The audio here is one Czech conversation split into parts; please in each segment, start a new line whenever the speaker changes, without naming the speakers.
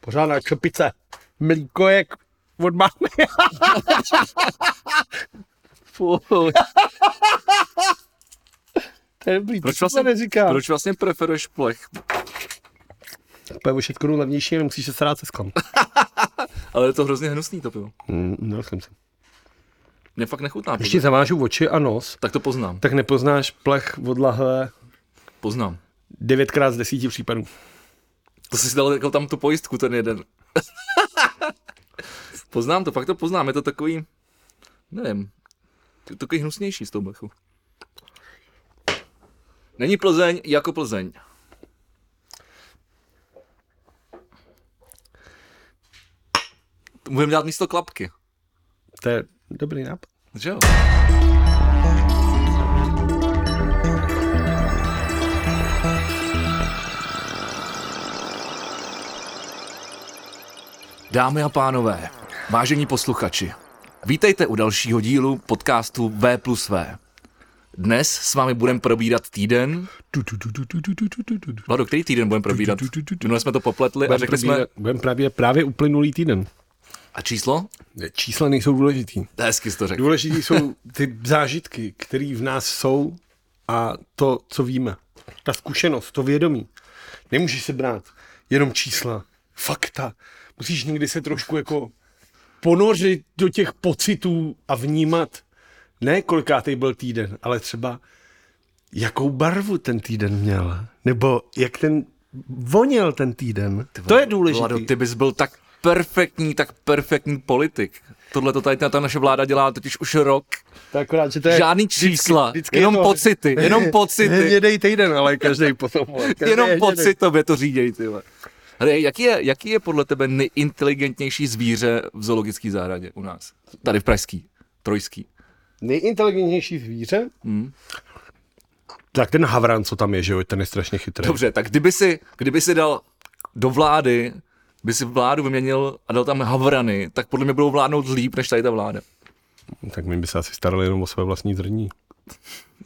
pořádná čepice. Mlíko jak od mámy.
Fuj.
to je dobrý,
Proč
to se
vlastně,
neříká. Proč?
proč vlastně preferuješ plech?
Pivo je všechno levnější, nemusíš se srát se sklem.
Ale je to hrozně hnusný to pivo.
Mm, nemyslím si.
Mě fakt nechutná.
Když ti
podle-
zavážu oči a nos,
Tak to poznám.
tak nepoznáš plech od lahve
Poznám.
9x z 10 případů.
To jsi dal jako tam tu pojistku, ten jeden. poznám to, fakt to poznám. Je to takový, nevím, je to takový hnusnější z toho blechu. Není Plzeň jako Plzeň. To Můžeme dát místo klapky,
To je dobrý nápad.
že jo? Dámy a pánové, vážení posluchači, vítejte u dalšího dílu podcastu V plus V. Dnes s vámi budeme probídat týden. Vlado, který týden budeme probídat? Minule jsme to popletli a
Budeme
řekli jsme...
probírat- budeme právě, právě uplynulý týden.
A číslo?
Čísla nejsou důležitý.
To je Hezky jsi to řekl.
Důležitý jsou ty zážitky, které v nás jsou a to, co víme. Ta zkušenost, to vědomí. Nemůžeš se brát jenom čísla, fakta. Musíš někdy se trošku jako ponořit do těch pocitů a vnímat, ne kolikátej byl týden, ale třeba jakou barvu ten týden měl, nebo jak ten voněl ten týden. To je
Vlado,
důležité.
ty bys byl tak perfektní, tak perfektní politik. Tohle to tady ta naše vláda dělá totiž už rok.
Akorát, že to
Žádný čísla,
Eh, vždycky je
jenom
to-
pocity, jenom pocity.
Hnědej týden, ale každý potom. vole, každý
jenom
je hnědej.
pocitově to říděj, ty vole. Hele, jaký je, jaký je podle tebe nejinteligentnější zvíře v zoologické zahradě u nás? Tady v Pražský, Trojský.
Nejinteligentnější zvíře?
Hmm.
Tak ten havran, co tam je, že jo, ten je strašně chytrý.
Dobře, tak kdyby si, kdyby si dal do vlády, by si vládu vyměnil a dal tam havrany, tak podle mě budou vládnout líp, než tady ta vláda.
Tak my by se asi starali jenom o své vlastní zrní.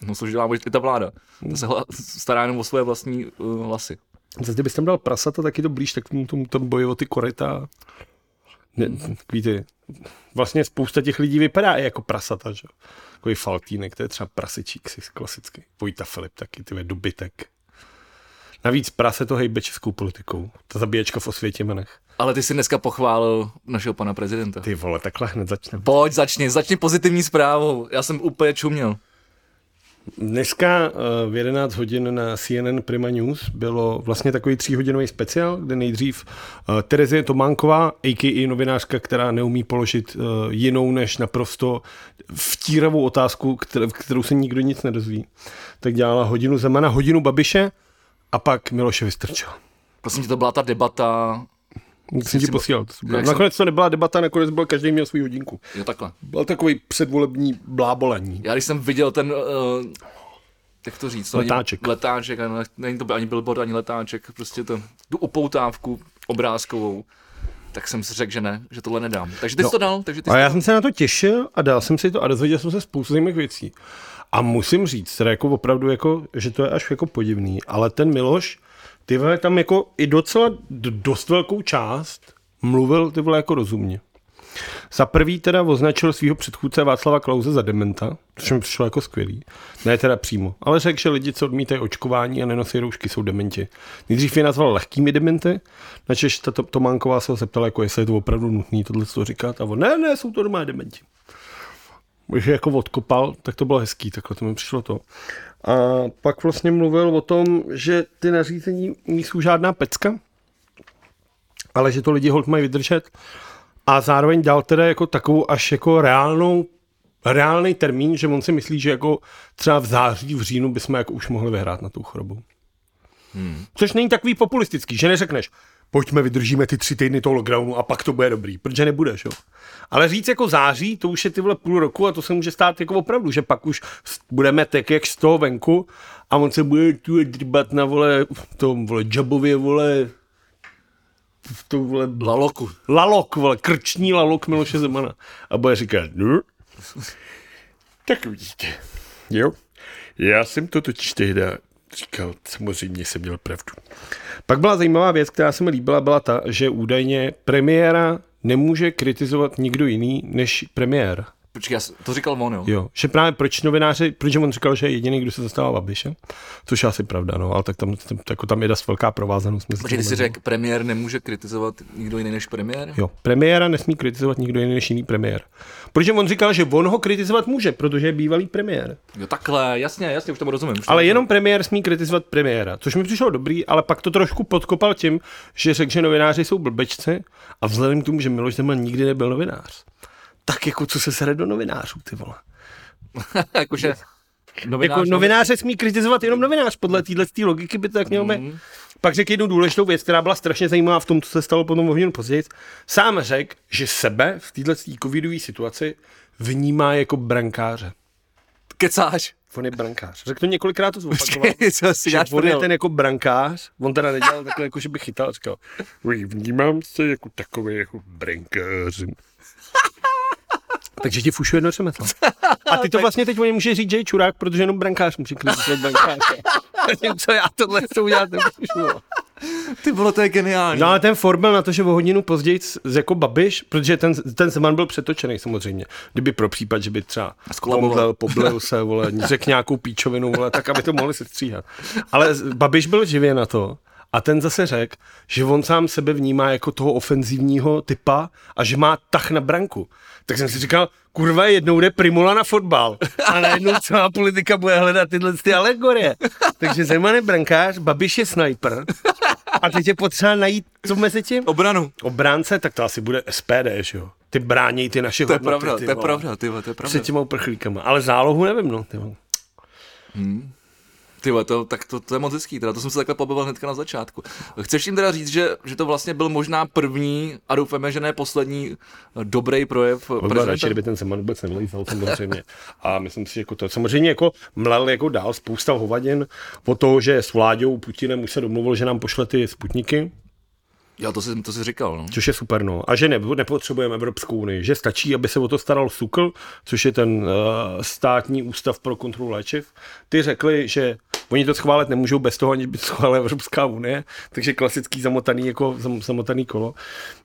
No což dělá možná i ta vláda. Ta se hla, stará jenom o svoje vlastní uh, hlasy.
Zase, kdybys tam dal prasata, taky to blíž, tak tomu, tomu tomu boji o ty koryta. Ne, takový ty. Vlastně spousta těch lidí vypadá i jako prasata, že jo. Takový faltínek, to je třeba prasečík, si klasicky. Vojta Filip taky, ty je dobytek. Navíc prase to hejbe českou politikou. Ta zabíječka v osvětě menech.
Ale ty jsi dneska pochválil našeho pana prezidenta. Ty.
Ty vole, takhle hned začneme.
Pojď, začni, začni pozitivní zprávou. Já jsem úplně čuměl.
Dneska eh, v 11 hodin na CNN Prima News bylo vlastně takový tříhodinový speciál, kde nejdřív eh, Terezie Tománková, a.k.a. novinářka, která neumí položit eh, jinou než naprosto vtíravou otázku, kter- kterou se nikdo nic nedozví, tak dělala hodinu Zemana, hodinu Babiše a pak Miloše vystrčil.
Prosím tě, to byla ta debata.
Jak jsem ti posílal. To se bylo-
Jak jsem-
Nakonec to nebyla debata, nakonec byl každý měl svůj hodinku.
Jo, takhle.
Byl takový předvolební blábolení.
Já když jsem viděl ten, uh, jak to říct? to není-
Letáček.
letáček, ano, není to ani billboard, ani letáček, prostě to, tu upoutávku obrázkovou, tak jsem si řekl, že ne, že tohle nedám. Takže ty jsi to dal, takže ty jsi
A já jsem se na to těšil a dal jsem si to a dozvěděl jsem se spoustu zajímavých věcí. A musím říct, teda jako opravdu, jako, že to je až jako podivný, ale ten Miloš, ty vole, tam jako i docela d- dost velkou část mluvil ty vole jako rozumně. Za prvý teda označil svého předchůdce Václava Klauze za dementa, což mi přišlo jako skvělý. Ne teda přímo, ale řekl, že lidi, co odmítají očkování a nenosí roušky, jsou dementi. Nejdřív je nazval lehkými dementy, načež ta To- Tománková se ho zeptala, jako jestli je to opravdu nutné tohle co říkat. A on, ne, ne, jsou to normální dementi. Když je jako odkopal, tak to bylo hezký, takhle to mi přišlo to. A pak vlastně mluvil o tom, že ty nařízení nejsou žádná pecka, ale že to lidi hold mají vydržet a zároveň dal teda jako takovou až jako reálnou reálný termín, že on si myslí, že jako třeba v září, v říjnu bychom jako už mohli vyhrát na tou chorobu. Hmm. Což není takový populistický, že neřekneš, pojďme, vydržíme ty tři týdny toho lockdownu a pak to bude dobrý, protože nebudeš, jo. Ale říct jako září, to už je tyhle půl roku a to se může stát jako opravdu, že pak už s- budeme tak jak z toho venku a on se bude tu drbat na vole, v tom vole, jabově vole, v tom vole,
Laloku.
lalok, vole, krční lalok Miloše Zemana. A bude říkat, no, tak vidíte. Jo, já jsem to totiž tehdy Říkal, samozřejmě jsem měl pravdu. Pak byla zajímavá věc, která se mi líbila, byla ta, že údajně premiéra nemůže kritizovat nikdo jiný než premiér.
Počkej, já s- to říkal on, jo?
Jo, že právě proč novináři, protože on říkal, že je jediný, kdo se zastává Babiše, což je asi pravda, no, ale tak tam, tam, jako tam je dost velká provázanost. mezi
Počkej,
těmi
ty jsi
lidmi.
řekl, premiér nemůže kritizovat nikdo jiný než premiér?
Jo, premiéra nesmí kritizovat nikdo jiný než jiný premiér. Protože on říkal, že on ho kritizovat může, protože je bývalý premiér.
Jo, takhle, jasně, jasně, už tomu rozumím. Už
Ale jenom premiér smí kritizovat premiéra, což mi přišlo dobrý, ale pak to trošku podkopal tím, že řekl, že novináři jsou blbečci a vzhledem k tomu, že Miloš Zeman nikdy nebyl novinář, tak jako co se sere do novinářů, ty vole.
to- jakože novinář,
Jako novináře smí kritizovat jenom novinář, podle téhle tý logiky by to tak mělo být. Pak řekl jednu důležitou věc, která byla strašně zajímavá v tom, co se stalo potom o hodinu později. Sám řekl, že sebe v této covidové situaci vnímá jako brankáře.
kecáš.
On je brankář. Řekl to několikrát, to zopakoval.
Počkej, co
že
si děláš
on je
prdel?
ten jako brankář, on teda nedělal takhle, jako že by chytal, říkal, "Oj, vnímám se jako takový jako brankář. Takže ti fušuje jedno řemeslo. A ty to vlastně teď o něm může říct, že je čurák, protože jenom brankář musí kritizovat brankáře. Co já tohle chci udělat, nemůžu. vole.
Ty vole, to je geniální.
No ale ten formel na to, že o hodinu později z jako Babiš, protože ten, ten Zeman byl přetočený samozřejmě, kdyby pro případ, že by třeba
Skolaboval.
pomdlel, poblil se, vole, řekl nějakou píčovinu, vole, tak aby to mohli sestříhat. Ale z- Babiš byl živě na to a ten zase řekl, že on sám sebe vnímá jako toho ofenzivního typa a že má tah na branku. Tak jsem si říkal, kurva, jednou jde Primula na fotbal a najednou celá politika bude hledat tyhle ty alegorie. Takže Zeman je brankář, Babiš je snajper a teď je potřeba najít co mezi tím.
Obranu.
Obránce, tak to asi bude SPD, že jo? Ty bránějí ty naše
To je
hodnoty,
pravda,
No, ty
to je
vole.
pravda, ty vole, to je pravda.
Před těma uprchlíkama. Ale zálohu nevím, no. Ty vole.
Ty vole, to, tak to, to, je moc hezký, teda to jsem se takhle pobavil hnedka na začátku. Chceš tím teda říct, že, že to vlastně byl možná první a doufáme, že ne poslední eh, dobrý projev eh,
On byl radši, kdyby
prezidenta?
ten Zeman vůbec nevlízal, samozřejmě. A myslím si, že jako to samozřejmě jako mlel jako dál spousta hovadin o toho, že s Vláďou Putinem už se domluvil, že nám pošle ty sputniky,
Jo, to jsi, to jsi říkal, no.
což je super, no. A že ne, nepotřebujeme Evropskou unii, že stačí, aby se o to staral SUKL, což je ten uh, státní ústav pro kontrolu léčiv. Ty řekli, že oni to schválit nemůžou bez toho, aniž by to schválila Evropská unie, takže klasický zamotaný, jako zam, zamotaný kolo.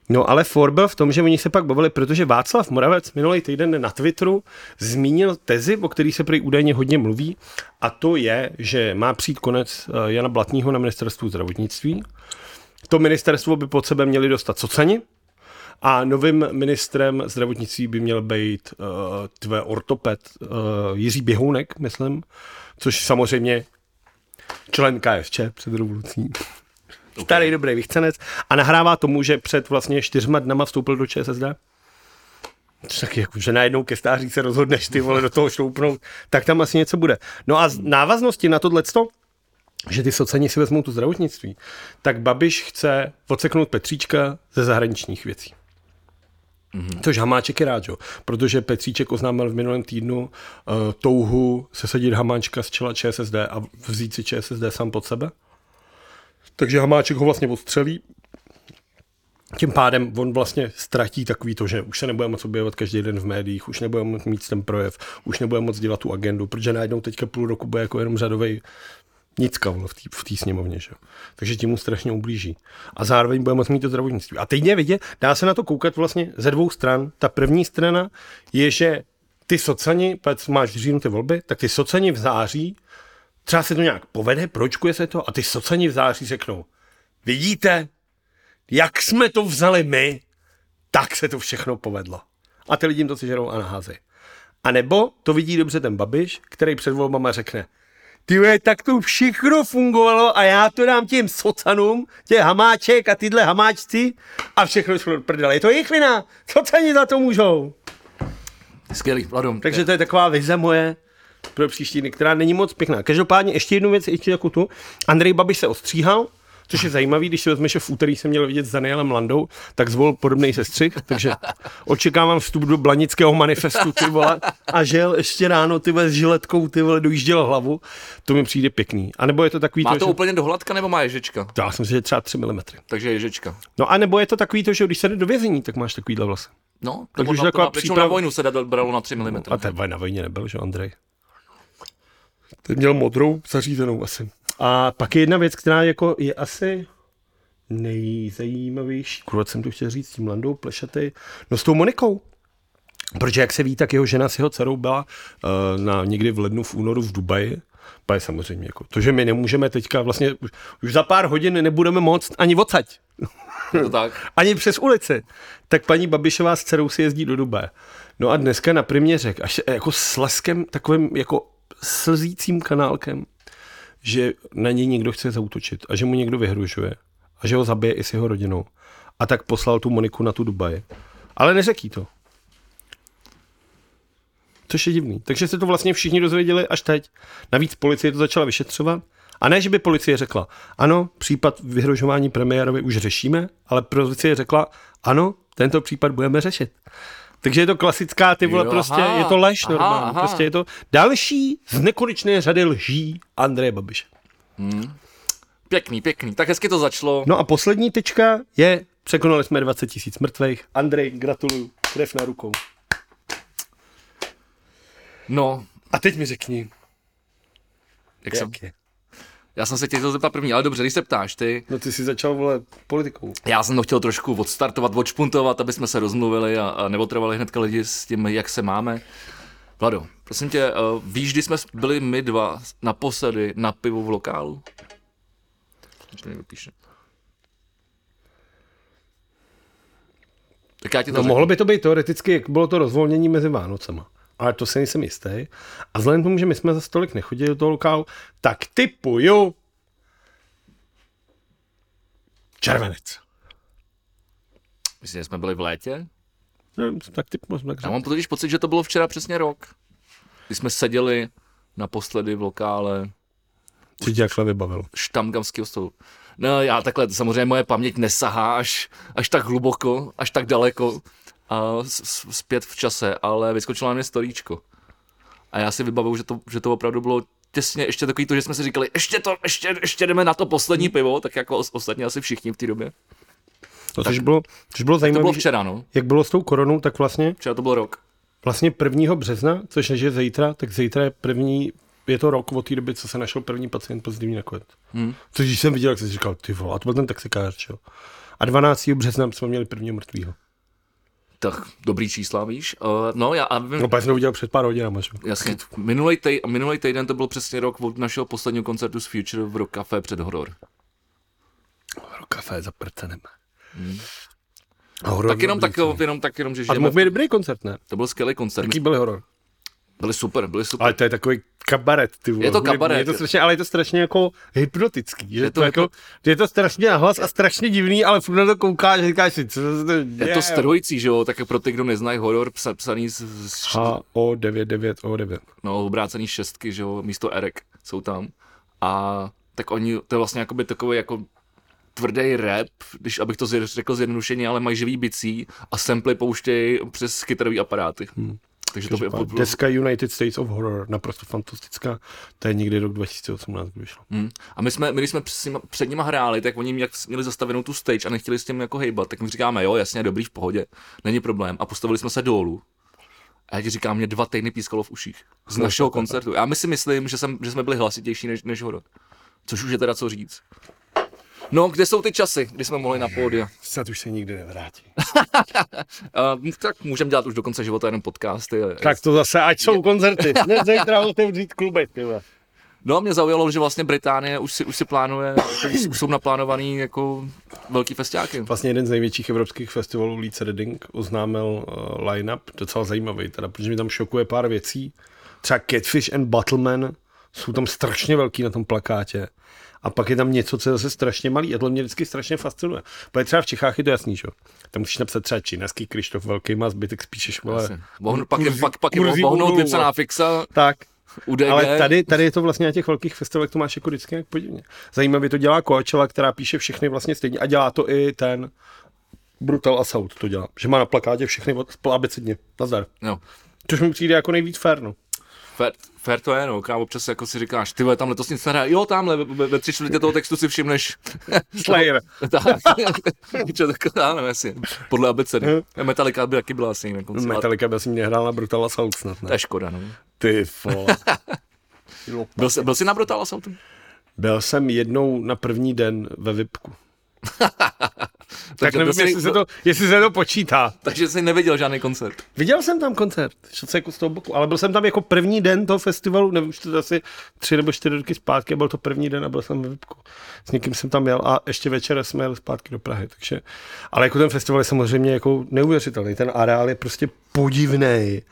No ale for byl v tom, že oni se pak bavili, protože Václav Moravec minulý týden na Twitteru zmínil tezi, o který se prý údajně hodně mluví, a to je, že má přijít konec eh, Jana Blatního na ministerstvu zdravotnictví, to ministerstvo by pod sebe měli dostat socani a novým ministrem zdravotnictví by měl být uh, tvé ortoped uh, Jiří Běhounek, myslím, což samozřejmě člen KSČ před revolucí. Starý dobrý vychcenec a nahrává tomu, že před vlastně čtyřma dnama vstoupil do ČSSD. Tak jako, že najednou ke stáří se rozhodneš ty vole do toho šloupnout, tak tam asi něco bude. No a z návaznosti na tohleto, že ty socani si vezmou tu zdravotnictví, tak Babiš chce odseknout Petříčka ze zahraničních věcí. Což Hamáček je rád, jo? protože Petříček oznámil v minulém týdnu uh, touhu sesadit Hamáčka z čela ČSSD a vzít si ČSSD sám pod sebe. Takže Hamáček ho vlastně odstřelí. Tím pádem on vlastně ztratí takový to, že už se nebude moc objevovat každý den v médiích, už nebude moc mít ten projev, už nebude moc dělat tu agendu, protože najednou teďka půl roku bude jako jenom řadový nicka vole, v té v tý sněmovně, že? jo. takže tím mu strašně ublíží. A zároveň bude moc mít to zdravotnictví. A teď je vidět, dá se na to koukat vlastně ze dvou stran. Ta první strana je, že ty socani, pak máš v říjnu ty volby, tak ty socani v září, třeba se to nějak povede, pročkuje se to a ty socani v září řeknou, vidíte, jak jsme to vzali my, tak se to všechno povedlo. A ty lidi jim to sežerou a naházej. A nebo to vidí dobře ten Babiš, který před volbama řekne, ty jo, tak to všechno fungovalo a já to dám těm socanům, tě hamáček a tyhle hamáčci a všechno šlo do prdele. Je to jejich vina, socani za to můžou.
Skvělý, Vladom.
Takže to je taková vize moje pro příští dny, která není moc pěkná. Každopádně ještě jednu věc, ještě jako tu. Andrej Babiš se ostříhal, což je zajímavý, když si vezme, že v úterý jsem měl vidět s Danielem Landou, tak zvolil podobný sestřih, takže očekávám vstup do blanického manifestu, ty vole, a žel ještě ráno, ty vole, s žiletkou, ty vole, dojížděl hlavu, to mi přijde pěkný. A nebo je to takový,
Má to
že...
úplně do hladka nebo má ježečka?
Já jsem si, že třeba 3 mm.
Takže ježečka.
No a nebo je to takový to, že když se jde do vězení, tak máš takovýhle vlasy.
No,
Tak
to
už
na,
taková
na, příprav... na
příprava-
vojnu se dal- bralo na 3 mm.
A ten na vojně nebyl, že Andrej? Ten měl modrou zařízenou asi. A pak je jedna věc, která jako je asi nejzajímavější. Kurva, jsem to chtěl říct s tím Landou Plešaty. No s tou Monikou. Protože jak se ví, tak jeho žena s jeho dcerou byla uh, na někdy v lednu, v únoru v Dubaji. Pa je samozřejmě jako to, že my nemůžeme teďka vlastně, už, už za pár hodin nebudeme moct ani odsaď.
Je to tak.
Ani přes ulici. Tak paní Babišová s dcerou si jezdí do Dubaje. No a dneska na primě řek, až jako s leskem, takovým jako slzícím kanálkem, že na něj někdo chce zautočit a že mu někdo vyhružuje a že ho zabije i s jeho rodinou. A tak poslal tu Moniku na tu Dubaji. Ale neřekl jí to. Což je divný. Takže se to vlastně všichni dozvěděli až teď. Navíc policie to začala vyšetřovat. A ne, že by policie řekla, ano, případ vyhrožování premiérovi už řešíme, ale policie řekla, ano, tento případ budeme řešit. Takže je to klasická, ty vole,
Jo,
prostě,
aha,
je to lež
aha,
normálně.
aha.
Prostě je to další z nekonečné řady lží Andreje Babiše.
Pěkný, pěkný. Tak hezky to začalo.
No a poslední tečka je, překonali jsme 20 tisíc mrtvých. Andrej, gratuluju, krev na rukou.
No,
A teď mi řekni,
jak jsem,
jak je.
já jsem se tě chtěl zeptat první, ale dobře, když se ptáš ty,
No ty jsi začal, vole, politikou.
já jsem to chtěl trošku odstartovat, odšpuntovat, aby jsme se rozmluvili a, a neotravali hnedka lidi s tím, jak se máme. Vlado, prosím tě, eh, víš, kdy jsme byli my dva naposledy na pivu v lokálu? Teď mi někdo píše. Tak já ti to
No
řeknu.
mohlo by to být teoreticky, jak bylo to rozvolnění mezi Vánocema. Ale to si nejsem jistý. A vzhledem k tomu, že my jsme za tolik nechodili do toho lokálu, tak typuju červenec.
Myslím, že jsme byli v létě?
No, tak typu jsme tak
Já
řekl.
mám totiž pocit, že to bylo včera přesně rok, kdy jsme seděli naposledy v lokále
Co tě takhle vybavilo?
štamgamského stolu. No já takhle, samozřejmě moje paměť nesahá až, až tak hluboko, až tak daleko a s- s- zpět v čase, ale vyskočilo na mě storíčko. A já si vybavuju, že to, že to opravdu bylo těsně ještě takový to, že jsme si říkali, ještě to, ještě, ještě jdeme na to poslední pivo, tak jako os- ostatně asi všichni v té době.
No, což bylo, což bylo
To bylo
zajímavé, že-
včera, no.
jak bylo s tou koronou, tak vlastně
Včera to byl rok.
Vlastně 1. března, což než je zítra, tak zítra je první, je to rok od té doby, co se našel první pacient pozitivní na COVID. Hmm. Což když jsem viděl, jak jsem si říkal, ty vole, a to byl ten taxikář, jo. A 12. března jsme měli prvního mrtvýho.
Tak dobrý čísla, víš. Uh, no já a vím,
No, pak jsem to udělal před pár hodinama, že?
Jasně. Minulej, tej, minulej týden to byl přesně rok od našeho posledního koncertu s Future v Rock Café před horor.
Pro kafe za prcenem. Hmm. Horor,
Tak jenom
dobrý.
tak, jenom tak, jenom, že
A to
žijeme.
mohl být dobrý koncert, ne?
To byl skvělý koncert.
Jaký byl horor?
Byli super, byli super.
Ale to je takový kabaret, ty vole.
Je to
hudební.
kabaret.
Je to strašně, ale je to strašně jako hypnotický. Že je,
to
to, jako, je to strašně nahlas a strašně divný, ale furt na to koukáš a říkáš si, co se to děje.
Je to strhující, že jo, tak pro ty, kdo neznají horor, psa, psaný z, z
HO99O9.
no, obrácený šestky, že jo, místo Erek jsou tam. A tak oni, to je vlastně jakoby takový jako tvrdý rap, když abych to zje- řekl zjednodušeně, ale mají živý bicí a samply pouštějí přes kytarový aparáty. Hmm. Takže to by,
Deska United States of Horror, naprosto fantastická. To je někdy rok 2018, kdy vyšlo.
Hmm. A my jsme, my když jsme před, nima, před nima hráli, tak oni jak měli zastavenou tu stage a nechtěli s tím jako hejbat, tak my říkáme, jo, jasně, dobrý, v pohodě, není problém. A postavili jsme se dolů. A já ti říkám, mě dva týdny pískalo v uších z našeho koncertu. Já my si myslím, že, jsem, že jsme byli hlasitější než, než horor. Což už je teda co říct. No, kde jsou ty časy, kdy jsme mohli na pódia?
Snad už se nikdy nevrátí.
Uh, tak můžeme dělat už do konce života jenom podcasty.
tak to zase, ať jsou koncerty. Dnes zítra otevřít kluby, ty vole.
No a mě zaujalo, že vlastně Británie už si, už si plánuje, už jsou naplánovaný jako velký festiáky.
Vlastně jeden z největších evropských festivalů Leeds Reading oznámil uh, line-up, docela zajímavý, teda, protože mi tam šokuje pár věcí. Třeba Catfish and Battleman jsou tam strašně velký na tom plakátě. A pak je tam něco, co je zase strašně malý. A to mě vždycky strašně fascinuje. Protože třeba v Čechách je to jasný, že? jo? Tam musíš napsat třeba čínský Krištof velký, má zbytek spíšeš, vole.
Jasně. Bohn, pak, je,
kurzy-
pak, pak je
kurzí
bohnout
budou,
vypsaná
vole.
fixa,
Tak.
UDG.
Ale tady, tady je to vlastně na těch velkých festivalech, to máš jako vždycky nějak podivně. Zajímavě to dělá Coachella, která píše všechny vlastně stejně a dělá to i ten Brutal Assault to dělá, že má na plakátě všechny od po abecedně, nazdar.
No,
Což mi přijde jako nejvíc fér, no.
fair, fair, to je, no, kámo, občas jako si říkáš, ty vole, tam letos nic nehrá, jo, tamhle, ve, ve, ve tři čtvrtě toho textu si všimneš.
Slayer.
tak, něco takového, já nevím, jestli, podle abecedy. Metallica by taky byla asi jinak.
Metallica by asi mě hrál na Brutal Assault snad,
To
ne?
je škoda, no.
Ty vole.
Byl jsi, byl jsi na Brutal Assaultu?
Byl jsem jednou na první den ve Vipku. tak
Takže
nevím,
to si-
jestli, se to, jestli se to počítá.
Takže jsi neviděl žádný koncert.
Viděl jsem tam koncert, šel jsem jako z toho boku, ale byl jsem tam jako první den toho festivalu, nevím, už to asi tři nebo čtyři roky zpátky, a byl to první den a byl jsem ve Vipku. S někým jsem tam jel a ještě večer jsme jeli zpátky do Prahy, takže, ale jako ten festival je samozřejmě jako neuvěřitelný, ten areál je prostě podivný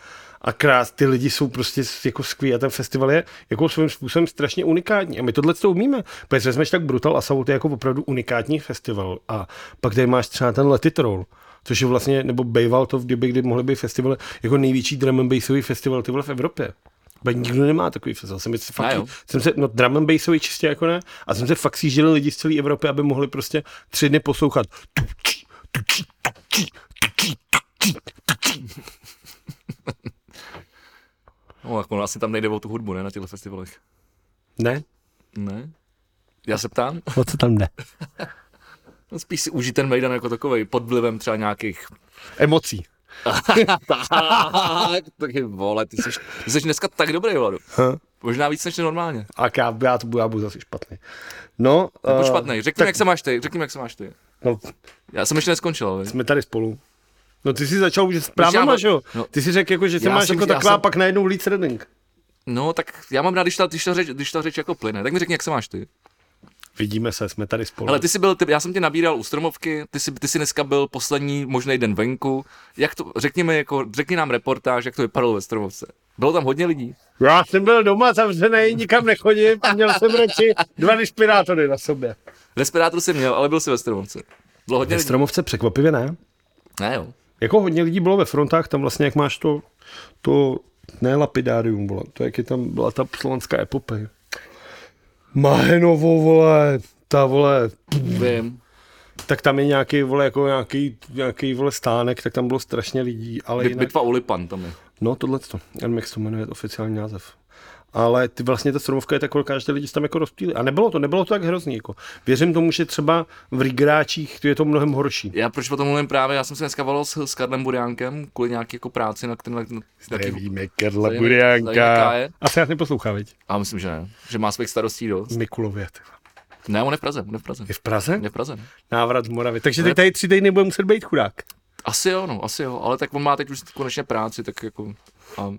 a krás, ty lidi jsou prostě s- jako skvělí a ten festival je jako svým způsobem strašně unikátní a my tohle to umíme, protože si vezmeš tak Brutal Assault je jako opravdu unikátní festival a pak tady máš třeba ten Let It Roll, což je vlastně, nebo bejval to v době, kdy mohly být festivaly, jako největší drum and bassový festival ty vole v Evropě. Bo nikdo nemá takový festival. Jsem se,
A
fakt,
jo.
jsem se, no drum and bassový čistě jako ne, a jsem se fakt sjížděli lidi z celé Evropy, aby mohli prostě tři dny poslouchat.
No, jako asi tam nejde o tu hudbu, ne, na těchto festivalech.
Ne?
Ne? Já se ptám?
O co tam jde?
No, Spíš si užít ten Mejdan jako takový pod vlivem třeba nějakých...
Emocí.
tak, taky vole, ty jsi, ty jsi dneska tak dobrý, Vladu. Možná víc než normálně.
A já, já, to budu, já budu zase špatný. No,
Buď
eh,
špatný, řekni mi, jak se máš ty, řekni mi, jak se máš ty.
no,
Já jsem ještě neskončil, ale...
jsme tady spolu. No ty jsi začal už s právama,
já-
že jo?
no.
Ty jsi řekl, jako, že ty
Já
máš
jsem-
jako
já
taková,
jsem-
pak najednou lead reading.
No, tak já mám rád, když ta, když ta, řeč, když ta řeč jako plyne. Tak mi řekni, jak se máš ty.
Vidíme se, jsme tady spolu.
Ale ty jsi byl, ty, já jsem tě nabíral u stromovky, ty jsi, ty jsi dneska byl poslední možný den venku. Jak to, řekni mi, jako, řekni nám reportáž, jak to vypadalo ve stromovce. Bylo tam hodně lidí?
Já jsem byl doma zavřený, nikam nechodím, měl jsem radši dva respirátory na sobě.
Respirátor jsi měl, ale byl jsi ve stromovce. Bylo hodně
Ve
lidí.
Stromovce překvapivě ne.
Ne, jo.
Jako hodně lidí bylo ve frontách, tam vlastně jak máš to, to ne lapidárium, bylo, to jak je tam byla ta slovanská epopeje. Mahenovo, vole, ta vole,
Vím.
tak tam je nějaký, vole, jako nějaký, nějaký, vole, stánek, tak tam bylo strašně lidí, ale
Bit,
jinak,
bitva u Lipan tam je.
no tohle to, nevím, jak se to jmenuje, to oficiální název. Ale ty vlastně ta stromovka je tak velká, že ty lidi se tam jako rozptýlili. A nebylo to, nebylo to tak hrozný. Jako. Věřím tomu, že třeba v rigráčích je to mnohem horší.
Já proč o tom mluvím právě, já jsem se dneska valil s, s Karlem Buriánkem kvůli nějaký jako práci, na který... Na, na, na,
Karla
Zajímavý- Buriánka. zajímavá je.
Asi nás neposlouchá, viď?
a myslím, že ne. Že má svých starostí dost.
V Mikulově. ty vole.
Ne, on je v Praze, on je v Praze.
Je v Praze?
Je v Praze, ne?
Návrat z Moravy. Takže teď tady tři týdny bude muset být chudák.
Asi jo, no, asi jo, ale tak on má teď už konečně práci, tak jako... A,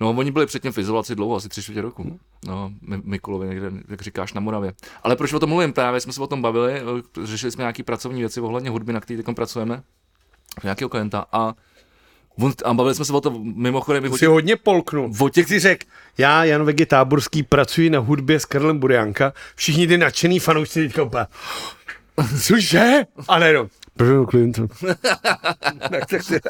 no, oni byli předtím v izolaci dlouho, asi tři čtvrtě roku. No, Mi- Mikulově někde, jak říkáš, na Moravě. Ale proč o tom mluvím? Právě jsme se o tom bavili, eh, řešili jsme nějaké pracovní věci ohledně hudby, na které teď pracujeme, nějakého klienta a, on- a bavili jsme se o tom mimochodem i o
Jsi
těch,
hodně polknul.
o těch
Ty řek, já, Jan Vegi Táborský, pracuji na hudbě s Karlem Burianka. Všichni ty nadšený fanoušci teďka úplně, cože? A nejenom, Bill Clinton. tak, tak, tak.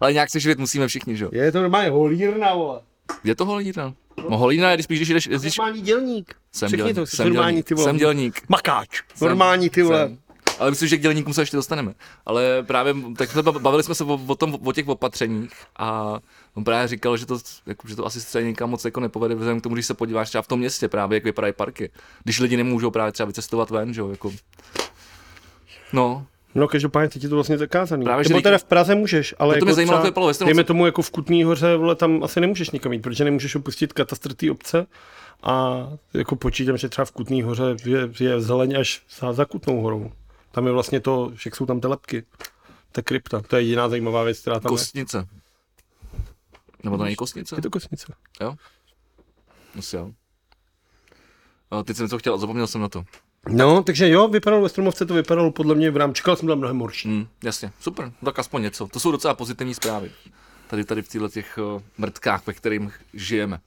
ale nějak se živit musíme všichni, že jo?
Je to normálně holírna, vole.
Je to holína? No, holína je, když spíš, když jdeš, když,
Normální dělník.
Jsem
Řekni
dělník,
to, jsi
jsem
normální,
dělník,
ty vole.
jsem dělník.
Makáč. normální, ty vole.
Jsem. Ale myslím, že k dělníkům se ještě dostaneme. Ale právě tak jsme bav- bavili jsme se o, o, tom, o těch opatřeních a on právě říkal, že to, jako, že to asi se někam moc jako nepovede, vzhledem k tomu, když se podíváš třeba v tom městě právě, jak vypadají parky. Když lidi nemůžou právě třeba vycestovat ven, že jo, jako. No,
No, každopádně teď je to vlastně zakázaný.
Právě,
Právě,
že
Nebo
teď-
teda v Praze můžeš, ale
No to
jako
mě zajímalo,
třeba,
to vypadalo ve Stromovce.
dejme tomu jako v Kutný hoře, vole, tam asi nemůžeš nikam jít, protože nemůžeš opustit katastr té obce a jako počítám, že třeba v Kutný hoře je, je zeleň až za, za Kutnou horou. Tam je vlastně to, že jak jsou tam ty lepky. Ta krypta, to je jediná zajímavá věc, která tam je.
kostnice. Nebo to není kostnice?
Je to kosnice.
Jo? Asi jo. A teď jsem to chtěl, zapomněl jsem na to.
No, takže jo, vypadalo ve Stromovce, to vypadalo podle mě v rámci, čekal jsem tam mnohem horší.
Mm, jasně, super, no tak aspoň něco. To jsou docela pozitivní zprávy. Tady, tady v těchto těch eh, mrtkách, ve kterých žijeme.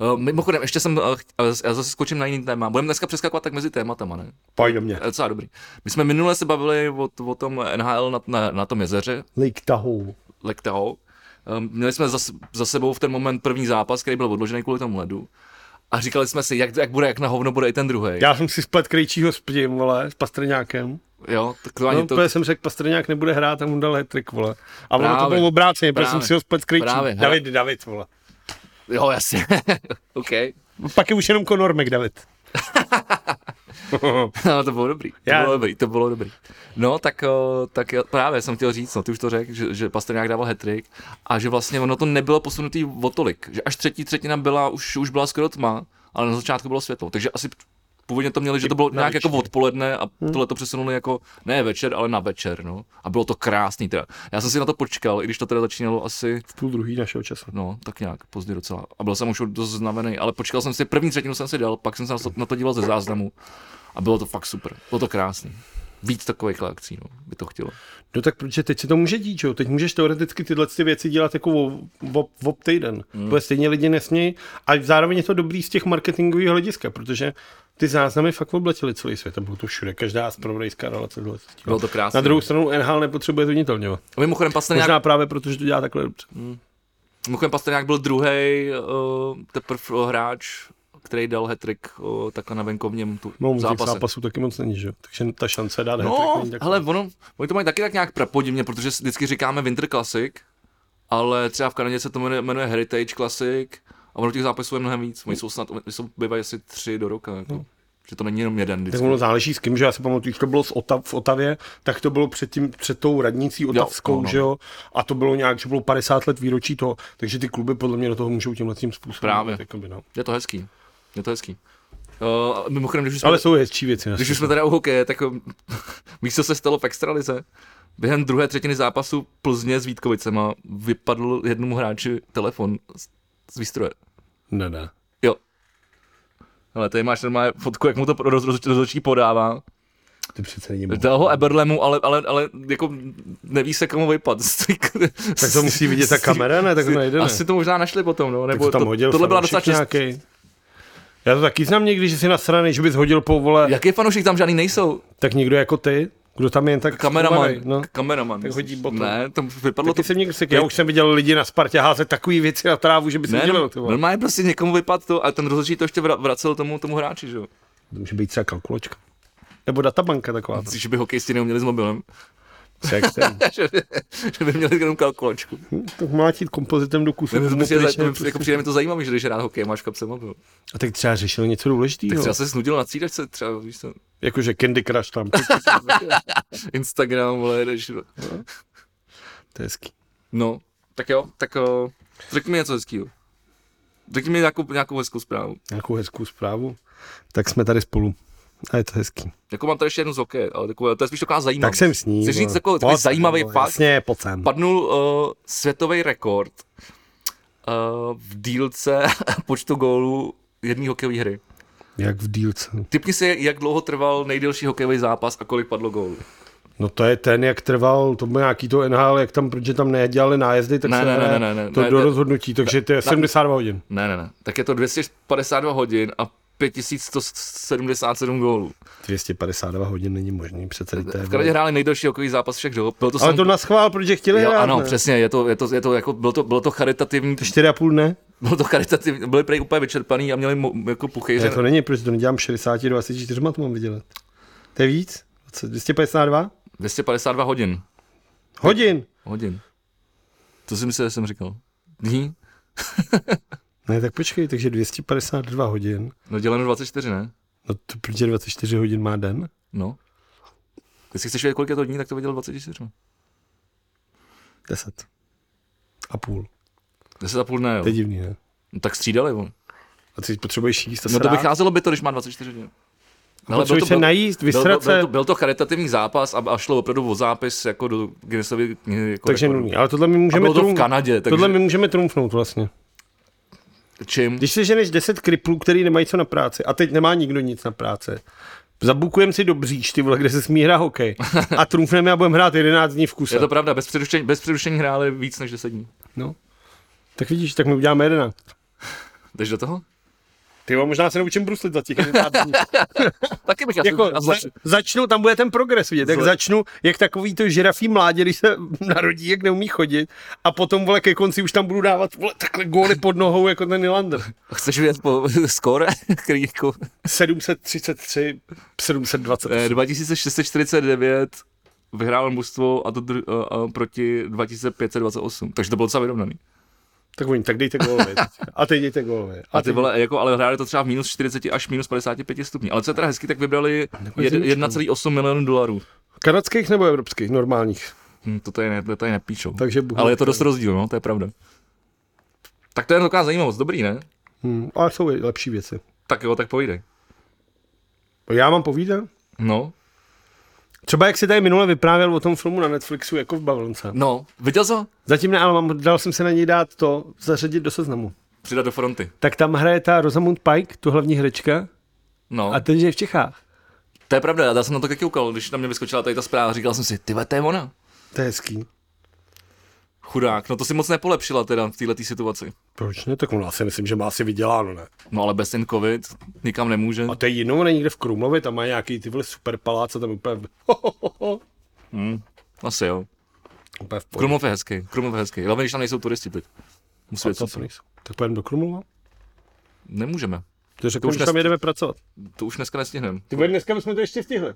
Eh, Mimochodem, ještě jsem, eh, ch- já zase skočím na jiný téma. Budeme dneska přeskakovat tak mezi tématama, ne?
Pojď do mě.
Eh, Docela dobrý. My jsme minule se bavili o, o tom NHL na, na, na tom jezeře,
Lake Tahoe.
Lake Tahoe. Ehm, Měli jsme za, s- za sebou v ten moment první zápas, který byl odložený kvůli tomu ledu. A říkali jsme si, jak, jak bude, jak na hovno bude i ten druhý.
Já jsem si splet krejčího s ptím, vole, s pastrňákem.
Jo, tak to ani
No,
to,
to... Protože jsem řekl, Pastrňák nebude hrát a mu dal hat-trick, vole. A ono to
Právě.
bylo obráceně, protože
Právě.
jsem si ho splet skrýčí.
Právě.
David, David, vole. No,
jo, jasně. OK.
Pak je už jenom Conor McDavid.
No, to bylo dobrý. To
Já-
bylo dobrý, to bylo dobrý. No, tak, o, tak já- právě jsem chtěl říct, no, ty už to řekl, že, že Pastrňák dával hetrik a že vlastně ono to nebylo posunutý o tolik, že až třetí třetina byla, už, už byla skoro tma ale na začátku bylo světlo. Takže asi původně to měli, že to bylo
na
nějak
večer. Hm.
jako odpoledne a tohle to přesunuli jako, ne večer, ale na večer, no. A bylo to krásný teda. Já jsem si na to počkal, i když to teda začínalo asi,
v půl druhý našeho času.
no, tak nějak pozdě docela. A byl jsem už dost znavený, ale počkal jsem si, první třetinu jsem si dal, pak jsem se na to- na to díval ze záznamu a bylo to fakt super. Bylo to krásný. Víc takových akcí, no, by to chtělo.
No tak protože teď se to může dít, že jo? Teď můžeš teoreticky tyhle ty věci dělat jako o- o- o týden. Hmm. Bude stejně lidi nesmějí. A zároveň je to dobrý z těch marketingových hlediska, protože ty záznamy fakt obletěly celý svět a bylo to všude. Každá z prodejská relace tohle.
Bylo to krásný.
Na druhou stranu NHL nepotřebuje zviditelňovat.
A mimochodem Pastrňák,
Možná právě proto, že to dělá takhle dobře.
mimochodem Pastrňák byl druhý uh, teprve uh, hráč, který dal hetrik uh, takhle na venkovním tu
No, těch
zápase.
zápasů taky moc není, že jo? Takže ta šance dát
No,
není taková.
ale ono, oni to mají taky tak nějak prapodivně, protože si vždycky říkáme Winter Classic, ale třeba v Kanadě se to jmenuje, jmenuje Heritage Classic a ono těch zápasů je mnohem víc. Oni jsou snad, oni jsou, bývají asi tři do roka, jako. že to není jenom jeden
No. Tak
vždycky.
ono záleží s kým, že já si pamatuju, když to bylo z Otav, v Otavě, tak to bylo před, tím, před tou radnicí Otavskou, jo,
no, no.
že jo, a to bylo nějak, že bylo 50 let výročí toho, takže ty kluby podle mě do toho můžou tímhle tím způsobem.
Právě.
jít, jakoby, no.
Je to hezký, je to hezký. Uh, a mimochodem, když už jsme,
Ale jsou hezčí věci. na
když
světě.
už jsme teda u hokeje, tak um, víš, co se stalo v extralize? Během druhé třetiny zápasu Plzně s Vítkovicema vypadl jednomu hráči telefon z, z výstroje.
Ne, ne.
Jo. Ale tady máš normálně fotku, jak mu to roz, roz, rozhodčí podává.
Ty přece není
Dal ho Eberlemu, ale, ale, ale jako neví se komu vypad.
Tak to musí vidět ta kamera, ne? Tak to najde, ne?
Asi to možná našli potom, no. Nebo
Nebo tam
to,
hodil
tohle byla docela
fanoušek
čest...
nějaký. Já to taky znám někdy, že si nasranej, že bys hodil po vole,
Jaký fanoušek tam žádný nejsou?
tak někdo jako ty, kdo tam je jen tak
Kameraman.
schovaný, no.
Kameraman.
Tak hodí botu.
Ne, to vypadlo
Taky
to...
jsem někdy sekl. Já už jsem viděl lidi na Spartě házet takový věci na trávu, že by se
Ne,
dělal.
no,
ty vole.
normálně prostě někomu vypadl to a ten rozhodčí to ještě vra- vracel tomu, tomu hráči, že jo.
To může být třeba kalkulačka. Nebo databanka taková.
Myslíš, že by hokejisti neuměli s mobilem?
Sextem.
že, by, že by měli jenom kalkulačku.
To mlátit kompozitem do kusu.
Nevím,
gumu
přijde,
pryč,
za-
ne,
jako přijde mi to zajímavé, že když rád hokej, máš v kapse mobil.
A tak třeba řešil něco důležitého.
Tak třeba se snudil na cídačce, třeba víš co,
Jakože Candy Crush tam.
Instagram, vole, jdeš.
to je hezký.
No, tak jo, tak o, řekni mi něco hezkýho. Řekni mi nějakou, nějakou hezkou zprávu.
Nějakou hezkou zprávu. Tak jsme tady spolu. A je to hezký.
Jako mám tady ještě jednu z hokeje, ale takové, to je spíš taková zajímavá.
Tak jsem s ní.
Chceš
vole.
říct takový,
Pojď
takový
sem,
zajímavý
vole,
fakt?
Jasně, pojď sem.
Padnul uh, světový rekord uh, v dílce počtu gólů jedné hokejové hry.
Jak v dílce.
Typni si, jak dlouho trval nejdelší hokejový zápas a kolik padlo gólů.
No to je ten, jak trval, to byl nějaký to NHL, jak tam, protože tam nedělali nájezdy, tak
Ne,
se
ne, ne, ne, ne,
to
ne,
do
ne.
rozhodnutí, takže to je 72 hodin.
Ne, ne, ne. Tak je to 252 hodin a 5177 gólů.
252 hodin není možný, přece to je,
V Kanadě hráli nejdelší hokejový zápas všech dob. Bylo to,
Ale
sam...
to na schvál, protože chtěli
jo,
hrát,
ano,
ne?
přesně, je to, je to, je to jako, bylo to, bylo to charitativní,
4,5 ne?
bylo to charitativní, byli prej úplně vyčerpaný a měli mo, jako
Ne,
puchejře.
to není, protože to nedělám 60, 24, to mám vydělat. To je víc? Co, 252?
252 hodin.
Hodin!
Hodin. To si myslel, že jsem říkal. Dní?
Ne, tak počkej, takže 252 hodin.
No děleno 24, ne?
No to protože 24 hodin má den.
No. Jestli chceš vědět, kolik je to dní, tak to viděl 24.
10. A půl.
10 a půl dne, jo.
To je divný, ne?
No, tak střídali, on.
A ty potřebuješ jíst a
No to
srát?
vycházelo by to, když má 24 dní. No, ale
Potřebuješ se
byl-
najíst,
Byl, byl,
vysrat
byl,
se.
to, byl to charitativní zápas a, a šlo opravdu o zápis jako do Guinnessovy knihy. Jako
Takže
rekordů.
nudný. Ale tohle my
a
můžeme,
bylo to
trum...
v Kanadě, takže
tohle my můžeme trumfnout vlastně.
čím?
Když se ženeš 10 kriplů, který nemají co na práci, a teď nemá nikdo nic na práce, zabukujem si do bříž, ty vole, kde se smí hra hokej. A trumfneme a budeme hrát 11 dní v kuse.
Je to pravda, bez přerušení, bez přerušení hráli víc než 10 dní.
No. Tak vidíš, tak my uděláme 11.
Jdeš do toho?
Ty jo, možná se naučím bruslit za těch 11 dní.
Taky bych asi...
jako,
a
za,
zle-
začnu, tam bude ten progres vidět, jak
Zle-
začnu, jak takový to žirafí mládě, když se narodí, jak neumí chodit a potom, vole, ke konci už tam budu dávat, vole, takhle góly pod nohou, jako ten Nylander.
Chceš vědět po skore, který jako
733, 720.
eh, 2649 vyhrálo mužstvo a to dru, a, a proti 2528. Takže to bylo docela vyrovnaný.
Tak oni, tak dejte góly. A teď dejte góly.
A ty vole, jako, ale hráli to třeba v minus 40 až minus 55 stupňů. Ale co je teda hezky, tak vybrali jed-
zimčkou.
1,8 milionů dolarů.
Kanadských nebo evropských, normálních?
Hm, to tady, ne, to tady nepíšou.
Takže Bůh
Ale je to
ví,
dost
no.
rozdíl, no, to je pravda. Tak to je taková zajímavost, dobrý, ne?
Hmm, ale jsou i lepší věci.
Tak jo, tak povídej.
Já mám povídat?
No,
Třeba jak si tady minule vyprávěl o tom filmu na Netflixu jako v Bavlnce.
no, viděl jsi ho?
Zatím ne, ale mám, dal jsem se na něj dát to, zařadit do seznamu.
Přidat do fronty.
Tak tam hraje ta Rosamund Pike, tu hlavní herečka,
No,
a teď je v Čechách.
to je pravda, já jsem na to taky koukal, když na mě vyskočila tady ta zpráva, říkal jsem si, ty vole, to je ona.
To je hezký.
Chudák, no to si moc nepolepšila teda v této situaci.
Proč ne? Tak ona si myslím, že má asi vyděláno, ne?
No ale bez ten covid nikam nemůže.
A to je jinou, ona je někde v Krumlově, tam má nějaký ty vole super palác a tam úplně...
Asi jo.
úplně v pohodě.
Krumlov je hezký, Krumlov je hezký. Hlavně, když tam nejsou turisti teď. Musí
Co
věc.
to nejsou? Tak pojedeme do Krumlova?
Nemůžeme.
To řekl,
už
že
nes-
tam jedeme pracovat.
To už dneska nestihneme.
Ty vole, dneska bychom to ještě stihli.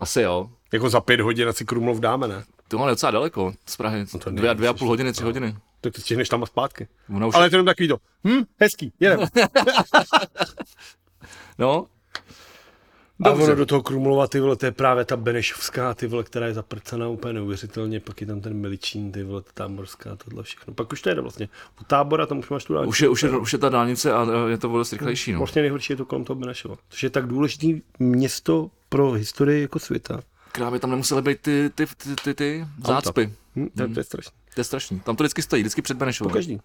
Asi jo.
Jako za pět hodin asi Krumlov dáme, ne?
To je docela daleko z Prahy. No
to
dvě,
není,
dvě a
což-
půl hodiny, tři hodiny.
Tak to stihneš tam no. a zpátky.
Ona už...
Ale je to jenom takový to. Hm, hezký, jedem.
No,
A
Dobře.
ono do toho Krumlova, ty vole, to je právě ta Benešovská, ty vole, která je zaprcená úplně neuvěřitelně, pak je tam ten Miličín, ty vole, ta táborská, tohle všechno. Pak už to jede vlastně. U tábora tam už máš tu dálnici.
už je, už, je, už je ta dálnice a eh, je to vůbec rychlejší. No.
Vlastně nejhorší je to kolem toho Benešova, což je tak důležité město pro historii jako světa.
Krávě tam nemusely být ty, ty, ty, ty, ty zácpy.
Hm? To, je- to je strašné.
To je strašný. Tam to vždycky stojí, vždycky před Benešovou.
Každý.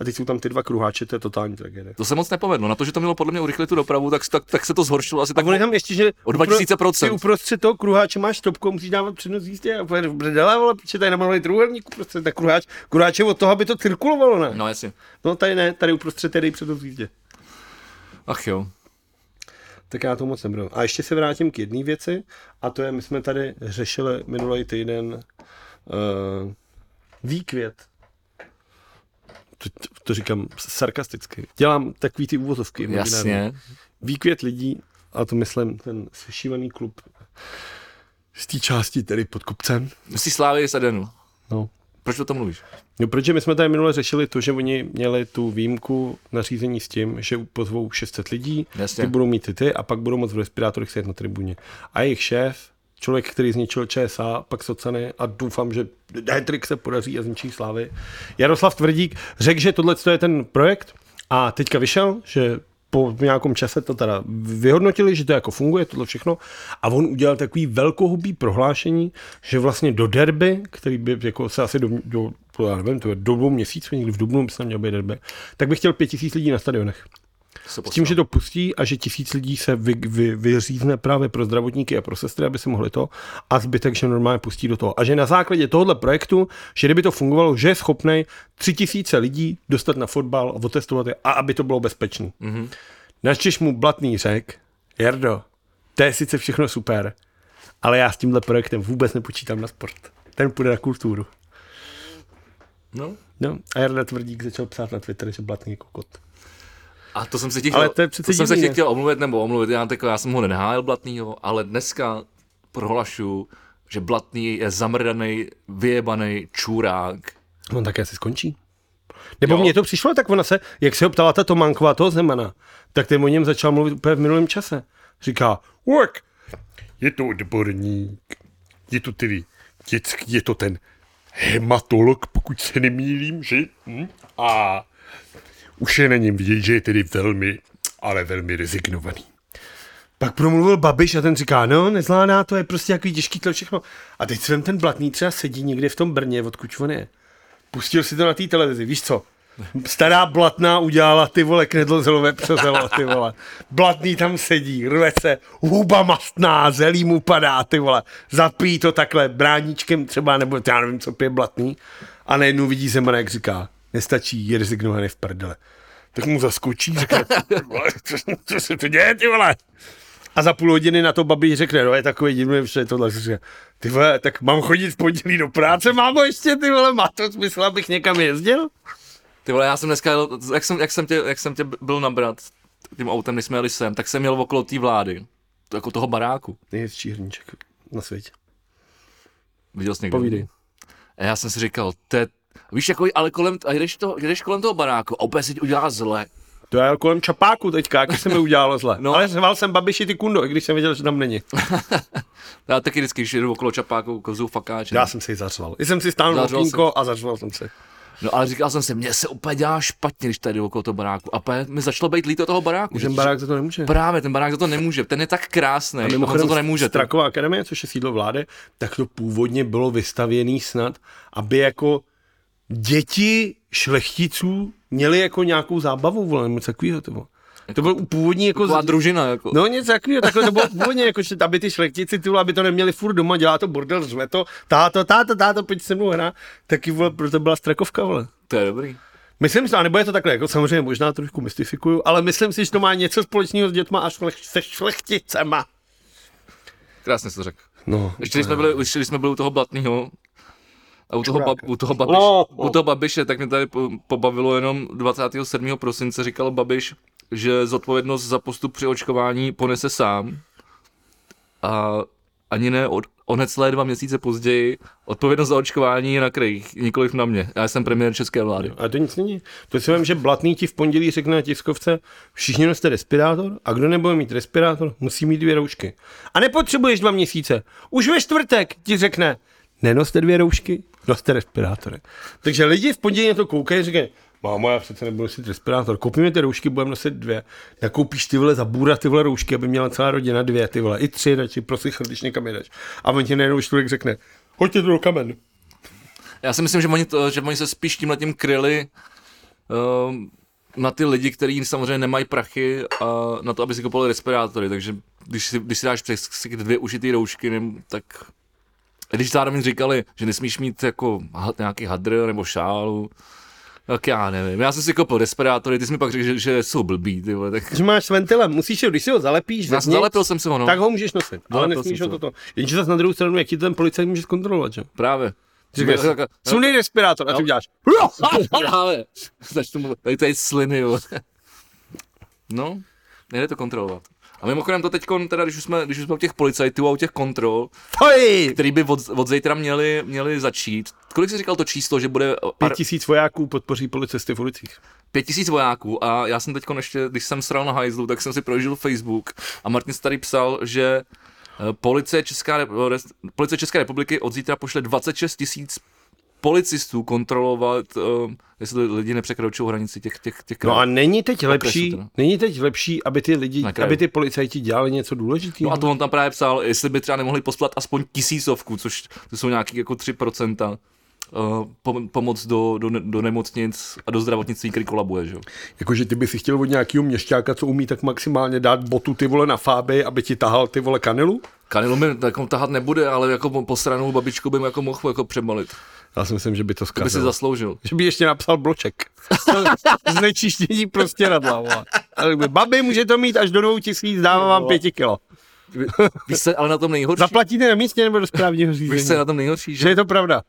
A teď jsou tam ty dva kruháče, to je totální tragédie.
To se moc nepovedlo. Na to, že to mělo podle mě urychlit tu dopravu, tak, tak, tak se to zhoršilo asi tak.
On je tam ještě, že
O 2000%.
Ty uprostřed toho kruháče máš stopku, musíš dávat přednost jízdě a pojedeš brdele, vole, protože tady nemalovali trůhelník uprostřed, tak prostě kruháč, kruháč je od toho, aby to cirkulovalo, ne? No,
No jasně.
no tady ne, tady uprostřed, tady přednost jízdě.
Ach jo.
Tak já to moc nebudu. A ještě se vrátím k jedné věci, a to je, my jsme tady řešili minulý týden uh, výkvět. To, to, to, říkám sarkasticky. Dělám takový ty úvozovky. imaginární.
Jasně.
výkvět lidí, a to myslím ten sešívaný klub z té části tedy pod kopcem.
Myslíš Slávy z Edenu.
No.
Proč o tom mluvíš?
No, protože my jsme tady minule řešili to, že oni měli tu výjimku nařízení s tím, že pozvou 600 lidí,
Jasně.
ty budou mít ty, ty a pak budou moc v respirátorech sedět na tribuně. A jejich šéf, člověk, který zničil ČSA, pak Socany a doufám, že Hendrik se podaří a zničí slávy. Jaroslav Tvrdík řekl, že tohle je ten projekt a teďka vyšel, že po nějakém čase to teda vyhodnotili, že to jako funguje, tohle všechno. A on udělal takový velkohubý prohlášení, že vlastně do derby, který by jako se asi do, do já nevím, to je do dvou měsíců, někdy v dubnu by se tam měl být derby, tak by chtěl pět tisíc lidí na stadionech.
Se
S tím, že to pustí a že tisíc lidí se vy, vy, vyřízne právě pro zdravotníky a pro sestry, aby si mohli to, a zbytek, že normálně pustí do toho. A že na základě tohohle projektu, že kdyby to fungovalo, že je schopný tři tisíce lidí dostat na fotbal a otestovat je, a aby to bylo bezpečné. Mm-hmm. Načež mu blatný řek, Jardo, to je sice všechno super, ale já s tímhle projektem vůbec nepočítám na sport. Ten půjde na kulturu.
No.
No, a Jarda Tvrdík začal psát na Twitter, že blatný je kokot.
A to jsem se ti chtěl,
Ale to je přece
to jsem se
divný,
ti
ne?
chtěl omluvit nebo omluvit, já, tak, já jsem ho nenahájil Blatnýho, ale dneska prohlašu, že Blatný je zamrdaný, vyjebaný čurák.
On také asi skončí. Nebo
Jo.
mně to přišlo, tak ona se, jak se ho ptala ta Tománková toho Zemana, tak ten o něm začal mluvit úplně v minulém čase. Říká, work, je to odborník, je to tedy dětský, je to ten hematolog, pokud se nemýlím, že? Hm? A už je na něm vidět, že je tedy velmi, ale velmi rezignovaný. Pak promluvil Babiš a ten říká, no, nezvládá to, je prostě jaký těžký to všechno. A teď si vem ten blatný třeba sedí někde v tom Brně, odkud on je. Pustil si to na té televizi, víš co? Stará blatná udělala ty vole knedlozelové přezelo, ty vole. Blatný tam sedí, rve se, huba mastná, zelí mu padá, ty vole. Zapíjí to takhle bráníčkem třeba, nebo já nevím, co pije blatný. A najednou vidí Zemana, jak říká, nestačí, je rezignovaný v prdele. Tak mu zaskočí, řekne, "Ty vole, co, co se to děje, ty vole? A za půl hodiny na to babi řekne, no je takový divný, že je tohle. Říká, ty vole, tak mám chodit v pondělí do práce, mámo ještě, ty vole, má to smysl, abych někam jezdil?
Ty vole, já jsem dneska, jel, jak, jsem, jak, jsem tě, jak jsem tě byl nabrat tím autem, než jsme jeli sem, tak jsem jel okolo té vlády, to, jako toho baráku.
Nejhezčí hrníček na světě.
Viděl jsi někdo?
Povídej.
A já jsem si říkal, to je, víš, jako, ale kolem, a jdeš, to, jdeš kolem toho baráku, a opět si ti udělá zle.
To já jel kolem čapáku teďka, jak se mi udělalo zle.
No.
No. Ale řval jsem babiši ty kundo, i když jsem věděl, že tam není.
Já taky vždycky, když jdu okolo čapáku, kozou fakáče.
Já jsem si ji zařval. I jsem si stáhnul
Zařval
okýnko a zařval jsem si.
No ale říkal jsem si, mně se úplně dělá špatně, když tady jdu okolo toho baráku. A pe- mi začalo být líto toho baráku.
Už ten
že-
barák za to nemůže.
Právě, ten barák za to nemůže. Ten je tak krásný, a on za to nemůže. Ten,
Straková akademie, což je sídlo vlády, tak to původně bylo vystavěný snad, aby jako děti šlechticů měli jako nějakou zábavu, vole, nebo něco takového to bylo. To byl původní jako...
taková družina, jako.
No něco takového, takhle to bylo původně, jako, že aby ty šlechtici, ty vole, aby to neměli furt doma, dělá to bordel, řve to, táto, táto, táto, pojď se mnou hra, taky vole, proto byla strakovka, vole.
To je dobrý.
Myslím si, a nebo je to takhle, jako samozřejmě možná trošku mystifikuju, ale myslím si, že to má něco společného s dětma a šlech, se šlechticema.
Krásně jsi to řekl.
No,
Ještě když jsme byli, ještě když jsme byli u toho blatného, a u toho, bab, u, toho babiš,
No.
u toho Babiše, tak mě tady po- pobavilo jenom 27. prosince, říkal Babiš, že zodpovědnost za postup při očkování ponese sám. A ani ne, od, o necelé dva měsíce později, odpovědnost za očkování je na krajích, nikoliv na mě. Já jsem premiér české vlády.
A to nic není. To si vím, že Blatný ti v pondělí řekne na tiskovce, všichni noste respirátor a kdo nebude mít respirátor, musí mít dvě roušky. A nepotřebuješ dva měsíce. Už ve čtvrtek ti řekne, nenoste dvě roušky, noste respirátory. Takže lidi v pondělí na to koukají a říkají, Mámo, já přece nebudu nosit respirátor. Koupíme ty roušky, budeme nosit dvě. Nakoupíš ty vole za bůra ty vole roušky, aby měla celá rodina dvě ty vole. I tři radši, prosím, když někam jdeš. A on ti najednou člověk řekne, hoďte to do kamen.
Já si myslím, že oni, to, že oni se spíš tímhle tím kryli ehm, na ty lidi, kteří samozřejmě nemají prachy a na to, aby si kupovali respirátory. Takže když si, když si dáš přes si dvě ušitý roušky, nem- tak když zároveň říkali, že nesmíš mít jako ha- nějaký hadr nebo šálu, tak já nevím. Já jsem si koupil respirátory, ty jsi mi pak řekl, že, že jsou blbý, ty vole, tak
Že máš ventilem, musíš ho, když si ho zalepíš,
já jsem
zevnitř,
zalepil jsem se ho, no.
Tak ho můžeš nosit, ale,
Ale to
nesmíš ho
jsem
toto. Jenže zase na druhou stranu, jak ti ten policajt může zkontrolovat, že?
právě.
Říkáš,
Tak- tak-
sundej respirátor
No.
a ty uděláš.
Ale začnu mluvit, tady tady sliny, jo. No, nejde to kontrolovat. A mimochodem to teď, teda, když už jsme, když už jsme u těch policajtů a u těch kontrol,
Foj!
který by od, od zítra měli, měli začít, kolik jsi říkal to číslo, že bude
Pět
ar-
tisíc vojáků podpoří policisty v ulicích.
pět tisíc vojáků a já jsem teď ještě, když jsem sral na hajzlu, tak jsem si prožil Facebook a Martin si tady psal, že eh, policie, Česká, rep- res- policie České republiky od zítra pošle 26 tisíc policistů kontrolovat, eh, jestli lidi nepřekračují hranici těch, těch, těch krajů.
No a není teď lepší,
teda.
není teď lepší, aby ty lidi,
no. Na kraji.
aby ty policajti dělali něco
No a
důležitého.
to on tam právě psal, jestli by třeba nemohli poslat aspoň tisícovku, což to jsou nějaký jako 3%. Uh, pom- pomoc do, do, ne- do, nemocnic a do zdravotnictví, který kolabuje, že jo?
Jakože ty by si chtěl od nějakého měšťáka, co umí, tak maximálně dát botu ty vole na fáby, aby ti tahal ty vole kanilu?
Kanilu mi tak tahat nebude, ale jako po- posranou babičku by mi jako mohl jako přebalit.
Já si myslím, že by to
To by si
zkazil.
zasloužil.
Že by ještě napsal bloček. To Znečištění prostě radla. vole. A tak by, Babi, může to mít až do dvou tisíc, dávám vám pěti kilo.
Víš se, ale na tom nejhorší,
Zaplatíte na místě nebo do správního
víš
řízení?
se, na tom nejhorší, že,
Že je to pravda.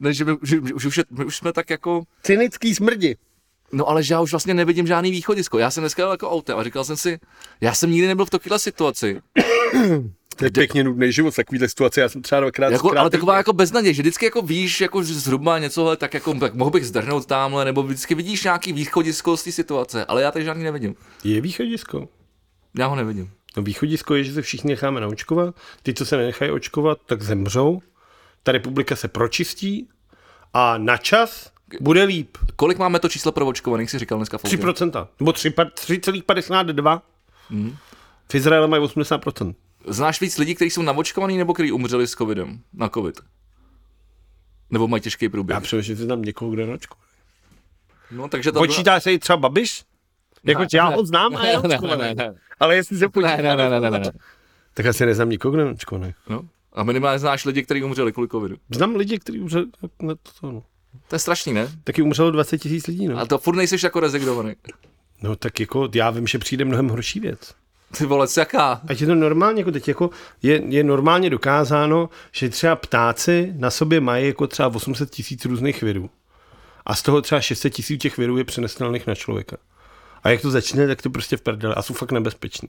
ne, že, my, že už, už, je- my už jsme tak jako
Cynický smrdi.
No ale že já už vlastně nevidím žádný východisko. Já jsem dneska jel jako autem a říkal jsem si, já jsem nikdy nebyl v takovéhle situaci.
To je pěkně nudný život, takovýhle situace, já jsem třeba dvakrát
Jako, ale
zkrátil-
taková jako beznaděj, že vždycky jako víš, jako že zhruba něco, hele, tak jako tak mohl bych zdrhnout tamhle, nebo vždycky vidíš nějaký východisko z té situace, ale já tady žádný nevidím.
Je východisko.
Já ho nevidím.
No východisko je, že se všichni necháme naočkovat, ty, co se nenechají očkovat, tak zemřou, ta republika se pročistí a na čas bude líp.
Kolik máme to číslo proočkovaných, si říkal dneska v autě?
3%, nebo tři pa- 3,52.
Mm.
V Izraele mají 80%.
Znáš víc lidí, kteří jsou navočkovaní nebo kteří umřeli s covidem, na covid? Nebo mají těžký
Já
průběh.
přemýšlím, že tam někoho, kdo naočkuje.
No, takže ta druhá-
Počítá se i třeba Babiš? Jako já ho znám a já
Ne, ne,
očkovaný.
ne, ne.
Ale jestli se počítá,
Ne, ne, ne, ne, ne, ne, ne.
tak asi neznám nikoho, kdo neočkovaný.
No. A minimálně znáš lidi, kteří umřeli kvůli covidu.
Znám lidi, kteří umřeli na to, to no.
To je strašný, ne?
Taky umřelo 20 tisíc lidí, no.
A to furt nejseš jako rezignovaný.
No tak jako, já vím, že přijde mnohem horší věc.
Ty vole, jaká?
Ať je to normálně, jako teď jako je, je normálně dokázáno, že třeba ptáci na sobě mají jako třeba 800 tisíc různých virů. A z toho třeba 600 tisíc těch virů je přenesitelných na člověka. A jak to začne, tak to prostě v prdele a jsou fakt nebezpeční.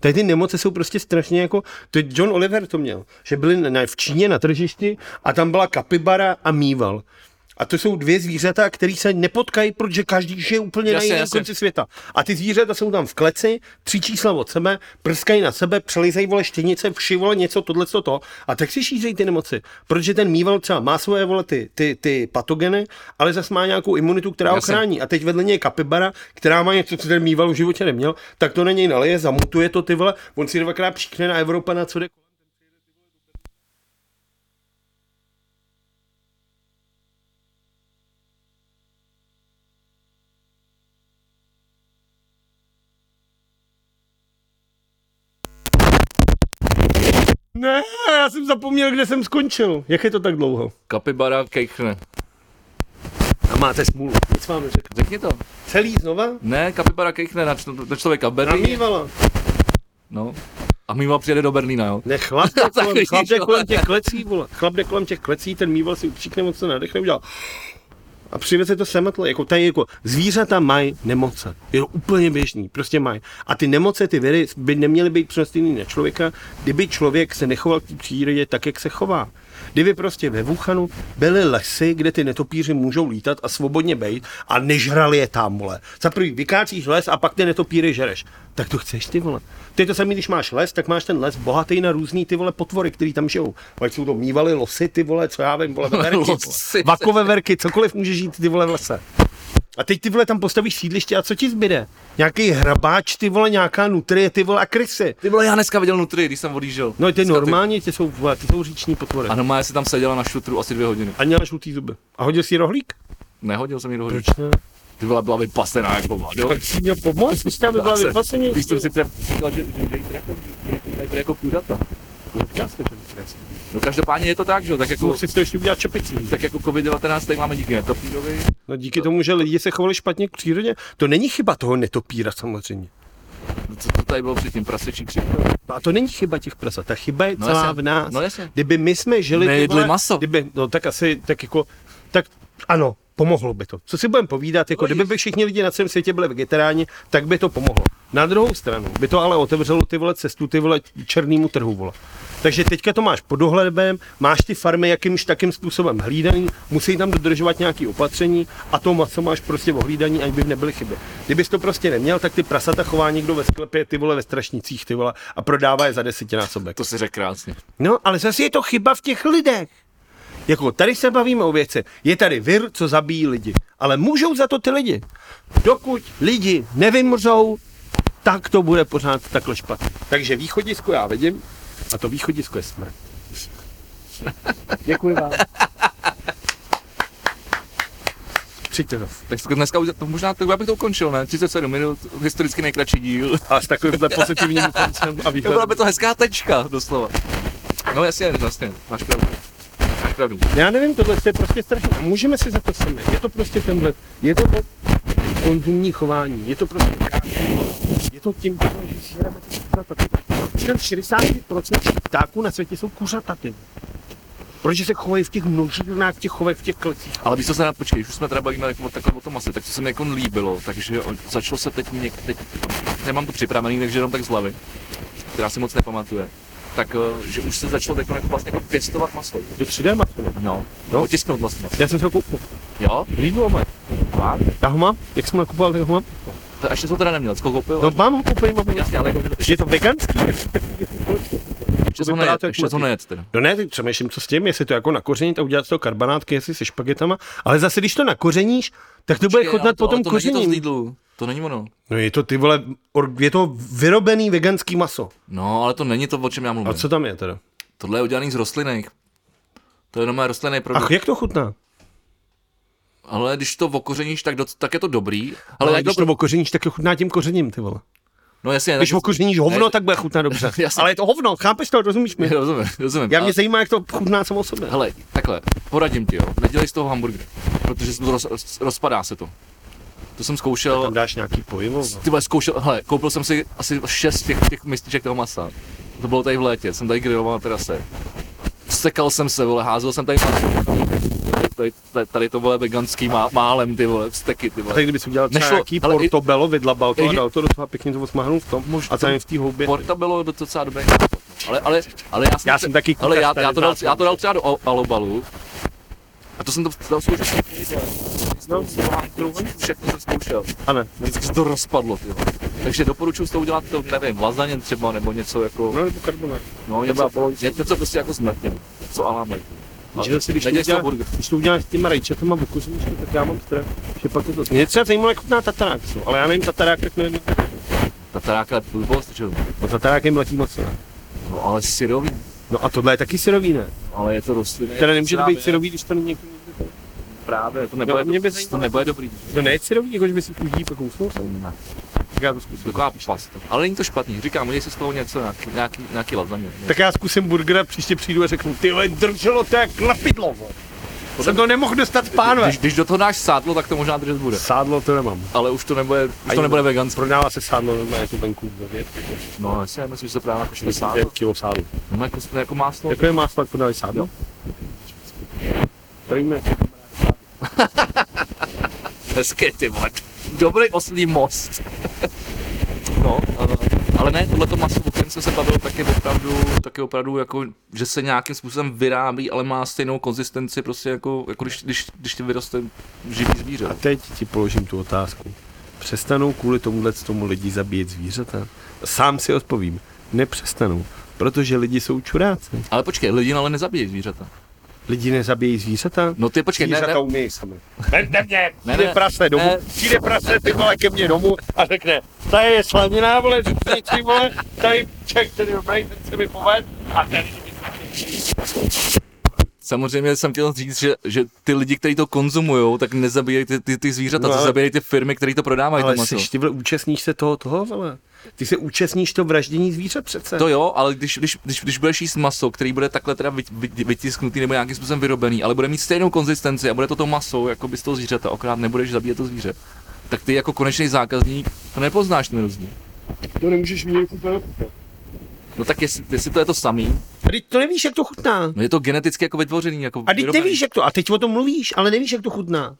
Tady ty nemoce jsou prostě strašně jako, to John Oliver to měl, že byli na, v Číně na tržišti a tam byla kapibara a mýval. A to jsou dvě zvířata, které se nepotkají, protože každý žije úplně
Jasně,
na jiném
jasně.
konci světa. A ty zvířata jsou tam v kleci, tři čísla od sebe, prskají na sebe, přelizají vole štěnice, vši vole něco, tohle, co to. A tak si šířejí ty nemoci. Protože ten mýval třeba má svoje vole ty, ty, ty patogeny, ale zase má nějakou imunitu, která ho
Jasně.
chrání. A teď vedle něj je kapibara, která má něco, co ten mýval v životě neměl, tak to na něj naleje, zamutuje to ty vole, on si dvakrát přikne na Evropa, na co jde Ne, já jsem zapomněl, kde jsem skončil. Jak je to tak dlouho?
Kapibara kejchne.
A máte smůlu. Nic vám neřekl.
Řekni to.
Celý znova?
Ne, kapibara kejchne na, č- na člověka v Berlíně.
Namývala.
No. A mýva přijede do Berlína, jo?
Ne, chlap, jde
Tak
kolem,
vidíš,
chlap jde
vole.
kolem těch klecí, vole. Chlap jde kolem těch klecí, ten mýval si upříkne, moc se nadechne, udělal. A přiveze to sematlo, jako tady, jako zvířata mají nemoce. Je to úplně běžný, prostě mají. A ty nemoce, ty viry by neměly být přeneseny na člověka, kdyby člověk se nechoval k té přírodě tak, jak se chová. Kdyby prostě ve Wuhanu byly lesy, kde ty netopíři můžou lítat a svobodně bejt a nežrali je tam, vole. Za prvý vykácíš les a pak ty netopíry žereš. Tak to chceš ty, vole. Ty to samý, když máš les, tak máš ten les bohatý na různý ty vole potvory, který tam žijou. Ať jsou to mývaly, losy, ty vole, co já vím, vole, veverky, vole.
Losy.
vakové verky, cokoliv může žít ty vole v lese. A teď ty vole tam postavíš sídliště a co ti zbyde? Nějaký hrabáč, ty vole, nějaká nutrie, ty vole a krysy.
Ty vole, já dneska viděl nutry, když jsem odjížděl.
No ty
Dneska
normálně, ty jsou, vole, ty jsou říční potvory.
Ty... A normálně si tam seděla na šutru asi dvě hodiny.
A měla žlutý zuby. A hodil si rohlík?
Nehodil jsem jí do hodiny.
ne?
Ty vole, byla vypasená jako vlado.
Tak si měl pomoct, když tam by byla vypaseně.
Když jsem si třeba říkal, že že dají trefem, že dají jako kůdata. No každopádně je to tak, že jo, tak jako,
Musíš to ještě udělat čepicí.
tak jako COVID-19 tady máme díky netopírovi.
No díky tomu, že lidi se chovali špatně k přírodě, to není chyba toho netopíra samozřejmě.
No Co to tady bylo předtím, prasečí křipka?
A to není chyba těch prasat, ta chyba je
No
celá
jasně,
v nás.
no jasně.
Kdyby my jsme žili... ty
Nejedli
vole,
maso.
Kdyby, no tak asi, tak jako, tak ano, pomohlo by to. Co si budeme povídat, jako
No
kdyby by všichni lidi na celém světě byli vegetariáni, tak by to pomohlo. Na druhou stranu by to ale otevřelo ty vole cestu, ty vole černýmu trhu, vole. Takže teďka to máš pod dohledem, máš ty farmy jakýmž takým způsobem hlídaný, musí tam dodržovat nějaké opatření a to maso máš prostě ohlídaný, ani by nebyly chyby. Kdybys to prostě neměl, tak ty prasata chová někdo ve sklepě, ty vole ve strašnicích, ty vole a prodává je za desetinásobek.
To si řekl krásně.
No, ale zase je to chyba v těch lidech. Jako tady se bavíme o věci. Je tady vir, co zabíjí lidi. Ale můžou za to ty lidi. Dokud lidi nevymřou, tak to bude pořád takhle špatně. Takže východisko já vidím a to východisko je smrt. Děkuji vám. Přijďte to.
Tak to dneska už- to možná to, já bych to ukončil, ne? 37 minut, historicky nejkratší díl.
A s takovýmhle pozitivním koncem a
To byla by
výhledem.
to hezká tečka, doslova. No jasně, jasně, máš pravdu. Máš pravdu.
Já nevím, tohle je prostě strašné. A můžeme si za to sami. Je to prostě tenhle, je to to konzumní chování, je to prostě je to tím, že šířeme ty kuřata. Přitom 60% všech ptáků na světě jsou kuřata, ty. Protože se chovají v těch množírnách, v těch chovech, v těch klecích.
Ale víš, co se nám počkej, když už jsme teda bavíme jako, takhle o tom asi, tak co se mi jako líbilo, takže o- začalo se teď něk, teď, nemám to připravený, takže jenom tak z hlavy, která si moc nepamatuje, tak eh, že už se začalo teď jako vlastně jako pěstovat maso.
Do 3D masu.
No, no. otisknout vlastně maso.
Já jsem se jako ho koupil.
Jo,
Líbilo ho mám.
mám.
Já ho mám? Jak jsem ho nakupoval, tak ho mám?
To ještě to teda neměl, co koupil?
No mám ho koupený, mám ho.
Jasně, ale jako,
Je to veganský?
ještě to
vypadá
nejet,
to jak
ještě to jako
motýl.
nejet teda.
No ne, teď přemýšlím, co s tím, jestli to jako nakořenit a udělat z toho karbanátky, jestli se špagetama, ale zase, když to nakořeníš, tak to bude
Počkej, ale
chodnat po
to, ale
tom
to není to z
koření.
Lidlu, to není ono.
No je to ty vole, or- je to vyrobený veganský maso.
No, ale to není to, o čem já mluvím.
A co tam je teda?
Tohle je udělaný z rostlinek. To je jenom rostlinný produkt.
Ach, jak to chutná?
Ale když to okořeníš, tak, doc, tak je to dobrý.
Ale
Ale
no,
jak
když
dobro...
to okořeníš, tak je chutná tím kořením, ty vole.
No jasně,
Když
tak-
okořeníš hovno, tak bude chutná dobře.
Jasně.
Ale je to hovno, chápeš to, rozumíš mi?
Rozumím, rozumím.
Já
A-
mě zajímá, jak to chutná samo sebe.
Hele, takhle, poradím ti, jo. Nedělej z toho hamburger, protože se to roz, roz, rozpadá se to. To jsem zkoušel,
Tam dáš nějaký pojivo. no.
ty vole, zkoušel, hele, koupil jsem si asi šest těch, těch mističek toho masa. To bylo tady v létě, jsem tady griloval na terase. Sekal jsem se, vole, házel jsem tady maso. Tady, tady, tady to vole veganský má, málem, ty vole, steky, ty
A tak
vole.
kdyby si udělal třeba
Nešlo-
nějaký
ale i-
portobello, vydlabal to a
i-
dal to docela pěkně to osmahnul v tom
Možná-
a tam je v té houbě.
Porta bylo docela dobré. Ale, ale, ale já jsem,
Já jsem taky
ale
kuchař
já,
tady
já, to dal,
zásadní.
já to dal třeba do o- alobalu. A to jsem to dal zkoušet. No, všechno jsem zkoušel.
A ne.
Vždycky se to rozpadlo, ty vole. Takže doporučuji s to udělat, to, nevím, lazaně třeba, nebo něco jako,
No nebo karbonát.
no, něco, něco, co prostě jako zmrtně, co aláme.
Že zase, když to
Nedělej z toho
udělá-
burger.
Když to uděláš s těma rajčatama v kusu, tak já mám strach, že pak je to... Mě třeba zajímalo, jak chutná tatarák, no, ale já nevím tatarák, tak nevím.
Tataráka je blbost, že jo.
No tatarák je mletý moc, ne?
No ale syrový,
No a tohle je taky syrový, ne?
ale je to rostliny.
Teda nemůže to být syrový, když to není někdo.
Právě, to
No, mě by
nebude, to
zajímalo-
nebude dobrý.
To No, ne je syrový, jakože by si půjdí pak usnul jsem.
Ne.
Tak já to zkusím.
Taková pasta. Ale není to špatný, říkám, udělej si z toho něco, nějaký, nějaký, nějaký lasagne.
Tak já zkusím burgera, příště přijdu a řeknu, ty vole, drželo to jak lapidlo, vole. Jsem to nemohl dostat, pánové.
Když, když do toho dáš sádlo, tak to možná držet bude.
Sádlo to nemám.
Ale už to nebude, už to
jim-
nebude veganské.
Prodává se sádlo normálně tu venku za věc.
No, já si nemyslím, že to právě jako šlo
Je
sádlo.
kilo sádlo.
No, jako, jako máslo.
Jako je máslo, jak podávají sádlo?
No.
Tady mě.
Hezké ty vole. Dobrý oslý most. no, ale- ale ne, tohleto maso, o kterém jsem se bavil, tak je opravdu, tak je opravdu jako, že se nějakým způsobem vyrábí, ale má stejnou konzistenci, prostě jako, jako když, když, když ti vyroste živý zvíře.
Teď ti položím tu otázku. Přestanou kvůli tomuhle tomu lidi zabíjet zvířata? Sám si odpovím. Nepřestanou. Protože lidi jsou čuráci.
Ale počkej, lidi ale nezabíjejí zvířata.
Lidi nezabíjejí zvířata?
No ty počkej, ne, ne,
Zvířata umějí sami. Vemte mě,
Ne,
přijde
ne,
prase domů,
ne.
přijde prase ty vole ke mně domů a řekne, tady je slanina, vole, říci, vole, tady ček, ten je dobrý, ten se mi poved a ten
samozřejmě jsem chtěl říct, že, že ty lidi, kteří to konzumují, tak nezabíjejí ty, ty, ty
No,
zvířata, no,
ale-
zabíjejí ty firmy, které to prodávají, to
Ale
maso.
jsi, ty vole, účastníš se toho, toho, vole. Ty se účastníš to vraždění zvířat přece.
To jo, ale když, když, když, když budeš jíst maso, který bude takhle teda vyt- vyt- vytisknutý nebo nějakým způsobem vyrobený, ale bude mít stejnou konzistenci a bude to to maso, jako by z toho zvířete, akorát nebudeš zabíjet to zvíře, tak ty jako konečný zákazník to nepoznáš ten rozdíl.
to nemůžeš mít úplně.
No tak jestli, jestli to je to samý,
A teď to nevíš, jak to chutná.
no je to geneticky jako vytvořený, jako
A teď
vyrobený.
nevíš, jak to, a teď o tom mluvíš, ale nevíš, jak to chutná.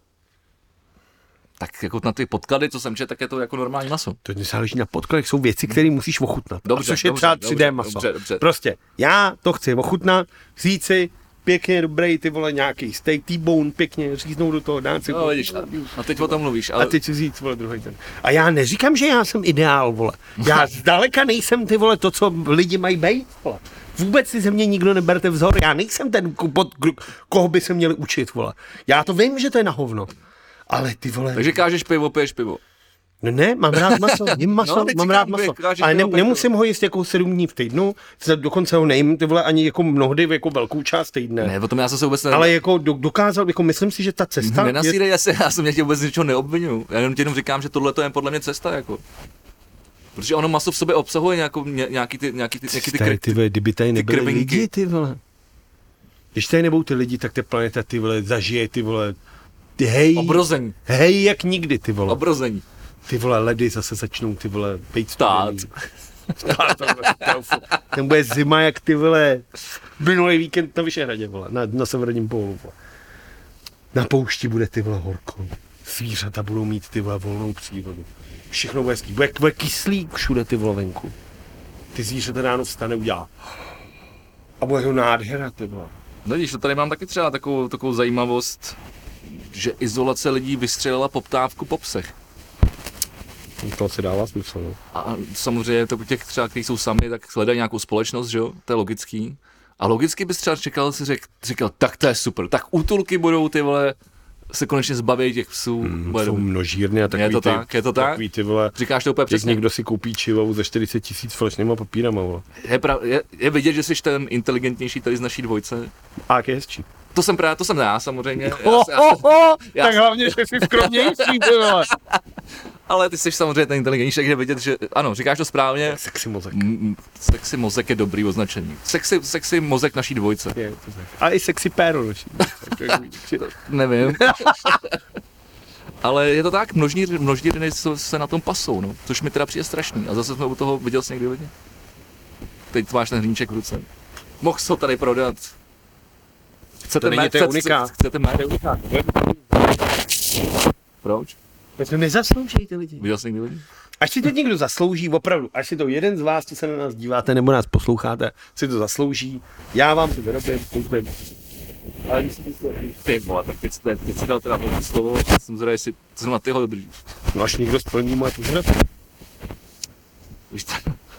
Tak jako na ty podklady, co jsem četl, tak je to jako normální maso.
To záleží na podkladech, jsou věci, které musíš ochutnat. a
Dobře,
což je
dobře,
třeba
dobře,
3D maso.
dobře, dobře.
Prostě, já to chci ochutnat, vzít si pěkně dobrý, ty vole, nějaký steak, T-bone, pěkně říznout do toho, dát si
No vidíš, a, a teď o tom mluvíš, ale
a teď si vzít, vole, druhý ten. A já neříkám, že já jsem ideál, vole. Já zdaleka nejsem, ty vole, to, co lidi mají být, vole. Vůbec si ze mě nikdo neberte vzor, já nejsem ten, ku- pod, kru- koho by se měli učit, vole. Já to vím, že to je na hovno. Ale ty vole,
takže kážeš pivo, piješ pivo.
No ne, mám rád maso, jim maso,
No,
no,
teď
mám
říkám,
rád
bude
maso.
krážet
Ale ne,
jenom peklo.
nemusím ho jíst jako sedm dní v týdnu, za- dokonce ho nejím, ty vole, ani jako mnohdy jako velkou část týdne. Ne.
Ne, o tom já jsem se vůbec ne...
Ale jako do, dokázal, jako myslím si, že ta cesta
Mhm.
je,
Nenasídej, já, se, já jsem tě vůbec z ničeho neobvinuju. Já jenom ti jenom říkám, že tohle je podle mě cesta, jako. Protože ono maso v sobě obsahuje nějakou, ně, nějaký ty, nějaký ty, nějaký ty,
Tady,
kry,
ty vole, kdyby tady nebyly
krvinky.
lidi, ty vole. Když tady nebudou ty lidi, tak ta planeta, ty vole, zažije, ty vole, ty hej,
obrození,
hej, jak nikdy, ty vole.
obrození.
Ty vole, ledy zase začnou, ty vole, být
Stát.
studený. Stát, tam bude- tam fu- Tam bude zima, jak ty vole, minulý víkend na Vyšehradě, vole, na, na severním pólu, vole. Na poušti bude ty vole horko. Zvířata budou mít ty vole volnou přírodu. Všechno bude hezký. Bude, bude kyslík všude ty vole venku. Ty zvířata ráno vstane, udělá. A bude to nádhera, ty vole.
No vidíš, to tady mám taky třeba takovou, takovou zajímavost, že izolace lidí vystřelila poptávku po psech.
To se dává smysl, no.
A samozřejmě to u těch třeba, kteří jsou sami, tak hledají nějakou společnost, že jo? To je logický. A logicky bys třeba čekal, si řek, říkal, tak to je super, tak útulky budou ty vole, se konečně zbaví těch psů. Mm,
Hmm,
bude
Jsou
dobrý.
množírny a takový
Je to
ty,
tak, je to tak?
Takový ty vole,
Říkáš to úplně
Teď
přesně.
někdo si koupí čivavu za 40 tisíc falešnýma papírama, vole.
Je, pra, je, je, vidět, že jsi ten inteligentnější tady z naší dvojce.
A jak je hezčí.
To jsem právě, to jsem já samozřejmě. Já,
Ho,
se- já,
ho, ho,
já
tak
se-
hlavně, že jsi skromnější, ty vole.
ale ty jsi samozřejmě ten inteligentnější, takže vidět, že ano, říkáš to správně.
Sexy mozek.
Mm, Sexy mozek je dobrý označení. Sexy, sexy mozek naší dvojce.
Je, to tak. A i sexy péro noší.
Nevím. Ale je to tak, množní, množní ryny se- se na tom pasou, no. což mi teda přijde strašný. A zase jsme u toho viděl jsi někdy lidi. Teď máš ten hrníček v ruce. Mohl jsi ho tady prodat. Chcete
To není,
mé-
to je
chce-
unikát.
Chcete mé? Proč?
To nezaslouží ty lidi.
Viděl jsi někdy lidi?
Až si to někdo zaslouží, opravdu, až si to jeden z vás, co se na nás díváte nebo nás posloucháte, si to zaslouží, já vám to vyrobím, koupím.
Ale když jsi to ty vole, tak teď, teď, teď si dal teda velký slovo, že jsem zrovna, jestli zrovna ty ho dodržíš.
No až někdo splní moje požadavky.
Víš co?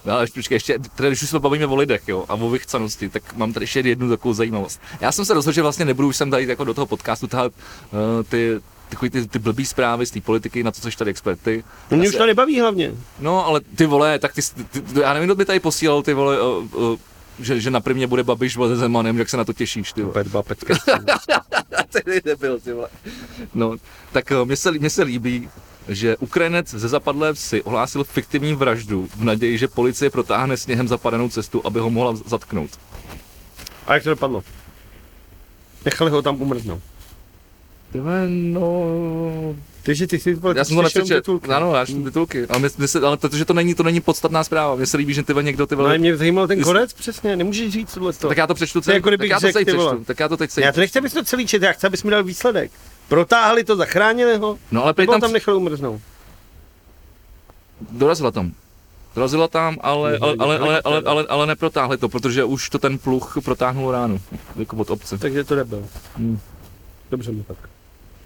No, ale počkej, ještě, teda, když už se bavíme o lidech jo, a o vychcanosti, tak mám tady ještě jednu takovou zajímavost. Já jsem se rozhodl, že vlastně nebudu už sem tady jako do toho podcastu tahat uh, ty, takový ty, ty blbý zprávy z té politiky, na to, co jsi tady expert ty.
No
Já
mě už
se-
to nebaví hlavně.
No, ale ty vole, tak ty, ty, ty já nevím, kdo by tady posílal ty vole, uh, uh, že, že na primě bude Babiš vole, se Zemanem, jak se na to těšíš, ty vole.
Bedba, petka.
Ty debil, ty vole. No, tak eh, mně se, lí- mně se líbí, že Ukrajinec ze zapadlé vsi ohlásil fiktivní vraždu v naději, že policie protáhne sněhem zapadenou cestu, aby ho mohla z- zatknout.
A jak to dopadlo? Nechali ho tam umrznout.
Ty vole, no...
Takže ty jsi vole,
Já
ty
jsem to
čteš jenom
nečetl.
titulky.
Ano, já jsem titulky. Ale, mě, mě se, ale protože to není, to není podstatná zpráva. Mně se líbí, že ty vole, někdo ty
No, ale
vole...
mě zajímal ten
Jsi-
konec přesně, nemůžeš říct tohle to.
Tak já to přečtu
To je
celý.
jako
Tak
kdybych
já to
řekl,
celý
ty vole.
přečtu. Tak já to teď celý.
Já to nechci, abys to celý čet, já chci, abys mi dal výsledek. Protáhli to, zachránili ho,
No ale prej
nebo ho
tam,
tam nechali umrznout.
dorazila tam. Dorazila tam, ale, ale, ale, ale, ale, ale, ale neprotáhli to, protože už to ten pluch protáhnul ránu, jako od obce.
Takže to nebyl.
Hmm.
Dobře mi tak.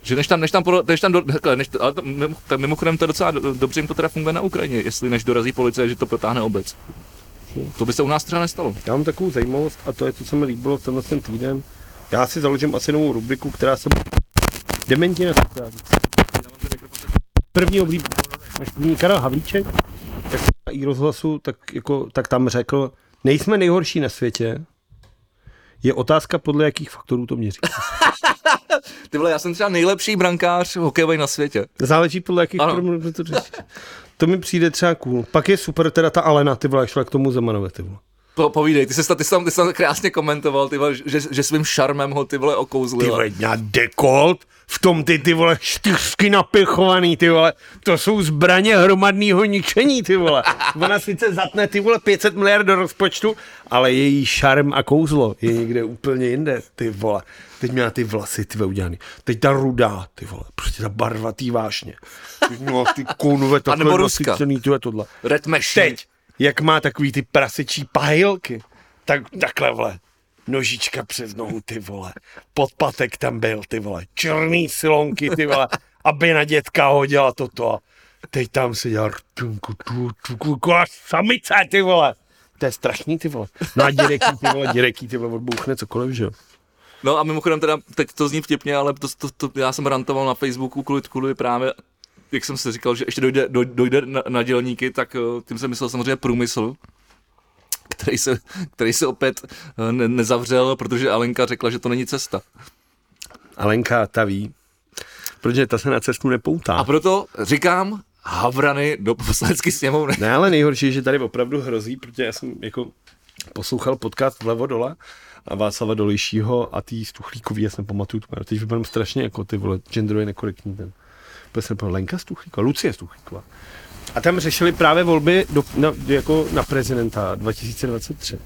Že než tam, než tam, podo- než tam, do, takhle, než, ale tam, mimo- tak mimochodem to je docela do- dobře jim to teda funguje na Ukrajině, jestli než dorazí policie, že to protáhne obec. To by se u nás třeba nestalo.
Já mám takovou zajímavost a to je to, co mi líbilo v tenhle ten týden. Já si založím asi novou rubriku, která se bude Dementi na sociální. První oblíbený, náš první Karel Havlíček, tak na i rozhlasu, tak, jako, tak tam řekl, nejsme nejhorší na světě, je otázka, podle jakých faktorů to měří.
Ty vole, já jsem třeba nejlepší brankář hokejový na světě.
Záleží podle jakých
Ano.
kromů to řeší. To mi přijde třeba cool. Pak je super teda ta Alena, ty vole, jak šla k tomu Zemanovi, ty vole.
Po, povídej, ty jsi, ta- ty jsi, tam, ty jsi tam krásně komentoval, ty vole, že, že svým šarmem ho ty vole
Ty
okouzlil.
vole, na dekolt, v tom ty, ty vole, čtyřky napichovaný, ty vole, to jsou zbraně hromadného ničení, ty vole. Ona sice zatne, ty vole, 500 miliard do rozpočtu, ale její šarm a kouzlo je někde úplně jinde, ty vole. Teď měla ty vlasy, ty vole, udělaný. Teď ta rudá, ty vole, prostě ta barva tý vášně. Teď měla ty konve, takhle
nebo Ruska.
nasycený, ty vole, tohle.
Red Machine.
Teď, jak má takový ty prasečí pahylky, tak takhle vle. Nožička přes nohu, ty vole. Podpatek tam byl, ty vole. Černý silonky, ty vole. Aby na dětka hodila toto. Teď tam se dělá rtunku, tu, tu, tu, tu, a samice, ty vole. To je strašný, ty vole. No a děreký, ty vole, děreký, ty vole, odbouchne cokoliv, že jo.
No a mimochodem teda, teď to zní vtipně, ale to, to, to, já jsem rantoval na Facebooku kvůli, kvůli právě, jak jsem si říkal, že ještě dojde, doj- dojde na, na dělníky, tak eh, tím jsem myslel samozřejmě průmysl, který se, který se opět eh, ne, nezavřel, protože Alenka řekla, že to není cesta.
Alenka, ta ví. Protože ta se na cestu nepoutá.
A proto říkám, havrany do poslanecké sněmovny.
Ne, ale nejhorší je, že tady opravdu hrozí, protože já jsem jako poslouchal podcast vlevo dole a Václava Dolejšího a tý Stuchlíkový, já jsem pamatuju to jméno. Teď vypadám strašně jako ty vole, genderově nekorektní ten. Byl jsem pamatuju, Lenka Stuchlíková, Lucie Stuchlíková. A tam řešili právě volby do, na, jako na prezidenta 2023.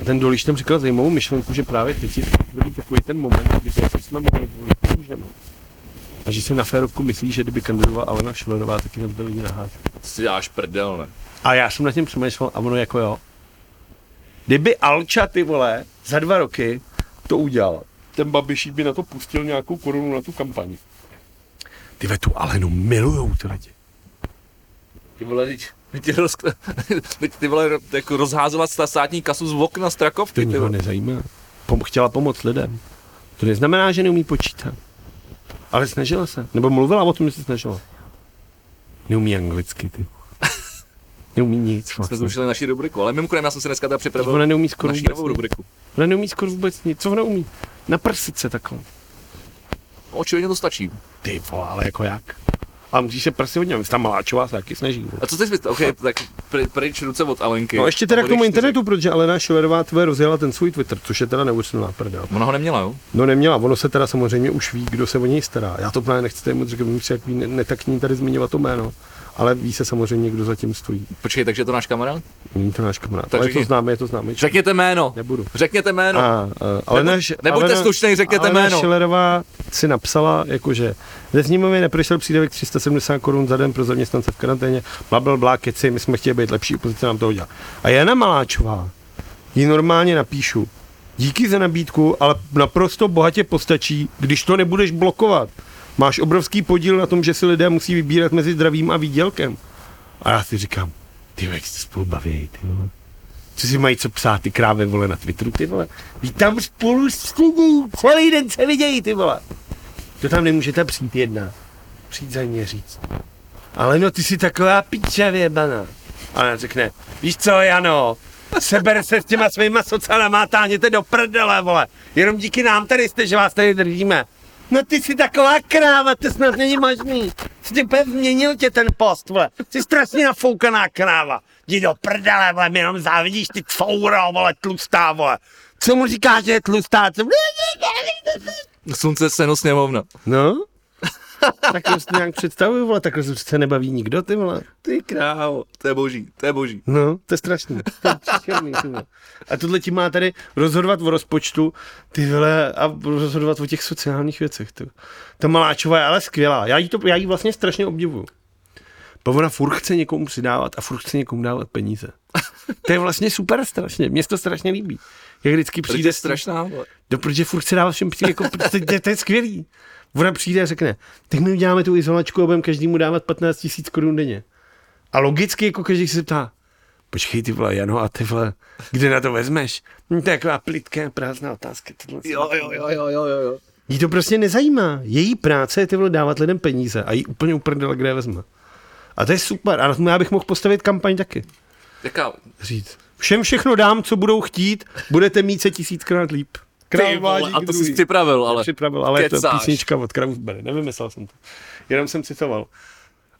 A ten Dolíš tam říkal zajímavou myšlenku, že právě teď je byl takový ten moment, kdy to, jestli jsme mohli volit, můžeme. A že si na férovku myslí, že kdyby kandidovala Alena Šilerová, taky nebyl lidi na háč.
To si děláš prdel, ne?
A já jsem nad tím přemýšlel a ono jako jo. Kdyby Alča ty vole za dva roky to udělal, ten Babišík by na to pustil nějakou korunu na tu kampani. Ty ve tu Alenu milujou ty lidi.
Ty vole, teď, teď, roz, teď ty vole jako rozházela státní kasu z okna z
To
Trakovky. Ty
nikdo
vole.
nezajímá. Pom- chtěla pomoct lidem. To neznamená, že neumí počítat. Ale snažila se. Nebo mluvila o tom, že se snažila. Neumí anglicky, ty. Neumí nic.
Jsme
Vlastně.
zrušili naši rubriku, ale mimochodem já jsem si dneska teda připravil
Ona neumí skoro
naši
vůbec nic.
novou rubriku.
Ona neumí skoro vůbec nic. Co ona umí? Na prsice takhle.
Očividně to stačí.
Ty vole, ale jako jak? A musíš se prostě hodně, ta Maláčová se taky snaží. vole.
A co jsi myslel? Okay, tak pr- pryč ruce od Alenky.
No ještě teda
A
k tomu
budeš
internetu, protože Alena Šilerová tvoje rozjela ten svůj Twitter, což je teda neuvěřitelná prdel.
ty- Ona ho neměla, jo?
No neměla, ono se teda samozřejmě už ví, kdo se o něj stará. Já to právě nechci tady moc říkat, mi přijde takový ne- netaktní tady zmiňovat to jméno. Ale ví se samozřejmě, kdo zatím stojí.
Počkej, takže je to náš kamarád?
Není to náš kamarád.
Tak
Ale je
řekni.
to známe, je to známe.
Řekněte jméno.
Nebudu.
Řekněte jméno. A.
A, eh, Alena,
Nebuď- nebuďte slušnej, řekněte
Alena
jméno.
Šilerová si napsala, jakože ze sněmovny neprošel přídavek 370 korun za den pro zaměstnance v karanténě, bla, bla, bla, keci, my jsme chtěli být lepší, opozice nám to udělá. A Jana Maláčová, jí normálně napíšu, Díky za nabídku, ale naprosto bohatě postačí, když to nebudeš blokovat. Máš obrovský podíl na tom, že si lidé musí vybírat mezi zdravím a výdělkem. A já si říkám, ty vole, jak se spolu baví, ty vole. Co si mají co psát, ty krávy, vole, na Twitteru, ty vole. Vy tam spolu sedí, celý den se vidějí, ty vole. To tam nemůžete přijít jedna. Přijít za mě říct. Ale no, ty jsi taková piča věbaná. A ona řekne, víš co, Jano, seber se s těma svýma sociálama a táhněte do prdele, vole. Jenom díky nám tady jste, že vás tady držíme. No ty jsi taková kráva, to snad není možný. Jsi tě úplně změnil tě ten post, vole. Jsi strašně nafoukaná kráva. Jdi do prdele, vole, mi jenom závidíš ty couro, vole, tlustá, vole. Co mu říkáš, že je tlustá? Co...
Slunce, seno, sněmovna.
No? tak to si nějak představuju, vole, takhle se přece nebaví nikdo, ty vole.
Ty krávo, to je boží, to je boží.
No, to je strašný. To je příšerný, ty vole. a tohle ti má tady rozhodovat o rozpočtu, ty vole, a rozhodovat o těch sociálních věcech. Ty. Ta Maláčová je ale skvělá. Já jí, to, já jí vlastně strašně obdivuju. Bo ona furt chce někomu přidávat a furt chce někomu dávat peníze. To je vlastně super strašně. Mně se to strašně líbí. Jak vždycky
Teď je
přijde s tím-
strašná, vole.
No, protože furt se dává všem přijít, jako, to, to, to, je skvělý. Ona přijde a řekne, tak my uděláme tu izolačku a budeme každému dávat 15 tisíc korun denně. A logicky jako každý se ptá, počkej ty vole, Jano, a ty vole, kde na to vezmeš? Hm, To je taková plitká, prázdná otázka. Tohle.
Jo, jo, jo, jo, jo, jo.
Jí to prostě nezajímá. Její práce je ty vole dávat lidem peníze a jí úplně uprdele, kde je vezme. A to je super. A na tom já bych mohl postavit kampaň taky.
Jaká?
Říct. Všem všechno dám, co budou chtít, budete mít se tisíckrát líp.
Ty
Král
vole,
vádí
a
k
to jsi
druhý.
připravil, ale.
Připravil, ale je to
Kecáš.
písnička od Kravsbury. Nevymyslel jsem to. Jenom jsem citoval.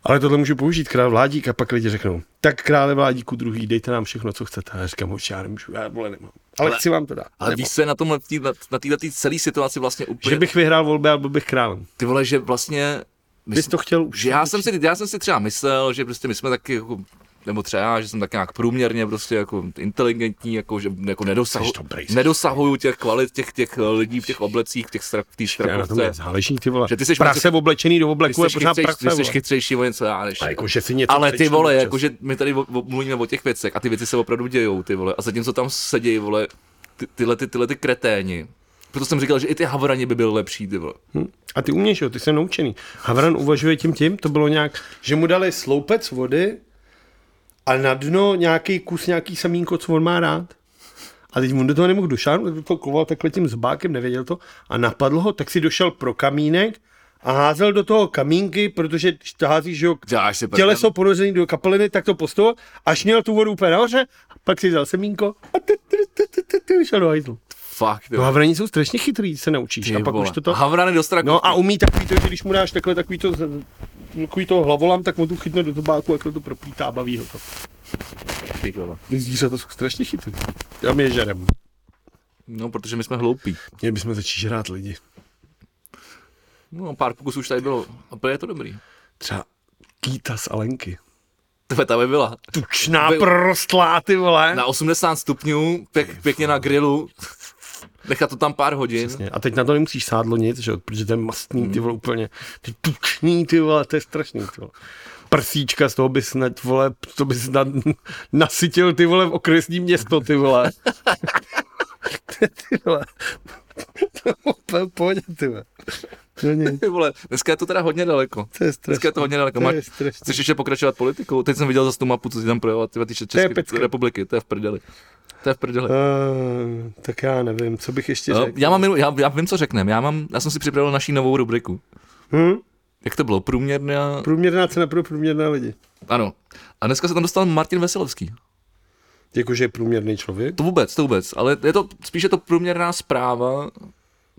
Ale tohle můžu použít, král Vládík, a pak lidi řeknou, tak krále Vládíku druhý, dejte nám všechno, co chcete. A já říkám, hoši, já nemůžu, já vole nemám. Ale,
Ale-
chci vám to dát.
Ale víš, co je na tomhle, tý- na- na této celé situaci vlastně úplně,
Že bych vyhrál volby, ale byl bych králem.
ty vole, že vlastně,
Bys to chtěl už.
že já jsem, si, já jsem si třeba myslel, že prostě my jsme taky jako, nebo třeba já, že jsem tak nějak průměrně prostě jako inteligentní, jako, že jako nedosahu,
Jsi dobrý, jsi
nedosahuju těch kvalit těch, těch lidí v těch oblecích, v těch stra, v té
Já na tom
strakovce.
nezáleží, ty vole.
prostě- Že ty jsi prostě-
prase oblečený do
Ty
obleku je
jsi
pořád
chytřejší-
prase.
Ty jsi
vole.
chytřejší o něco já než.
A jako, že si něco
Ale ty
přečtu
vole,
občas.
jakože my tady o- o- mluvíme o těch věcech a ty věci se opravdu dějou, ty vole. A zatímco tam sedějí, vole, ty, tyhle, ty, tyhle ty kreténi. Proto jsem říkal, že i ty havrani by byly lepší, ty vole.
Hm. A ty umíš, jo, ty jsi naučený. Havran uvažuje tím tím, to bylo nějak, že mu dali sloupec vody a na dno nějaký kus, nějaký semínko, co on má rád. A teď on do toho nemohl došáhnout, tak to koval takhle tím zbákem, nevěděl to a napadl ho, tak si došel pro kamínek a házel do toho kamínky, protože když to házíš, že jo,
Děláš si
těleso ponořený do kapaliny, tak to postoval, až měl tu vodu úplně nahoře, pak si vzal semínko a ty, ty, ty, ty, ty, ty, vyšel do hajzlu.
Fakt, ty
No
vole.
havrani jsou strašně chytrý, se naučíš
Ty
a pak
vole.
už to to...
Havrany do straku.
No a umí takový to, že když mu dáš takhle takový to, z- takový to hlavolam, tak on tu chytne do tobáku, jak to proplítá a baví ho to.
Ty vole.
Ty zvířata jsou strašně chytrý. Já my je žerem.
No, protože my jsme hloupí.
Měli bychom začít žrát lidi.
No, pár pokusů už tady bylo. A to je to dobrý.
Třeba Kýta z Alenky.
Tebe ta by byla.
Tučná
Byl-
prostlá, ty vole.
Na 80 stupňů, pěk, pěkně na grilu. Nechat to tam pár hodin.
A teď na to nemusíš sádlo nic, že? jo, protože to je mastný, ty vole, úplně. Ty tučný, ty vole, to je strašný, ty vole. Prsíčka z toho by snad, vole, to by snad nasytil, ty vole, v okresní město, ty vole. ty vole. to je úplně v pohodě, ty vole. No nic,
Ty vole, dneska je to teda hodně daleko.
to je
Dneska
strašný.
je to hodně daleko.
To
Máš,
je strašný.
chceš ještě pokračovat politikou? Teď jsem viděl zase tu mapu, co si tam projevila, ty ty
je
České
pecka.
republiky, to je v prdeli. To je v prdeli.
Eh, tak já nevím, co bych ještě
No,
řekl.
já, mám, jenom- já, já, vím, co řekneme. Já, mám, já jsem si připravil naší novou rubriku.
Hm?
Jak to bylo? Průměrná...
Průměrná cena pro průměrné lidi.
Ano. A dneska se tam dostal Martin Veselovský.
Jakože je průměrný člověk.
To vůbec, to vůbec. Ale je to spíše to průměrná zpráva.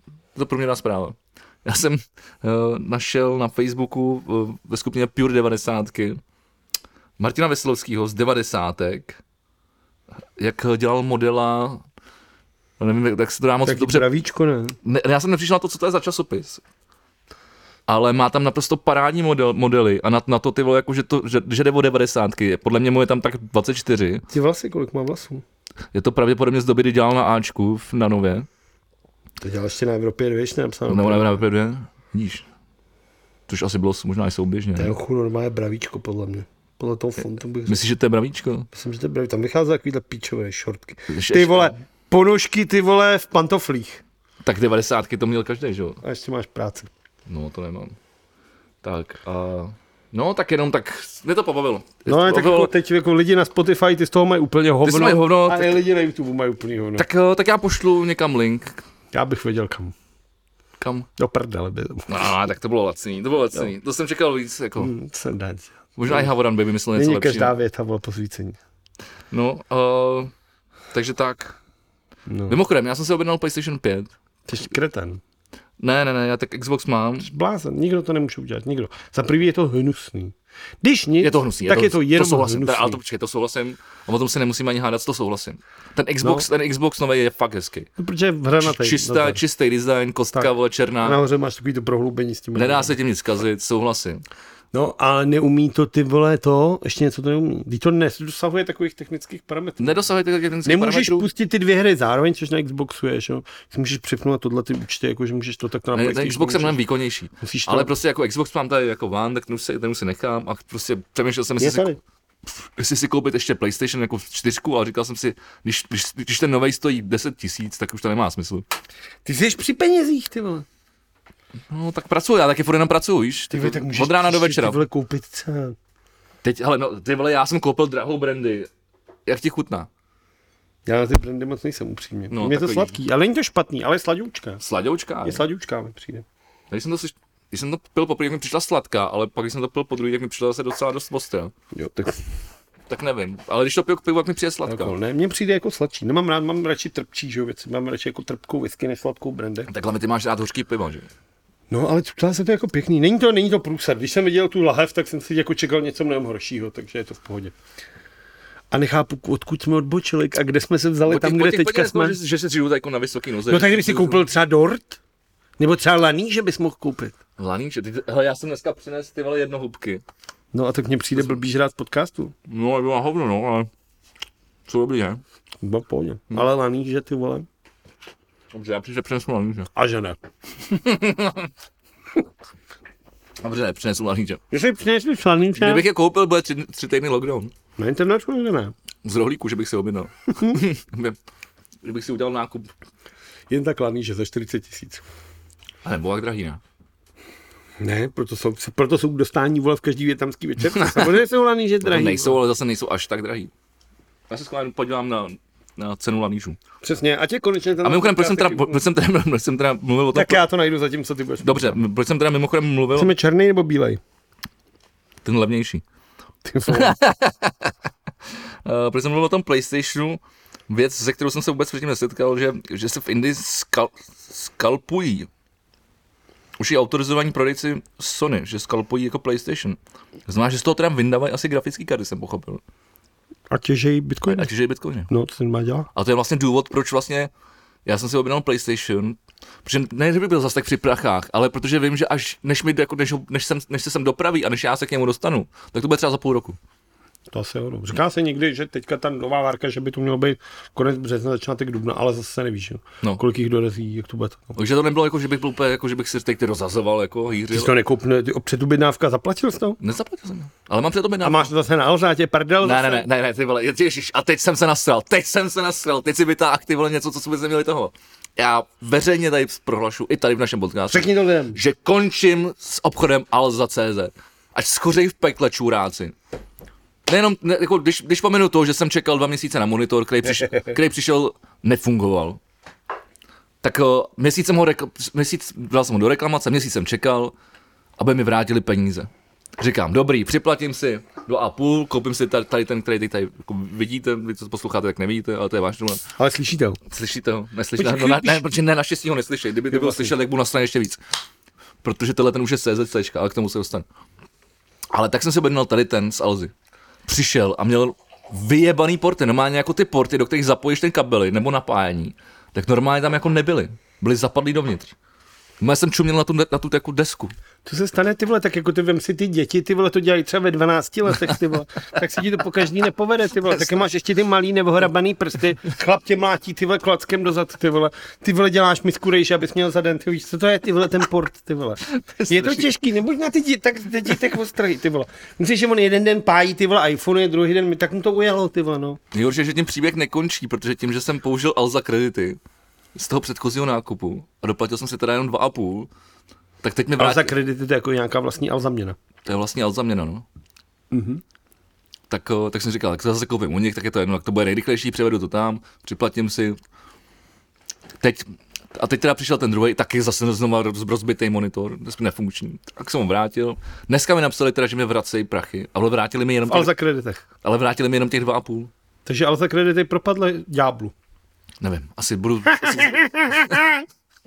Je to průměrná zpráva. Já jsem uh, našel na Facebooku uh, ve skupině Pure 90 Martina Veselovského z 90. Jak dělal modela no nevím, jak- jak se to dá moc
Taky
dobře
pravíčko, ne?
ne, já jsem nepřišel na to, co to je za časopis. Ale má tam naprosto parádní model, modely a na, na to ty vole, jako, že, to, že, že jde o 90. Podle mě mu je tam tak 24.
Ty vlasy, kolik má vlasů?
Je to pravděpodobně z doby, kdy dělal na Ačku v Nanově.
To dělal ještě na Evropě 2, ještě napsáno.
Nebo na VP2. Vidíš. Což asi bylo možná i souběžně.
To
ne?
je chuj, normálně bravíčko, podle mě. Podle toho fontu bych řekl.
Myslíš, že to je bravíčko?
Myslím, že to je braví. Tam vychází takovýhle píčové šortky.
Ještě-
Ty vole, ponožky ty vole v pantoflích.
Tak 90 to měl každý, že jo?
A ještě máš práci.
No, to nemám. Tak a... No, tak jenom tak, mě to pobavilo.
No a tak
Pobavilo-
jako teď jako lidi na Spotify, ty z toho mají úplně hovno.
mají hovno,
a
tak-
i lidi na YouTube mají úplně hovno. Tak...
tak, jo, tak já pošlu někam link.
Já bych věděl kam.
Kam?
Do prdele by to
No, tak to bylo laciný, to bylo laciný. To jsem čekal víc, jako.
Hm, se dá dělat.
Možná i Havoran by vymyslel něco
Není
lepšího.
každá věta byla posvícení.
No, uh, takže tak.
No.
Mimochodem, já jsem si objednal PlayStation 5.
Ty jsi kreten.
Ne, ne, ne, já tak Xbox mám.
Jsi blázen. Nikdo to nemůže udělat. Nikdo. Za prvý je to hnusný. Když nic,
Je to hnusný.
tak je to, jenom
to souhlasím,
hnusný.
teda, ale to počkej, to souhlasím. A o tom se nemusíme ani hádat, to souhlasím. Ten Xbox, no. ten Xbox nový je fakt hezký.
Protože no hra na
Č- Čistá, čistý design, kostka,
Tak. No.
vole, černá.
Nahoře máš takový to prohloubení s tím.
Nedá se tím nic kazit, souhlasím.
No, ale neumí to ty vole to, ještě něco to neumí. Když to nedosahuje takových technických parametrů.
Nedosahuje těch technických
Nemůžeš
parametrů.
pustit ty dvě hry zároveň, což na Xboxu je, že? jo? Ty můžeš připnout tohle ty účty, jako že můžeš to tak to na
Ne, ten
PlayStationu
Xbox je
můžeš.
mnohem výkonnější.
Musíš to-
Ale prostě jako Xbox mám tady jako van, tak ten už si, ten už si nechám a prostě přemýšlel jsem,
Je
jestli si,
tady.
jestli si koupit ještě PlayStation jako v čtyřku, ale říkal jsem si, když, když, když ten nový stojí 10 tisíc, tak už to nemá smysl.
Ty jsi při penězích, ty vole.
No tak pracuji, já taky furt jenom pracuji, víš?
Ty
Jako
vole, tak můžeš
od rána do
příště,
večera.
Ty vole, koupit se.
Teď, hele, no, ty vole, já jsem koupil drahou brandy. Jak ti chutná?
Já na ty brandy moc nejsem upřímně.
No,
No, Mě je to
takový.
sladký, ale není to špatný, ale je sladoučka.
Sladoučka?
Je sladoučka mi přijde.
Když jsem to, slyš- když jsem to pil poprvé, tak mi přišla sladká, ale pak, když jsem to pil po druhý, tak mi přišla zase docela dost ostrá.
Jo, tak
Tak nevím, ale když to piju k pivu, tak mi přijde sladká.
alkohol. Ne, mně přijde jako sladší. Nemám rád, mám radši trpčí, že jo, věci. Mám radši jako trpkou whisky než sladkou brandy.
Takhle mi ty máš rád hořký pivo, že?
No, ale čtá se to jako pěkný. Není to, není to průser. Když jsem viděl tu lahev, tak jsem si jako čekal něco mnohem horšího, takže je to v pohodě. A nechápu, odkud jsme odbočili a kde jsme se vzali tam, kde teďka jsme.
Že, že se dřív jako na vysoký noze.
No tak kdyby si koupil třeba dort, nebo třeba laný, že bys mohl koupit.
Laníče, ty, hele, já jsem dneska přinesl ty vole jednohubky.
No a tak mně přijde blbý žrát z podcastu.
No, je byla hovno, no, ale co dobrý, ne?
No, pohodě. Hmm. Ale laný, že ty vole.
Dobře, já příště přinesu laníče.
A že ne.
Dobře, ne, přinesu laníče.
Jestli přinesli slaný čas,
Kdybych je koupil, bude tři, tři týdny lockdown.
na internetu nebo ne?
Z rohlíku, že bych si objednal. Kdybych si udělal nákup.
Jen tak laný, že za 40 tisíc.
A nebo jak drahý, ne?
Ne, proto jsou, proto jsou k dostání vole v každý větnamský večer. Samozřejmě jsou laný, že
Drahý,
drahý.
nejsou, ale zase nejsou až tak drahý. Já se schválně podívám na, na cenu laníčů.
Přesně, a tě konečně ten
A mimochodem, proč jsem, teda,
podcast taky-
proč, jsem teda, proč jsem teda mluvil o tom?
Tak já to najdu zatím, co ty budeš.
Dobře, proč jsem teda mimochodem mluvil
Chceme černý nebo bílej?
ten levnější?
Ty vole.
Uh, protože jsem mluvil o tom PlayStationu, věc, se kterou jsem se vůbec předtím nesetkal, že, že se v Indii skal, skalpují. Už je autorizovaní prodejci Sony, že skalpují jako PlayStation. Znamená, že z toho teda vyndávají asi grafické karty, jsem pochopil.
A těžej bitcoin.
Ať už je Bitcoin.
No, to ten má dělat.
A to je vlastně důvod, proč vlastně já jsem si objednal PlayStation, protože ne, že by byl zase tak při prachách, ale protože vím, že až než, mi, jako, než, ho- než, sem, než se sem dopraví a než já se k němu dostanu, tak to bude třeba za půl roku.
To asi jo. no. Říká se někdy, že teďka ta nová várka, že by to mělo být konec března, začátek dubna, ale zase nevíš, jo.
No.
kolik jich dorazí, jak to bude. No.
Takže to nebylo jako, že bych byl úplně, jako, že bych si teď ty rozhazoval, jako
Ty
hýřil.
jsi to nekoupne, ty před objednávka zaplatil jsi to?
Nezaplatil jsem. Ale mám před
A
objednávku.
máš to zase na alřátě, pardel?
Ne,
zase?
ne, ne, ne, ne, ty vole, ježiš, a teď jsem se nasral, teď jsem se nasral, teď si vytáh ty vole něco, co jsme vůbec neměli toho. Já veřejně tady prohlašu, i tady v našem podcastu,
Řekni to lidem.
že končím s obchodem Alza.cz. Ať skořej v pekle čuráci. Nejenom, ne, jako, když, když pominu to, že jsem čekal dva měsíce na monitor, který, přiš, který přišel, nefungoval. Tak o, měsíc jsem ho, rekl, měsíc, dal jsem ho do reklamace, měsíc jsem čekal, aby mi vrátili peníze. Říkám, dobrý, připlatím si dva a půl, koupím si tady, tady ten, který teď tady jako vidíte, vy co posloucháte, tak nevidíte, ale to je váš problém.
Ale slyšíte ho.
Slyšíte ho? Neslyšíte?
Počkej,
No, ne,
když-
ne, protože ne, naštěstí ho neslyší. Kdyby to byl slyšel, tak byl nastan ještě víc. Protože tenhle ten už je CZC, ale k tomu se dostane. Ale tak jsem si objednal tady ten z Alzy. Přišel a měl vyjebaný porty, normálně jako ty porty, do kterých zapojíš ten kabely nebo napájení, tak normálně tam jako nebyly. Byly zapadlý dovnitř. Já jsem čuměl na tu, na tu takovou desku.
To se stane, ty vole, tak jako ty vem si ty děti, ty vole, to dělají třeba ve 12 letech, ty vole, tak se ti to po každý nepovede, ty vole, taky máš ještě ty malý nevohrabaný prsty, chlap tě mlátí, ty vole, klackem dozad, ty vole, ty vole, děláš mi skurejš, abys měl za den, ty víš, co to je, ty vole, ten port, ty vole. Je to těžký, nebuď na ty děti, tak ty dětech ostrý, ty vole. Myslíš, že on jeden den pájí, ty vole, iPhone, druhý den mi tak mu to ujelo, ty vole, no.
Nejhorší, je, že tím příběh nekončí, protože tím, že jsem použil Alza kredity z toho předchozího nákupu a doplatil jsem si teda jenom 2,5, tak teď mi
Ale za
vrátí.
kredity to je jako nějaká vlastní alzaměna.
To je vlastně Alza měna, no.
Mhm.
Tak, o, tak jsem říkal, tak to zase koupím u nich, tak je to jedno, tak to bude nejrychlejší, převedu to tam, připlatím si. Teď, a teď teda přišel ten druhý, taky zase znovu roz- rozbitý monitor, nesp- nefunkční. Tak jsem ho vrátil. Dneska mi napsali teda, že mi vracejí prachy, ale vrátili mi jenom těch,
Ale za kreditech.
ale vrátili mi jenom těch dva a půl.
Takže ale za kredity propadly ďáblu.
Nevím, asi budu... Asi...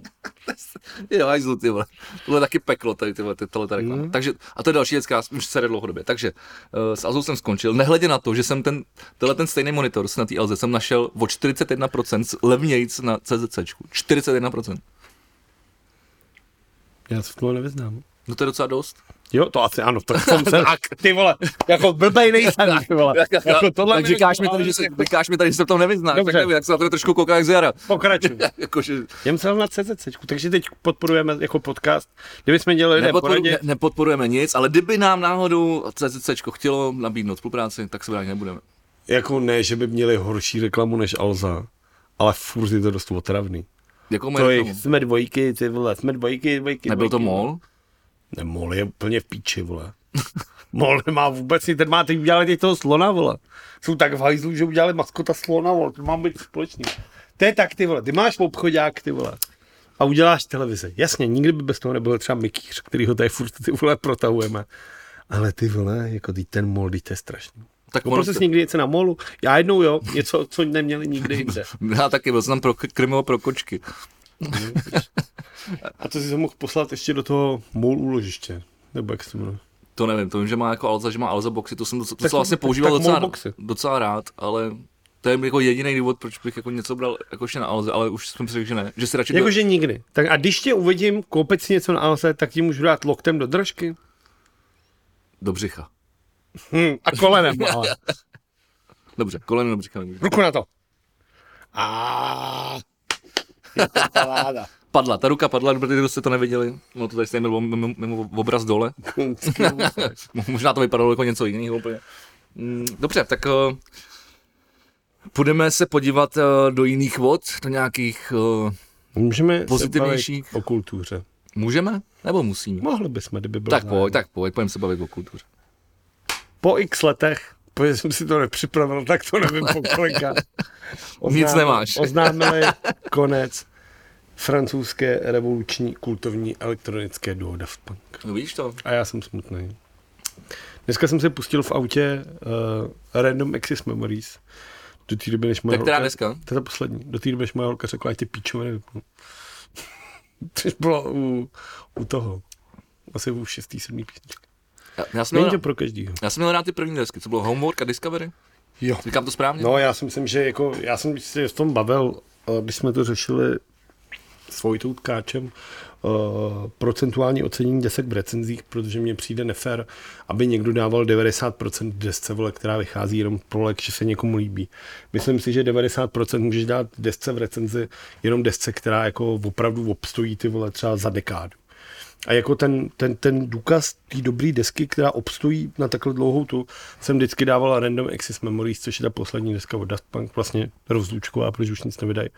jo, hajzlu, ty vole. Tohle je taky peklo, tady, ty vole, ty- tohle ta reklama. Mm. Takže, a to je další věc, která už se jde dlouhodobě. Takže uh, s Alzou jsem skončil, nehledě na to, že jsem ten, tenhle ten stejný monitor na té Alze jsem našel o 41% levnějc na CZC. 41%.
Já se v tomhle nevyznám.
No to je docela dost.
Jo, to asi ano, tak jsem se, ty vole, jako blbej nejsem, ty vole, jako tohle jako
tak říkáš mi tady, že se, říkáš mi tady, že se v tom nevyznáš.
Dobře.
Tak, nevím, tak se na to trošku kouká jak z jara.
Pokračuj.
Jakože,
Jdem se na CZC, takže teď podporujeme jako podcast, kdybychom dělali ne,
Nepodporu,
poradě,
ne, nepodporujeme nic, ale kdyby nám náhodou CCC chtělo nabídnout spolupráci, tak se bránit nebudeme.
jako ne, že by měli horší reklamu než Alza, ale furt je to dost otravný.
Jako
To
moje
je,
je,
jsme dvojky, ty vole, jsme dvojky, dvojky.
Nebyl to
dvojky.
mol?
Ne, mol je úplně v píči, vole. Mol nemá vůbec, nic, ten má teď udělali teď toho slona, vole. Jsou tak v hajzlu, že udělali maskota slona, vole, to mám být společný. To je tak, ty vole, ty máš obchodák, ty vole. A uděláš televizi. Jasně, nikdy by bez toho nebyl třeba Mikýř, kterýho tady furt ty vole protahujeme. Ale ty vole, jako teď ten mol, teď to je strašný.
Tak
Koupil
mol,
jsi někdy něco na molu? Já jednou jo, něco, co neměli nikdy jinde.
já taky byl jsem tam pro krmivo pro kočky.
A to si se mohl poslat ještě do toho mol úložiště. Nebo jak se to jmenuje.
To nevím, to vím, že má jako Alza, že má Alza boxy, to jsem docela,
Tak-
docela vlastně
tak-
používal
tak mol
docela,
boxy.
docela, rád, ale to je jako jediný důvod, proč bych jako něco bral jako ještě na Alze, ale už jsem si řekl, že ne, že si radši jako,
Jakože nikdy. Tak a když tě uvidím koupit si něco na Alze, tak ti můžu dát loktem do držky.
do břicha.
Hm, a kolenem, ale.
Dobře, koleno do břicha. nebudeš.
Ruku na to. A je to paráda.
Padla, ta ruka padla, protože kdo jste to neviděli, no to tady stejně bylo mimo, mimo obraz dole. Možná to vypadalo jako něco jiného úplně. Mm, Dobře, tak eh, půjdeme se podívat eh, do jiných vod, do nějakých... eh,
Můžeme
Pozitivnější.
se bavit o kultuře.
Můžeme? Nebo musíme?
Mohli bychom, kdyby bylo
Tak
zájem.
pojď, tak pojď, pojďme se bavit o kultuře.
Po x letech, protože jsem si to nepřipravil, tak to nevím po kolika.
nemáš.
Oznámili konec francouzské revoluční kultovní elektronické duo Daft Punk.
No vidíš to?
A já jsem smutný. Dneska jsem se pustil v autě uh, Random Access Memories. Do té doby, než moje
Tak která
holka-
dneska?
To je ta poslední. Do té doby, než moje holka řekla, ať ty píčové nevypnu. Což bylo u, u toho. Asi u šestý, sedmý písničky.
Já, já, jsem měl,
Není to
rád-
pro každýho.
já jsem měl rád ty první desky, co bylo Homework a Discovery.
Jo.
Říkám to správně?
No, já si myslím, že jako, já jsem se v tom bavil, eh, když jsme to řešili s Vojtou Tkáčem, eh, procentuální ocenění desek v recenzích, protože mně přijde nefér, aby někdo dával 90% desce, vole, která vychází jenom pro lek, že se někomu líbí. Myslím si, že 90% můžeš dát desce v recenzi, jenom desce, která jako opravdu obstojí ty vole třeba za dekádu. A jako ten, ten, ten důkaz té dobré desky, která obstojí na takhle dlouhou tu, jsem vždycky dával Random Access Memories, což je ta poslední deska od Daft Punk, vlastně rozlučková, protože už nic nevydají.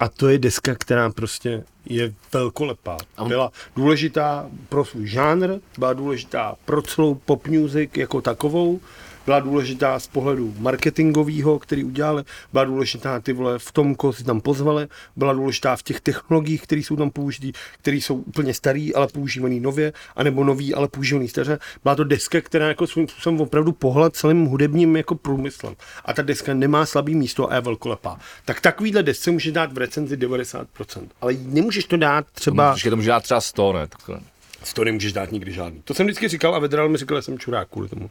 A to je deska, která prostě je velkolepá. Byla důležitá pro svůj žánr, byla důležitá pro celou pop music jako takovou, byla důležitá z pohledu marketingového, který udělali, byla důležitá ty vole v tom, koho si tam pozvali, byla důležitá v těch technologiích, které jsou tam použitý, které jsou úplně starý, ale používaný nově, anebo nový, ale používaný staře. Byla to deska, která jako svým způsobem opravdu pohla celým hudebním jako průmyslem. A ta deska nemá slabý místo a je velkolepá. Tak takovýhle desce může dát v recenzi 90%, ale nemůžeš to dát třeba...
Že to může dát třeba 100, ne? Takhle.
V to nemůžeš dát nikdy žádný. To jsem vždycky říkal a Vedral mi říkal, že jsem čurák kvůli tomu.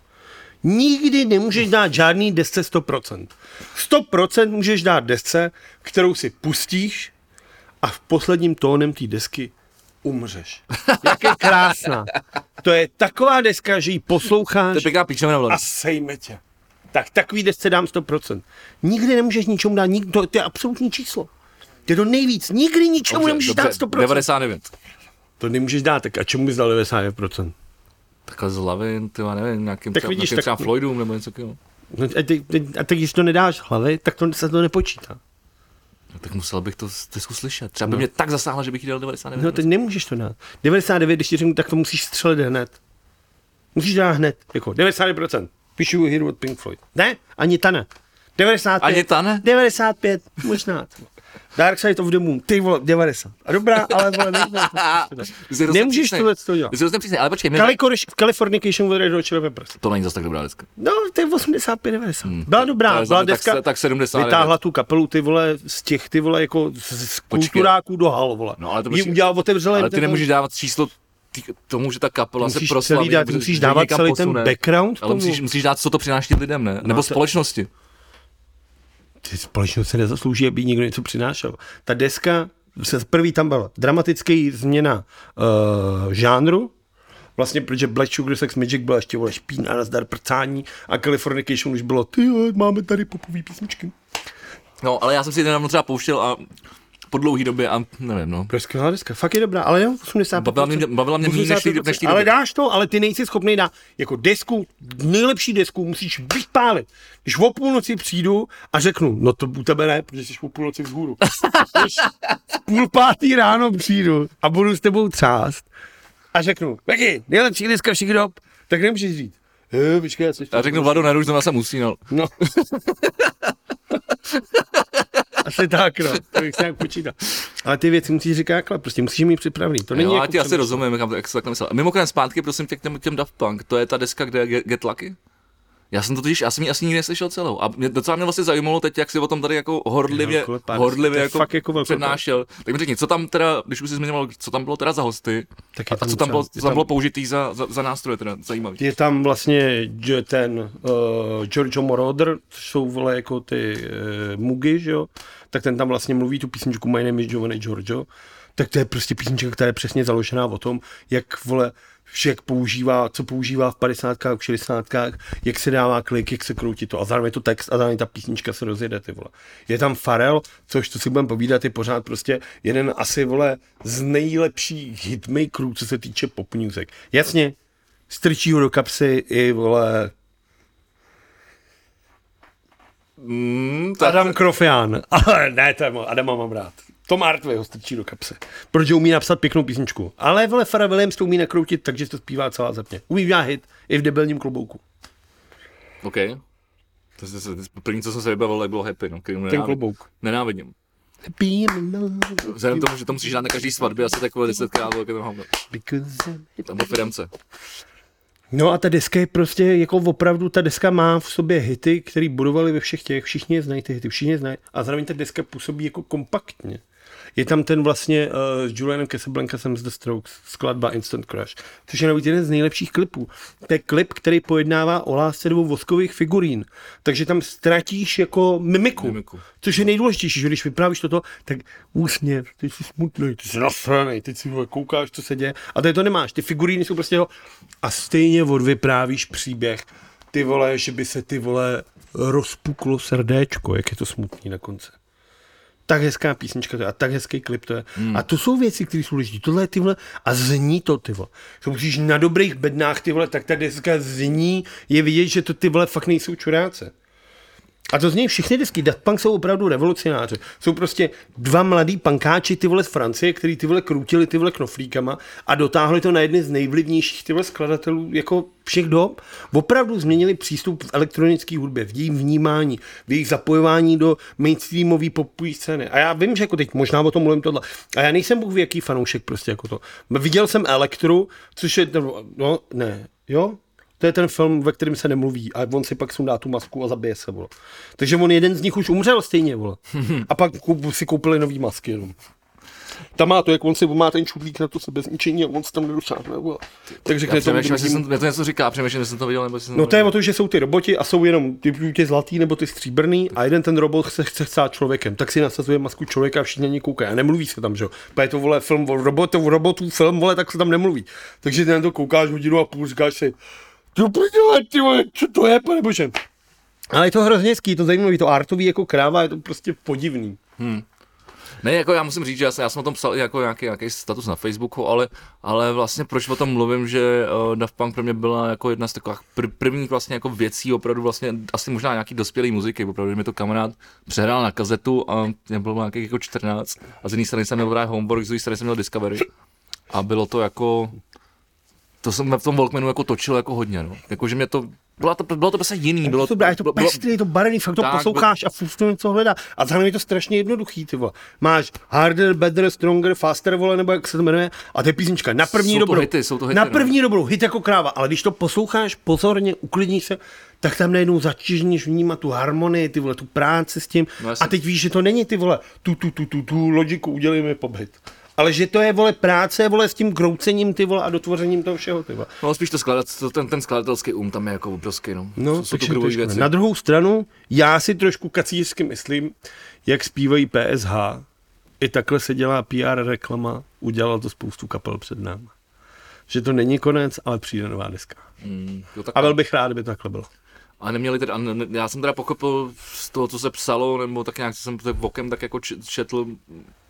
Nikdy nemůžeš dát žádný desce 100%. 100% můžeš dát desce, kterou si pustíš a v posledním tónem té desky umřeš. Jak je krásná. To je taková deska, že ji
To je
posloucháš
pěkná píčovina v
a sejme tě. Tak takový desce dám 100%. Nikdy nemůžeš ničemu dát, nik, to, to je absolutní číslo. To je to nejvíc, nikdy ničemu nemůžeš dát 100%.
99.
To nemůžeš dát, tak a čemu bys dal 99%?
Takhle z hlavy, ty já nevím, nějakým,
Tak
třeba,
vidíš,
nějakým
tak-
třeba Floydům nebo něco takového.
No, a, ty, ty- a tak když to nedáš z hlavy, tak to se to nepočítá.
No, tak musel bych to z disku slyšet. Třeba by mě tak zasáhla, že bych jí dal 99.
No teď nemůžeš to dát. 99, když ti řeknu, tak to musíš střelit hned. Musíš dát hned, jako 99%. Píšu hru od Pink Floyd. Ne, ani ta ne. 95.
Ani ta ne?
95, možná. Dark Side of the Moon, ty vole, 90. A dobrá, ale vole, nejde.
Ty jsi hrozně
Nemůžeš
přísnej.
tohle to dělat.
Ty Jsi hrozně přísnej, ale počkej, mě...
Calicornic- Californication od Red Hot Chili Peppers.
to není zase tak dobrá deska.
No, to je 85, 90. Byla
Hmm. to
dobrá,
je za
byla
mě tak
deska.
se- tak 79.
Vytáhla tu kapelu, ty vole, z těch, ty vole, jako z, z kulturáků do hal, vole.
No, ale to
Ji
počkej.
udělal, otevřela jim
Ale ty
ten-
nemůžeš dávat číslo tý- tomu, že ta kapela se
musíš
proslaví.
celý dát,
nebo že-
musíš
že
dávat
někam
celý ten
posune.
background
Ale musíš,
tomu. No,
musíš dát, co to přináší lidem, ne? Nebo
to-
společnosti.
Ty společnost se nezaslouží, aby někdo něco přinášel. Ta deska, se první tam byla dramatický změna uh, žánru, Vlastně, protože Black Sugar Sex Magic byla ještě vole špín a nazdar prcání a Californication už bylo, ty jo, máme tady popový písničky.
No, ale já jsem si ji nedávno třeba pouštěl a po dlouhé době a nevím, no.
To je skvělá deska, fakt je dobrá, ale jenom 80.
Bavila mě- bavila mě méně než ty- než ty
Ale
doby.
dáš to, ale ty nejsi schopný dát jako desku, nejlepší desku musíš vypálit. Když o půlnoci přijdu a řeknu, no to u tebe ne, protože jsi o půlnoci vzhůru. Když v půl pátý ráno přijdu a budu s tebou třást a řeknu, Beky, nejlepší deska všech dob, tak nemůžeš říct. "Eh, Počkej, já se ještě-
Já řeknu Vlado, neruš, zrovna jsem usínal.
No. Asi tak, no. To bych se nějak počítal. Ale ty věci musíš říkat jakhle, prostě musíš mít připravený. To není
Jo, já
jako
ti asi
přemýšlení.
rozumím, jak, jak jsi takhle myslel. A Mimochodem zpátky, prosím tě, k těm, těm Daft Punk, to je ta deska, kde je Get, Get Lucky? Já jsem to totiž, já jsem ji asi nikdy neslyšel celou. A mě docela mě vlastně zajímalo teď, jak si o tom tady jako horlivě,
Velkolepá deska, to
horlivě
je
jako,
fakt jako velkolepá.
přednášel. Tak mi řekni, co tam teda, když už jsi zmiňoval, co tam bylo teda za hosty
Tak
a,
je
a
tam
co tam
třeba-
bylo,
je
co tam
tam-
bylo použitý za, za, za nástroje, teda zajímavý.
Je tam vlastně že ten uh, Giorgio Moroder, což jsou vole jako ty uh, mugy, že jo? Tak ten tam vlastně mluví tu písničku My name is Giovanni Giorgio. Tak to je prostě písnička, která je přesně založená o tom, jak vole však používá, co používá v 50. v 60. jak se dává klik, jak se kroutí to. A zároveň je to text a zároveň ta písnička se rozjede, ty vole. Je tam Farel, což to si budeme povídat, je pořád prostě jeden asi, vole, z nejlepších hitmakerů, co se týče pop music. Jasně, strčí ho do kapsy i vole
Mm, tak,
Adam Krofian. Ale ne, to je mo- Adama mám rád. Tom Artway ho strčí do kapsy, protože umí napsat pěknou písničku. Ale vole Farah Williams to umí nakroutit, takže to zpívá celá země. Umí udělat hit i v debilním klobouku.
OK. To se, se- první, co jsem se vybavil, tak bylo happy, no, který mu
Ten
nenávidím.
klobouk.
Nenávidím.
Happy in love,
Vzhledem k tomu, že to musíš dát na každý svatbě asi takové desetkrát, velké tam mám,
because I'm happy.
tam byl firemce.
No a ta deska je prostě, jako opravdu, ta deska má v sobě hity, které budovali ve všech těch, všichni je znají ty hity, všichni je znají. A zároveň ta deska působí jako kompaktně. Je tam ten vlastně uh, s Julianem Casablancasem z The Strokes, skladba Instant Crush, což je navíc jeden z nejlepších klipů. To je klip, který pojednává o lásce dvou voskových figurín, takže tam ztratíš jako mimiku,
Mimiku.
což je nejdůležitější, že když vyprávíš toto, tak úsměv, ty jsi smutný, ty jsi nasranej, ty si vole, koukáš, co se děje, a tady to nemáš, ty figuríny jsou prostě jo, a stejně odvyprávíš příběh, ty vole, že by se ty vole rozpuklo srdéčko, jak je to smutný na konci tak hezká písnička to je a tak hezký klip to je. Hmm. A to jsou věci, které jsou důležité. Tohle je ty vole, a zní to ty vole. To musíš na dobrých bednách ty vole, tak ta deska zní, je vidět, že to ty vole fakt nejsou čuráce. A to zní všechny desky. Daft Punk jsou opravdu revolucionáři. Jsou prostě dva mladí pankáči ty vole z Francie, který ty vole krutili ty vole knoflíkama a dotáhli to na jedny z nejvlivnějších ty vole skladatelů jako všech dob. Opravdu změnili přístup v elektronické hudbě, v jejím vnímání, v jejich zapojování do mainstreamové popové scény. A já vím, že jako teď možná o tom mluvím tohle. A já nejsem bůh ví, jaký fanoušek prostě jako to. Viděl jsem Elektru, což je, no ne, jo, to je ten film, ve kterém se nemluví a on si pak sundá tu masku a zabije se, vole. Takže on jeden z nich už umřel stejně, vole. A pak koup- si koupili nový masky jenom. Tam má to, jak on si má ten čudlík na to sebezničení a on se tam nedosáhne. vole. Tak
Já
řekne tomu
přemýšlím, jestli
druhýmu.
jsem, mě to něco říká, přemýšlím, jestli jsem to viděl, nebo jestli jsem
No
to
to je o to, že jsou ty roboti a jsou jenom ty buď zlatý nebo ty stříbrný a jeden ten robot se chce chcát člověkem, tak si nasazuje masku člověka a všichni na něj koukají a nemluví se tam, že jo. Pa je to vole film o robotů, robotů film, vole, tak se tam nemluví. Takže ty na to koukáš hodinu a půl, říkáš si, do prdele, ty vole, co to je, pane bože. Ale je to hrozně hezký, je to zajímavý, to artový jako kráva, je to prostě podivný.
Ne, jako já musím říct, že já jsem, já jsem o tom psal i jako nějaký, nějaký status na Facebooku, ale, ale vlastně proč o tom mluvím, že uh, Daft Punk pro mě byla jako jedna z takových pr- prvních vlastně jako věcí, opravdu vlastně asi možná nějaký dospělý muziky, opravdu že mi to kamarád přehrál na kazetu a mě bylo nějakých jako 14 a z jedné strany jsem měl právě Homework, z druhé strany jsem měl Discovery a bylo to jako, to jsem v tom Walkmanu jako točil jako hodně, no. Jako, že mě to, bylo to, bylo to prostě jiný, bylo
to, je to
bylo- bylo-
pestrý, je to barevný, fakt to
Tak,
posloucháš a furt to něco hledá. A zároveň je to strašně jednoduchý, ty vole. Máš harder, better, stronger, faster, vole, nebo jak se to jmenuje. A to je písnička na první
Jsou to
dobrou.
hity, jsou to hity,
na
no.
první dobrou, hit jako kráva. Ale když to posloucháš pozorně, uklidníš se, tak tam najednou začíš vnímat tu harmonii, ty vole, tu práci s tím.
No jasně.
a teď víš, že to není ty vole, tu, tu, tu, tu, tu logiku udělej mi pobyt. Ale že to je, vole, práce, vole, s tím kroucením, ty vole, a dotvořením toho všeho, ty vole.
No spíš to skladat, to, ten, ten skladatelský um tam je jako obrovský, no.
No,
jsou, jsou to
takže
krvové
trošku ne.
věci.
Na druhou stranu, já si trošku kacířsky myslím, jak zpívají PSH. I takhle se dělá PR reklama, udělal to spoustu kapel před námi. Že to není konec, ale přijde nová deska.
Mm, jo, tak
A byl bych rád, kdyby to takhle bylo.
A neměli teda, a ne, ne- já jsem teda pochopil z toho, co se psalo, nebo tak nějak co jsem to bokem tak jako č- četl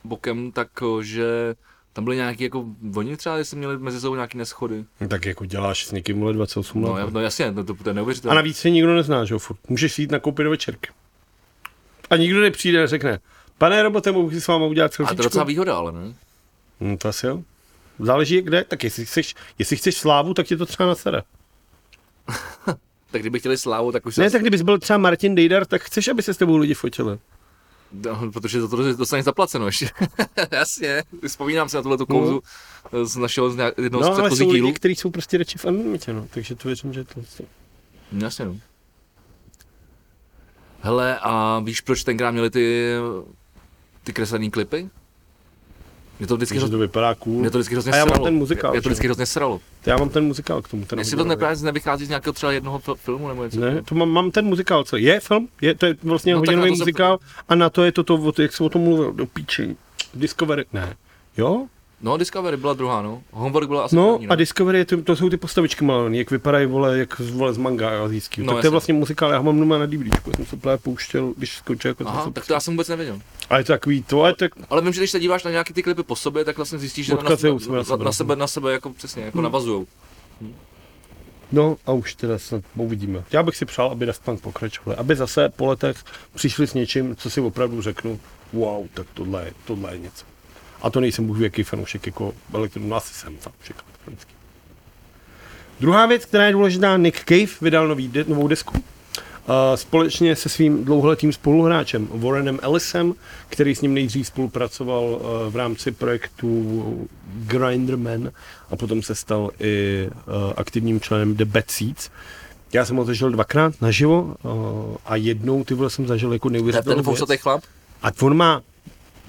bokem, tak o, že tam byly nějaký jako, oni třeba jestli měli mezi sebou nějaký neschody.
No Tak jako děláš s někým vole 28
No,
let.
já, no jasně, no, to, to je
A
neuvěřitelné.
navíc se nikdo nezná, že jo, furt. Můžeš si jít nakoupit do večerky. A nikdo nepřijde a řekne, pane robote, mohu si s váma udělat
A to je
selfiečku?
docela výhoda, ale ne?
No, to asi jo. Záleží kde, tak jestli chceš, jestli chceš slávu, tak tě to třeba nasere.
Tak kdyby chtěli slávu, tak už se...
Ne, tak kdybys byl třeba Martin Dejdar, tak chceš, aby se s tebou lidi fotili.
No, protože za to dostaneš zaplaceno ještě. jasně, vzpomínám si na tuhle tu kouzu z našeho, z nějak- jednoho
No,
z
ale jsou
předchozích dílů.
lidi, kteří jsou prostě radši v anonimitě, no. Takže to věřím, že to
Jasně, no. Hele, a víš, proč tenkrát měli ty, ty kreslený klipy? Mě to vždycky,
Takže
hro...
to vypadá cool.
mě to vždycky hrozně
A já mám
sralo.
ten muzikál,
Mě to
že
vždycky hrozně sralo.
Já mám ten muzikál k tomu. Ten
Jestli to neprávě nevychází z nějakého třeba jednoho fil- filmu nebo něco.
ne, to mám, mám ten muzikál, co je film, je, to je vlastně
No,
no,
tak
hodinový
na to se-
muzikál a na to je toto, o- jak jsem o tom mluvil, do píči. Discovery, ne. Jo?
No, Discovery byla druhá, no. Homework byla asi
No
první,
a Discovery, je to, to jsou ty postavičky malé, jak vypadají, vole, jak z- vole z manga azijského.
No,
No, tak to
jasně.
je vlastně muzikál, já ho mám doma na DVDčku, já jako jsem se právě pouštěl, když skončil, jako jsem
Aha,
se
tak to já jsem vůbec nevěděl.
A je to takový to, ale tak
Ale vím, že když se díváš na nějaké ty klipy po sobě, tak vlastně zjistíš, že na,
Odkazy u
na,
sebe na
na,
sebe.
na, sebe, na sebe jako přesně,
Hmm.
jako navazujou.
No a už teda snad uvidíme. Já bych si přál, aby Daft Punk pokračovali, aby zase po letech přišli s něčím, co si opravdu řeknu, wow, tak tohle, je- tohle je něco. A to nejsem bůh ví, jaký fanoušek jako elektronu, no asi jsem fanoušek elektronický. Druhá věc, která je důležitá, Nick Cave vydal nový, de- novou desku. A společně se svým dlouholetým spoluhráčem Warrenem Ellisem, který s ním nejdřív spolupracoval eh, v rámci projektu Grinderman a potom se stal i eh, aktivním členem The Bad Seeds. Já jsem ho zažil dvakrát naživo eh, a jednou ty vole jsem zažil jako
To je ten
neuvěřitelnou věc.
fousatý chlap?
A on má,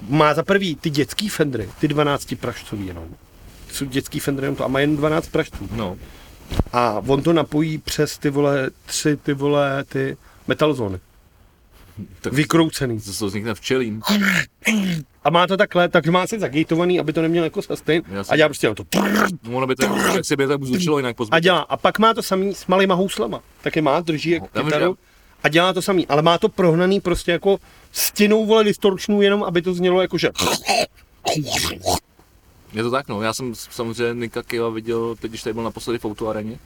má za prvý ty dětský fendry, ty 12 pražcový jenom. Jsou dětský fendry jenom to a má jen 12 pražců.
No.
A on to napojí přes ty vole, tři ty vole, ty metalzóny.
Tak
Vykroucený.
to jsou vznikne včelím.
A má to takhle, tak má si zagatovaný, aby to neměl jako sustain.
Jasně.
A dělá prostě jenom to.
No, ono by to, jak se by to zvučilo jinak po
A dělá. A pak má to samý s malýma houslama. Taky má, drží jak
No, Já vím, že
kytaru. A dělá to samý, ale má to prohnaný prostě jako stěnou vole distorčnou jenom, aby to znělo jako že...
Je to tak, no. Já jsem s- samozřejmě Nika Kiva viděl, teď, když tady byl naposledy v Outu areně.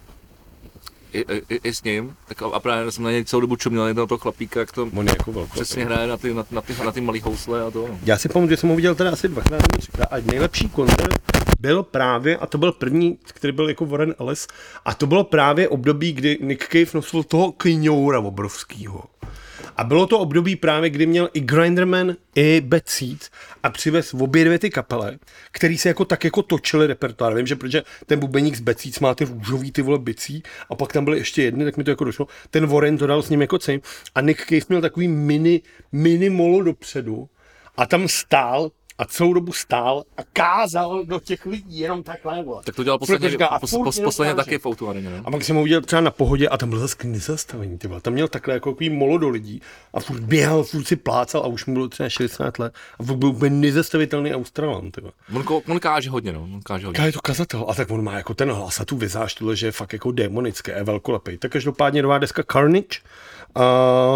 I, i, i, s ním. Tak a, a právě jsem na něj celou dobu čuměl, na toho chlapíka, jak to
On je jako velký.
přesně hraje na ty, na, na ty, na ty malý housle a to. No.
Já si pamatuju, že jsem ho viděl teda asi dvakrát nebo třikrát a nejlepší koncert byl právě, a to byl první, který byl jako Warren Ellis, a to bylo právě období, kdy Nick Cave nosil toho kňoura obrovskýho. A bylo to období právě, kdy měl i Grinderman, i Bad Seeds a přivez obě dvě ty kapele, který se jako tak jako točili repertoár. Vím, že protože ten bubeník z Bad Seeds má ty růžový ty vole bicí a pak tam byly ještě jedny, tak mi to jako došlo. Ten Warren to dal s ním jako cejm a Nick Cave měl takový mini, mini molo dopředu a tam stál a celou dobu stál a kázal do těch lidí jenom takhle. Vole.
Tak to dělal
Furt
posledně,
říká, a
pos,
furt
pos,
jenom
posledně
káže.
taky v Outu Areně, no?
A pak jsem ho udělal třeba na pohodě a tam byl zase k nezastavení, ty vole. Tam měl takhle jako takový molo do lidí a furt běhal, furt si plácal a už mu bylo třeba 60 let a furt byl úplně nezastavitelný Australan, ty vole.
On, ko- on káže hodně, no. On káže hodně.
Jaká je to kazatel? A tak on má jako ten hlas a tu vizáž, tyhle, že je fakt jako demonické, je velkolepý. Tak každopádně nová deska Carnage. A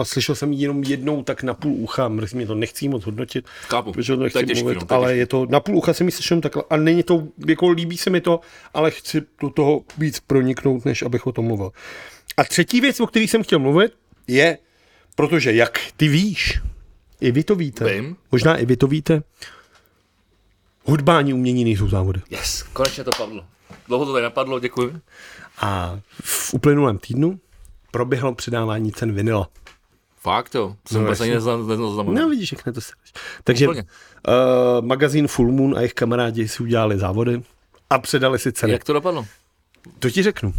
slyšel jsem ji jenom jednou tak na půl ucha, mrzí mě to, nechci jí moc hodnotit,
Chápu.
protože o
To
tom
je
nechci
těžký,
mluvit,
no, to je
ale
těžký.
je to, na půl ucha jsem ji slyšel takhle a není to, jako líbí se mi to, ale chci do toho víc proniknout, než abych o tom mluvil. A třetí věc, o které jsem chtěl mluvit, je, protože jak ty víš, i vy to víte,
Vím.
možná i vy to víte, hudbání umění nejsou závody.
Yes, konečně to padlo. Dlouho to tady napadlo, děkuji.
A v uplynulém týdnu proběhlo předávání cen vinila.
Fakt jo, to jsem no, vůbec ani nezna- nezaznamenal.
No vidíš, jak na to se Takže uh,
Úplně.
magazín Full Moon a jejich kamarádi si udělali závody a předali si ceny.
Jak to dopadlo?
To ti řeknu.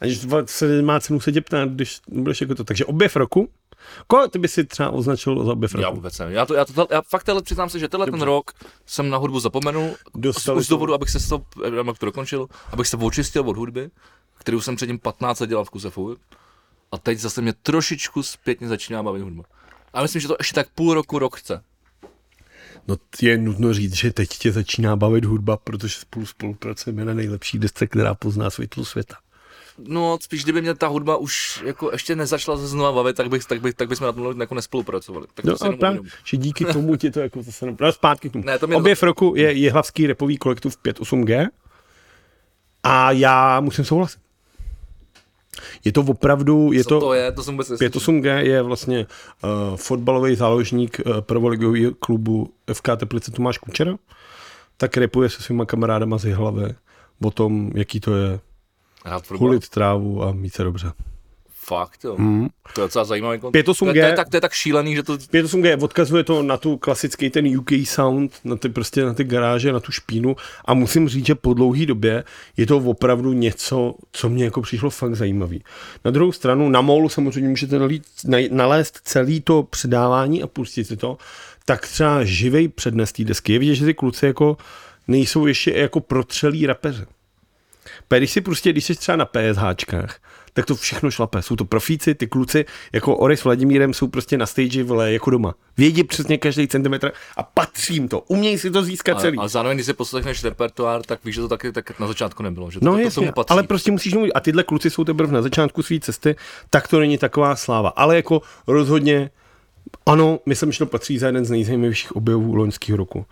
Aniž dva- se má cenu se tě ptát, když budeš jako to. Takže objev roku. Koho ty by si třeba označil za objev
Já
roku?
vůbec nevím. Já, to, já, to, já fakt tenhle, přiznám se, že tenhle ten rok jsem na hudbu zapomenul.
Dostali
Už z
jsme-
důvodu, abych se z toho, abych to dokončil, abych se očistil od hudby, kterou jsem předtím 15 let dělal v Kusefu. A teď zase mě trošičku zpětně začíná bavit hudba. A myslím, že to ještě tak půl roku, rok chce.
No je nutno říct, že teď tě začíná bavit hudba, protože spolu spolupracujeme na nejlepší desce, která pozná světlo světa.
No, spíš kdyby mě ta hudba už jako ještě nezačala se znova bavit, tak, bych, tak, bych, tak bychom na tom jako nespolupracovali. Tak to
No,
si
ale
jenom
právě,
uvědomuji.
že díky tomu ti to jako zase ne... Ale zpátky k tomu.
Ne, to mě-
Objev roku je jihlavský repový kolektiv 58G a já musím souhlasit. Je to opravdu, je
Co to,
to,
je, to jsem vůbec neslyšel.
58G je vlastně uh, fotbalový záložník uh, prvoligového klubu FK Teplice Tomáš Kučera, tak repuje se svýma kamarádama z hlavy o tom, jaký to je
Hrát fotbal.
hulit trávu a mít se dobře.
Fakt jo.
Mhm.
Mm. To je docela zajímavý koncept.
58G.
To, je- to, je tak, to je tak šílený, že to...
58G odkazuje to na tu klasický ten UK sound, na ty prostě na ty garáže, na tu špínu a musím říct, že po dlouhý době je to opravdu něco, co mě jako přišlo fakt zajímavý. Na druhou stranu na molu samozřejmě můžete nalít, naj- nalézt celý to předávání a pustit si to, tak třeba živej přednes té desky. Je vidět, že ty kluci jako nejsou ještě jako protřelí rapeři. Protože když si prostě, když jsi třeba na PSHčkách, tak to všechno šlape. Jsou to profíci, ty kluci, jako Ori s Vladimírem, jsou prostě na stage vole, jako doma. Vědí přesně každý centimetr a patřím to. Umějí si to získat celý.
A, a zároveň, když si poslechneš repertoár, tak víš, že to taky tak na začátku nebylo. Že to,
No
to, to
jasně,
tomu patří.
ale prostě musíš mluvit. A tyhle kluci jsou teprve na začátku své cesty, tak to není taková sláva. Ale jako rozhodně, ano, myslím, že to patří za jeden z nejzajímavějších objevů loňského roku.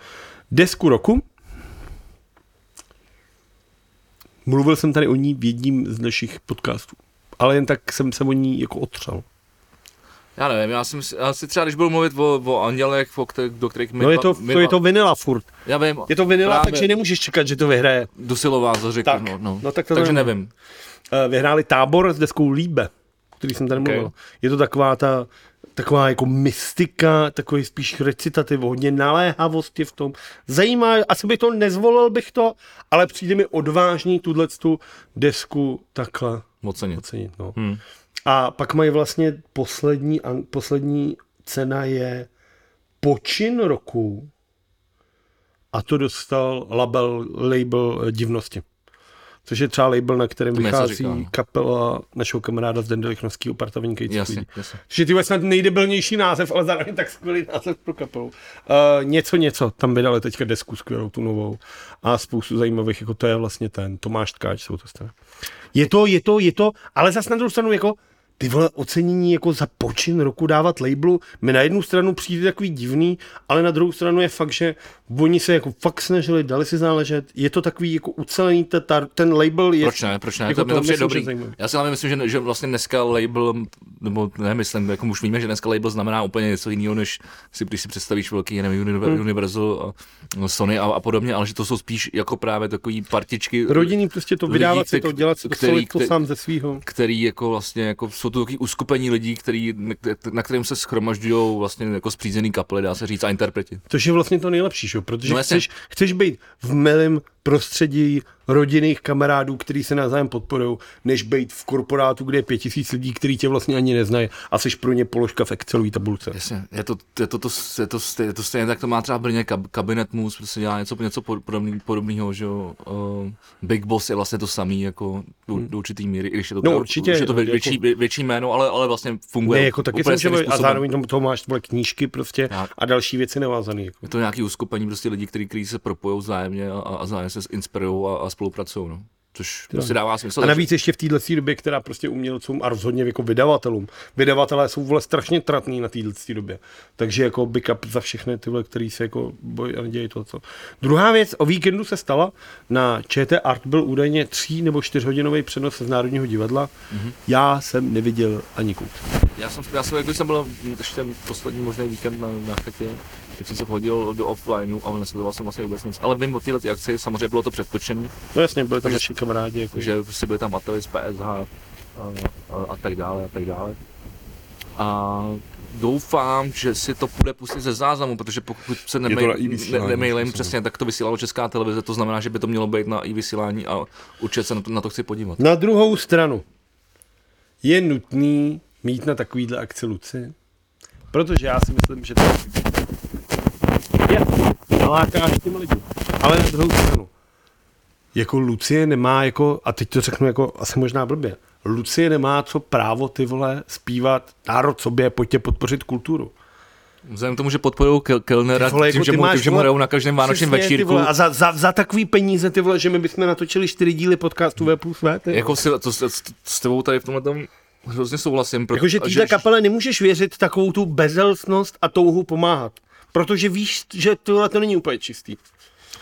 Desku roku, mluvil jsem tady o ní v jedním z našich podcastů, ale jen tak jsem se o ní jako otřel.
Já nevím, já, jsem, si- já si třeba, když budu mluvit o, o andělech, o kterých, do kterých my
No je
dva-
to,
my
to, je
dva-
to vinila furt.
Já vím.
Je to vinila,
Právě.
takže nemůžeš čekat, že to vyhraje.
Dusilová zařekl.
Tak,
No, no.
no tak to
takže
nevím.
nevím.
Eh, vyhráli tábor s deskou Líbe, o který jsem tady mluvil. Je to taková ta taková jako mystika, takový spíš recitativ, hodně naléhavosti v tom. Zajímá, asi bych to nezvolil, bych to, ale přijde mi odvážný tuhle tu desku takhle
Moc se nic.
ocenit. No. Hmm. A pak mají vlastně poslední, an- poslední cena je počin roku a to dostal label, label eh, divnosti. Což je třeba label, na kterém
mi něco
vychází
říká, no.
kapela našeho kamaráda z Dendelichovského parta vynikající
Jasně,
lidí.
jasně.
Že ty snad nejdebilnější název, ale zároveň tak skvělý název pro kapelu. Uh, něco, něco, tam vydali teďka desku skvělou, tu novou a spoustu zajímavých, jako to je vlastně ten Tomáš Tkáč, jsou to strany. Je to, je to, je to, ale zas na druhou stranu jako ty vole ocenění jako za počin roku dávat labelu, mi na jednu stranu přijde takový divný, ale na druhou stranu je fakt, že oni se jako fakt snažili, dali si záležet, je to takový jako ucelený, ta, ta, ten label je...
Proč ne, proč ne,
Jako
to, mi to
to
přijde
myslím, že
dobrý.
zajímavý.
Já si hlavně myslím, že, že vlastně dneska label, nebo ne, myslím, jako už víme, že dneska label znamená úplně něco jiného, než si, když si představíš velký, já nevím, Univer-
Hmm.
Universal, a Sony a, a, podobně, ale že to jsou spíš jako právě takový partičky. eh,
Rodinný prostě to
lidí,
vydávat si
kte-
to, dělat si to,
který-
který, to
kte-
sám ze svýho.
který jako vlastně, jako jsou to takový uskupení lidí, který, na- na kterém se schromažďují vlastně jako spřízený kapely, dá se říct, a interpreti.
Což je vlastně to nejlepší, že? jo, protože
No
no
jasně.
chceš, chceš být v milém prostředí rodinných kamarádů, který se navzájem podporují, než být v korporátu, kde je pět tisíc lidí, který tě vlastně ani neznají a jsi pro ně položka v Excelové tabulce.
Jasně, je to, je to, to, je to, stej- je to stejně, tak to má třeba v Brně kab, kabinet mus, prostě dělá něco, něco pod- podobný, podobného, že jo. Uh, Big Boss je vlastně to samý, jako do, do určitý míry, i když je to,
Hmm. No,
teda-
určitě,
už je to vě,
jako-
větší, vě, větší, jméno, ale, ale vlastně funguje
Ne, jako taky
úplně
jsem
stejným
člověk a
způsobem.
zároveň tam toho máš tvoje knížky prostě
Tak.
a další věci navázané. Jako.
Je to nějaký uskupení prostě lidí, kteří který se propojou vzájemně a, a vzájemně se inspirují a, a spolupracují. No. Což prostě dává
A
smysl. takže-
navíc ještě v téhle době, která prostě umělcům a rozhodně jako vydavatelům. Vydavatelé jsou vole strašně tratní na téhle době. Takže jako big up za všechny tyhle, který se jako bojí a dělají to, co. Druhá věc, o víkendu se stala, na ČT Art byl údajně tří nebo čtyřhodinový přenos z Národního divadla. Mm-hmm. Já jsem neviděl ani kout.
Já jsem, já jsem, jako když jsem byl ještě poslední možný víkend na, na chatě, tak jsem se hodil do offlineu a nesledoval jsem vlastně vůbec nic. Ale vím o téhle akci, samozřejmě bylo to předtočené,
No jasně, byli tam
Takže-
naši kamarádi. Jako,
že prostě byly tam Matovi z PSH a, a, a, tak dále a tak dále. A doufám, že si to půjde pustit ze záznamu, protože pokud
to
se
na E
nemail,
i-vysílání,
ne, nemailím,
myslím.
přesně tak to vysílala Česká televize, to znamená, že by to mělo být na E i vysílání a určitě se na to, na to chci podívat.
Na druhou stranu je nutný mít na takovýhle akci Luci, protože já si myslím, že to je nalákáš těm lidem. Ale na druhou stranu, jako Lucie nemá jako, a teď to řeknu jako asi možná blbě, Lucie nemá co právo ty vole zpívat národ sobě, pojďte podpořit kulturu.
Vzhledem k tomu, že podporují Kellnera,
Ty vole,
tím,
jako
že
ty
mu,
máš,
tím, že mu
vole,
hrajou na každém vánočním
Přesně, ty
večírku,
vole, A za, za, za takový peníze ty vole, že my bychom natočili čtyři díly podcastu V plus V. ty vole.
Jako si, to, s, s- s tebou tady v tomhle tom hrozně souhlasím. Proto,
Jakože téhle kapele nemůžeš věřit takovou tu bezelstnost a touhu pomáhat. Protože víš, že tohle to není úplně čistý.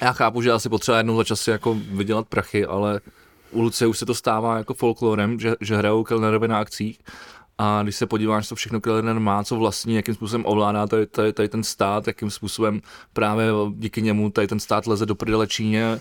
Já chápu, že asi potřeba jednou za čas si jako vydělat prachy, ale u Luce už se to stává jako folklorem, že, že hrajou Kellnerovi na akcích. A když se podíváš, co všechno Kellner má, co vlastní, jakým způsobem ovládá tady, tady, tady ten stát, jakým způsobem právě díky němu tady ten stát leze do prdele Číně,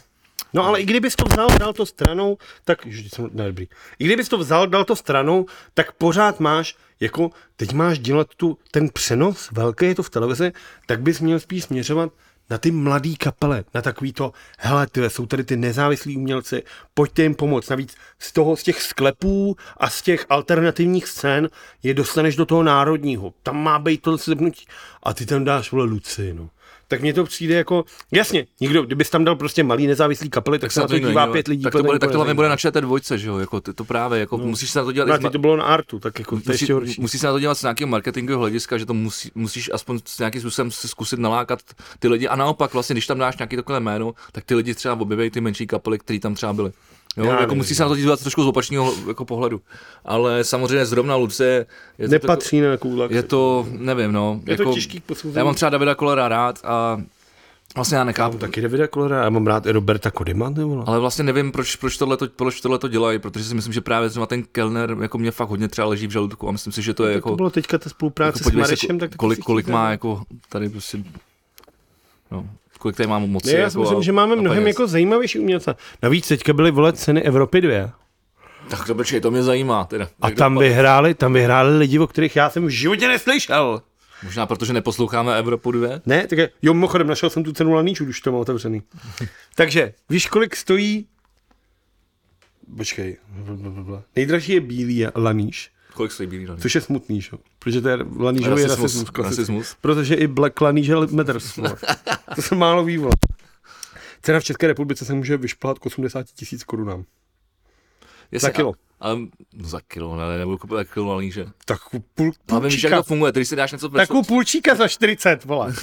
No ale i kdybys to vzal, dal to stranou, tak, ježiš, jsem, ne, dobrý. I kdybys to vzal, dal to stranou, tak pořád máš, jako, teď máš dělat tu, ten přenos, velké je to v televizi, tak bys měl spíš směřovat na ty mladý kapele, na takový to, hele, ty, jsou tady ty nezávislí umělci, pojďte jim pomoct. Navíc z toho, z těch sklepů a z těch alternativních scén je dostaneš do toho národního. Tam má být to zepnutí. A ty tam dáš, vole, Luci, no. Tak mně to přijde jako, jasně, nikdo, kdybys tam dal prostě malý nezávislý kapely, tak se na to
nikdo
dívá
nedělá.
pět lidí.
Tak to,
potom
bude, tak to hlavně
nezajímá.
bude na ČT2, že jo, jako ty to právě, jako musíš se na to dělat.
No,
i
a
s
teď
ma-
to bylo na artu, tak jako to je ještě
Musí,
horší.
musí se na to dělat z nějakého marketingového hlediska, že to musí, musíš aspoň s nějakým způsobem se zkusit nalákat ty lidi. A naopak, vlastně, když tam dáš nějaký takové jméno, tak ty lidi třeba objeví ty menší kapely, které tam třeba byly. Jo,
Já
jako
nevím. no.
musí se na to dívat trošku z opačného jako pohledu. Ale samozřejmě zrovna Luce je to, jako
Nepatří na takovou
je to nevím, no.
Je to těžký k posouzení.
Já mám třeba Davida Kolera rád a vlastně já nechápu.
Taky Davida Kolera, já mám rád i Roberta Kodima, nebo
Ale vlastně nevím, proč, proč tohle proč tohleto dělají, protože si myslím, že právě třeba ten Kellner jako mě fakt hodně třeba leží v žaludku a myslím si, že to je jako...
To bylo teďka ta spolupráce
jako
s
podívej se,
Marešem, tak
tak
taky
kolik,
si
kolik
chytne.
má jako tady prostě, no, kolik tady mám moci.
Ne, já
jako
si myslím,
a-
že máme
a
mnohem
peněz.
jako zajímavější umělce. Navíc teďka byly vole ceny Evropy 2.
Tak to počkej, to mě zajímá teda.
A
Jak
tam
dopadne.
vyhráli, tam vyhráli lidi, o kterých já jsem v životě neslyšel.
Možná protože neposloucháme Evropu 2?
Ne, tak je- jo, mimochodem, našel jsem tu cenu laníčů, když to mám otevřený. Takže, víš, kolik stojí... Počkej. blablabla. Nejdražší je bílý laníš,
Kolik stojí bílý rany?
což je smutný, že? jo? Protože to je lanížový
Rasismus,
rasismus. rasismus, klasický.
rasismus.
Protože i black laníž matters. vole. to se málo ví, vole. Cena v České republice se může vyšplhat k 80 tisíc korunám.
Jestli-
za kilo.
A, a, no za kilo, ne, nebudu kupovat kilo na líže.
Tak půl,
A vím, že jak
půlčíka,
to funguje, No. když si dáš něco ve
tak půlčíka za 40, vole.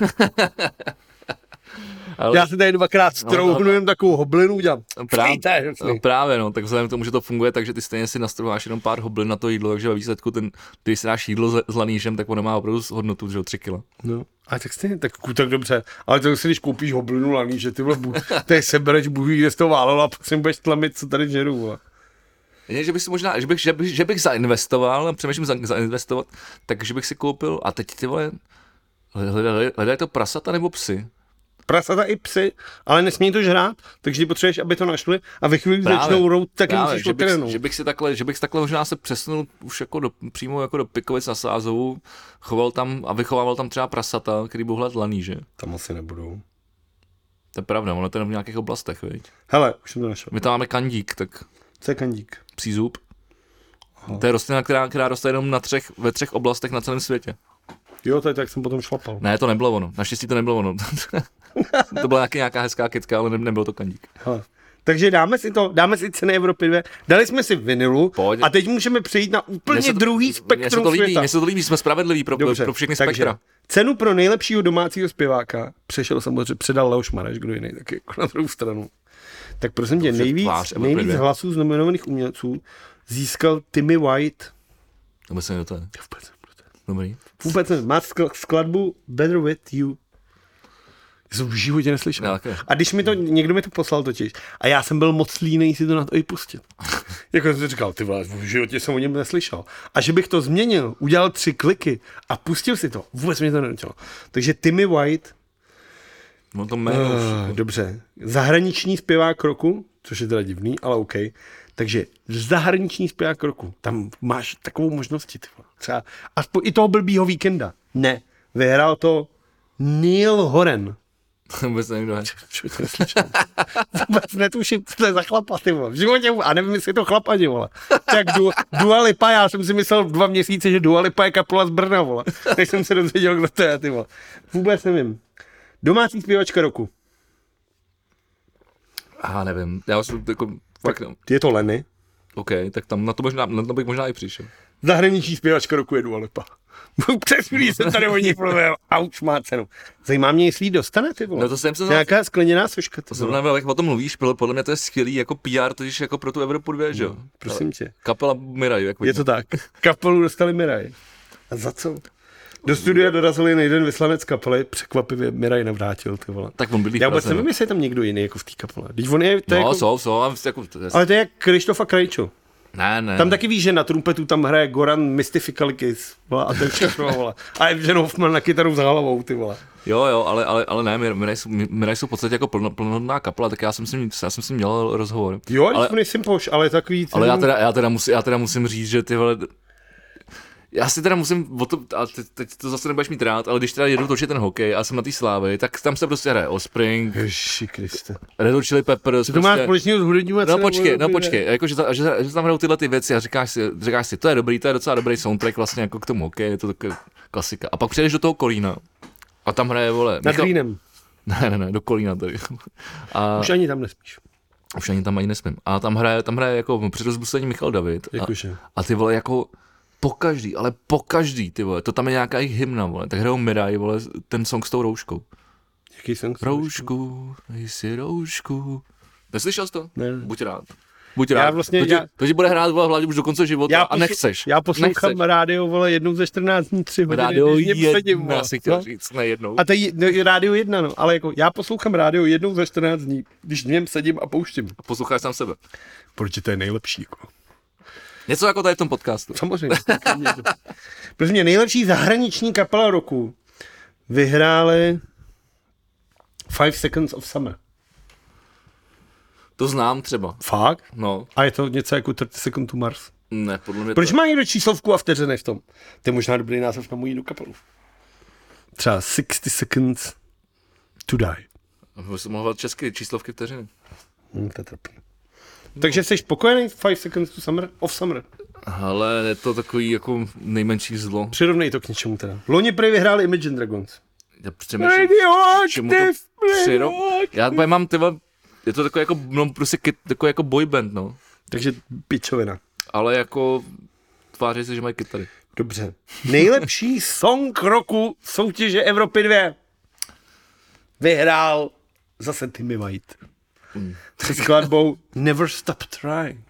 Ale-
Já se tady
No,
dvakrát strouhnu, jen takovou hoblinu udělám.
Právě,
Přejte, jasný.
no, právě, no, tak vzhledem k tomu, že to funguje, takže ty stejně si nastrhováš jenom pár hoblin na to jídlo, takže ve výsledku, ten, když si dáš jídlo s- s lanížem, tak ono má opravdu hodnotu, že jo, 3 kilo.
No, a tak stejně, tak, ku- tak dobře. Ale to si, když koupíš hoblinu laný, že ty vole, bu- to je sebereš, buví, kde jsi to válel a pak si budeš tlamit, co tady žeru. Vole.
Ne, že bych si možná, že bych, že bych, že bych zainvestoval, přemýšlím za, zainvestovat, takže bych si koupil, a teď ty vole, hledají hledaj to prasata nebo psy?
Prasata i psy, ale nesmí to žrát, takže ty potřebuješ, aby to našli a ve chvíli, kdy začnou rout, tak jim musíš
že, bych,
otrhnout.
že, bych si takhle, že bych si takhle možná se přesunul už jako do, přímo jako do Pikovic na Sázovu, choval tam a vychovával tam třeba prasata, který budou hledat laný, že?
Tam asi nebudou.
To je pravda, ono to je v nějakých oblastech, viď?
Hele, už jsem to našel.
My tam máme kandík, tak
Co je kandík?
psí zub. To je rostlina, která, která roste jenom na třech, ve třech oblastech na celém světě.
Jo, to je tak, jsem potom šlapal.
Ne, to nebylo ono. Naštěstí to nebylo ono. to byla nějaký, nějaká hezká kytka, ale ne, nebylo to kandík.
Hele. Takže dáme si to, dáme si ceny Evropy 2, dali jsme si vinilu
Pojď.
a teď můžeme přejít na úplně
Mně se to-
druhý
Mně se
spektrum
to líbí,
světa.
mně se to líbí, jsme spravedliví pro, pro všechny
takže
spektra.
Cenu pro nejlepšího domácího zpěváka přešel samozřejmě, předal Leoš Mareš, kdo jiný, taky jako na druhou stranu. Tak prosím tě,
Dobře,
nejvíc,
tvář Evropy
nejvíc
dvě.
hlasů z nominovaných umělců získal Timmy White.
To myslím, že to je.
Vůbec,
Dobrý.
vůbec ne, má skl- skladbu Better With You. Já jsem v životě neslyšel.
Já také.
A když mi to, někdo mi to poslal totiž, a já jsem byl moc línej si to na to i pustit. jako jsem si říkal, ty vás, v životě jsem o něm neslyšel. A že bych to změnil, udělal tři kliky a pustil si to, vůbec mě to nenutilo. Takže Timmy White,
No to jméno už.
eh, dobře, zahraniční zpěvák roku, což je teda divný, ale OK. Takže zahraniční zpěvák roku, tam máš takovou možnosti, ty vole. třeba aspoň i toho blbýho víkenda. Ne, vyhrál to Neil Horan.
Vůbec nevím, kdo je.
Vůbec neslyšel. Vůbec netuším, co to je za chlapa, ty vole. V životě, a nevím, jestli je to chlapa, ty vole. Tak du, Dua Lipa, já jsem si myslel dva měsíce, že Dua Lipa je kapela z Brna, vole. Než jsem se dozvěděl, kdo to je, ty vole. Vůbec nevím. Domácí zpěvačka roku.
Aha, nevím. Já jsem jako, fakt, no.
Je to Leny.
OK, tak tam na to, možná, na to bych možná i přišel.
Zahraniční zpěvačka roku je Dua Lipa. No, Přes chvíli jsem tady o ní mluvil a už má cenu. Zajímá mě, jestli ji dostane, ty vole.
No to jsem se
Nějaká skleněná soška, ty
To jsem
vole.
nevím, jak o tom mluvíš, bylo podle mě to je skvělý jako PR, totiž jako pro tu Evropu 2, že jo?
Prosím tě.
Kapela Miraj, jak
No. Je
vidím.
to tak. Kapelu dostali Miraj. A za co? Do studia dorazil jen jeden vyslanec kapely, překvapivě Miraj nevrátil, ty vole.
Tak on bydlí v
Já vůbec
Praze,
nevím,
no.
jestli je tam někdo jiný jako v té kapele. Když on je, to je
No,
jako,
jsou, jsou, a jako, to je,
ale to je jak Krištof a Krajčo.
ne, ne,
Tam taky víš, že na trumpetu tam hraje Goran Mystificalikis vole, a ten všechno, vole. A Evžen Hoffman na kytaru s hlavou, ty vole.
jo, jo, ale, ale, ale ne, Mir- Miraj jsou, Miraj jsou v podstatě jako plno, plnohodná kapela, tak já jsem s ním, já jsem s ním dělal rozhovor.
Jo, ale,
ale,
nejsem poš, ale takový...
ale já, teda, já, teda musím, já teda musím říct, že ty vole, já si teda musím, o to, a te, teď to zase nebudeš mít rád, ale když teda jedu točit ten hokej a jsem na té slávy, tak tam se prostě hraje Spring,
Ježi Kriste.
Red Hot Chili Peppers.
To má
prostě-
společného s hudebníma
No počkej, no počkej, jako, že, ta, že, že tam hrajou tyhle ty věci a říkáš si, říkáš si, to je dobrý, to je docela dobrý soundtrack vlastně jako k tomu hokeji, je to taková klasika. A pak přijdeš do toho Kolína a tam hraje, vole,
Nad Rýnem.
ne, ne, ne, do Kolína tady. A
Už ani tam nesmíš.
už ani tam ani nesmím. A tam hraje, tam hraje jako při rozbuzení Michal David. A,
Jakože.
a ty vole jako po každý, ale po každý, ty vole, to tam je nějaká jejich hymna, vole, tak hrajou Miraj, vole, ten song s tou rouškou.
Jaký jsem?
Roušku, dej si roušku. Neslyšel jsi to?
Ne.
Buď rád. Buď
Já
rád.
vlastně-
to, ti,
já-
to ti bude hrát vole, v hlavě už do konce života
Já
a
poslu-
nechceš.
Já poslouchám
Nechceš.
rádio, vole, jednou ze 14 dní, 3 hodiny.
Rádio
když mě vsadím,
jedna,
vole.
si chtěl
No.
říct, ne jednou.
A to je no, rádio jedna, no, ale jako já poslouchám rádio jednou za 14 dní, když v něm sedím a pouštím.
Posloucháš sám sebe.
Proč to je nejlepší, jako?
Něco jako tady v tom podcastu.
Samozřejmě. Protože mě nejlepší zahraniční kapela roku vyhráli Five Seconds of Summer.
To znám třeba.
Fakt?
No,
A je to něco jako 30 Second to Mars.
ne, podle mě
Proč
to...
má někdo číslovku a vteřiny v tom? To je možná dobrý název na můj jinou kapelu. Třeba 60 Seconds to Die.
Bych se mohl česky číslovky vteřiny.
Hmm, to je trapný. Takže jsi spokojený? Five seconds to summer? Off summer.
Ale je to takový jako nejmenší zlo.
Přirovnej to k něčemu teda. Loni prý vyhráli Imagine Dragons.
Já přemýšlím, čemu to přiro... Já úplně mám ty vole- je to takový jako, no, prostě kid, takový jako boyband, no.
Takže pičovina.
ale jako tváří se, že mají kytary.
Dobře. Nejlepší song roku soutěže Evropy 2 vyhrál zase Timmy White. Se skladbou Never Stop Trying.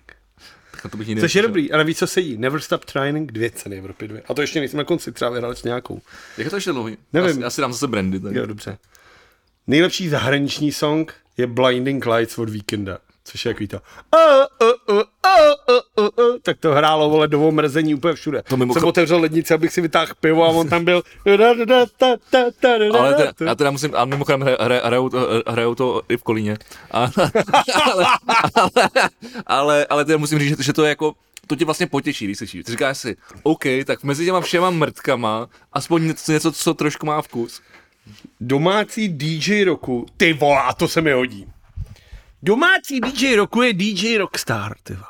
Tak na to bych nikdy
Což je
nepřišel.
dobrý. A navíc co sedí? Never Stop Trying, dvě ceny Evropy 2. A to ještě nejsem na konci, třeba vyhrál s nějakou.
Jak je to ještě dlouhý?
Nevím.
Asi, asi dám zase brandy. Tak.
Jo, dobře. Nejlepší zahraniční song je Blinding Lights od Weekenda, což je takový to "A, a, a, a, a, a, a." tak to hrálo, vole, do omrzení úplně všude. To
mimocho-
Jsem otevřel lednici, abych si vytáhl pivo a on tam byl
Ale teda, já teda musím, a mimochodem hra- hra- hrajou to, hrajou to i v Kolíně. A, ale, ale, ale, ale teda musím říct, že to, že to je jako, to tě vlastně potěší, když slyšíš. Ty Říkáš si, OK, tak mezi těma všema mrtkama, aspoň něco, něco co trošku má vkus,
Domácí DJ roku. Ty vole, a to se mi hodí. Domácí DJ roku je DJ Rockstar, ty vole.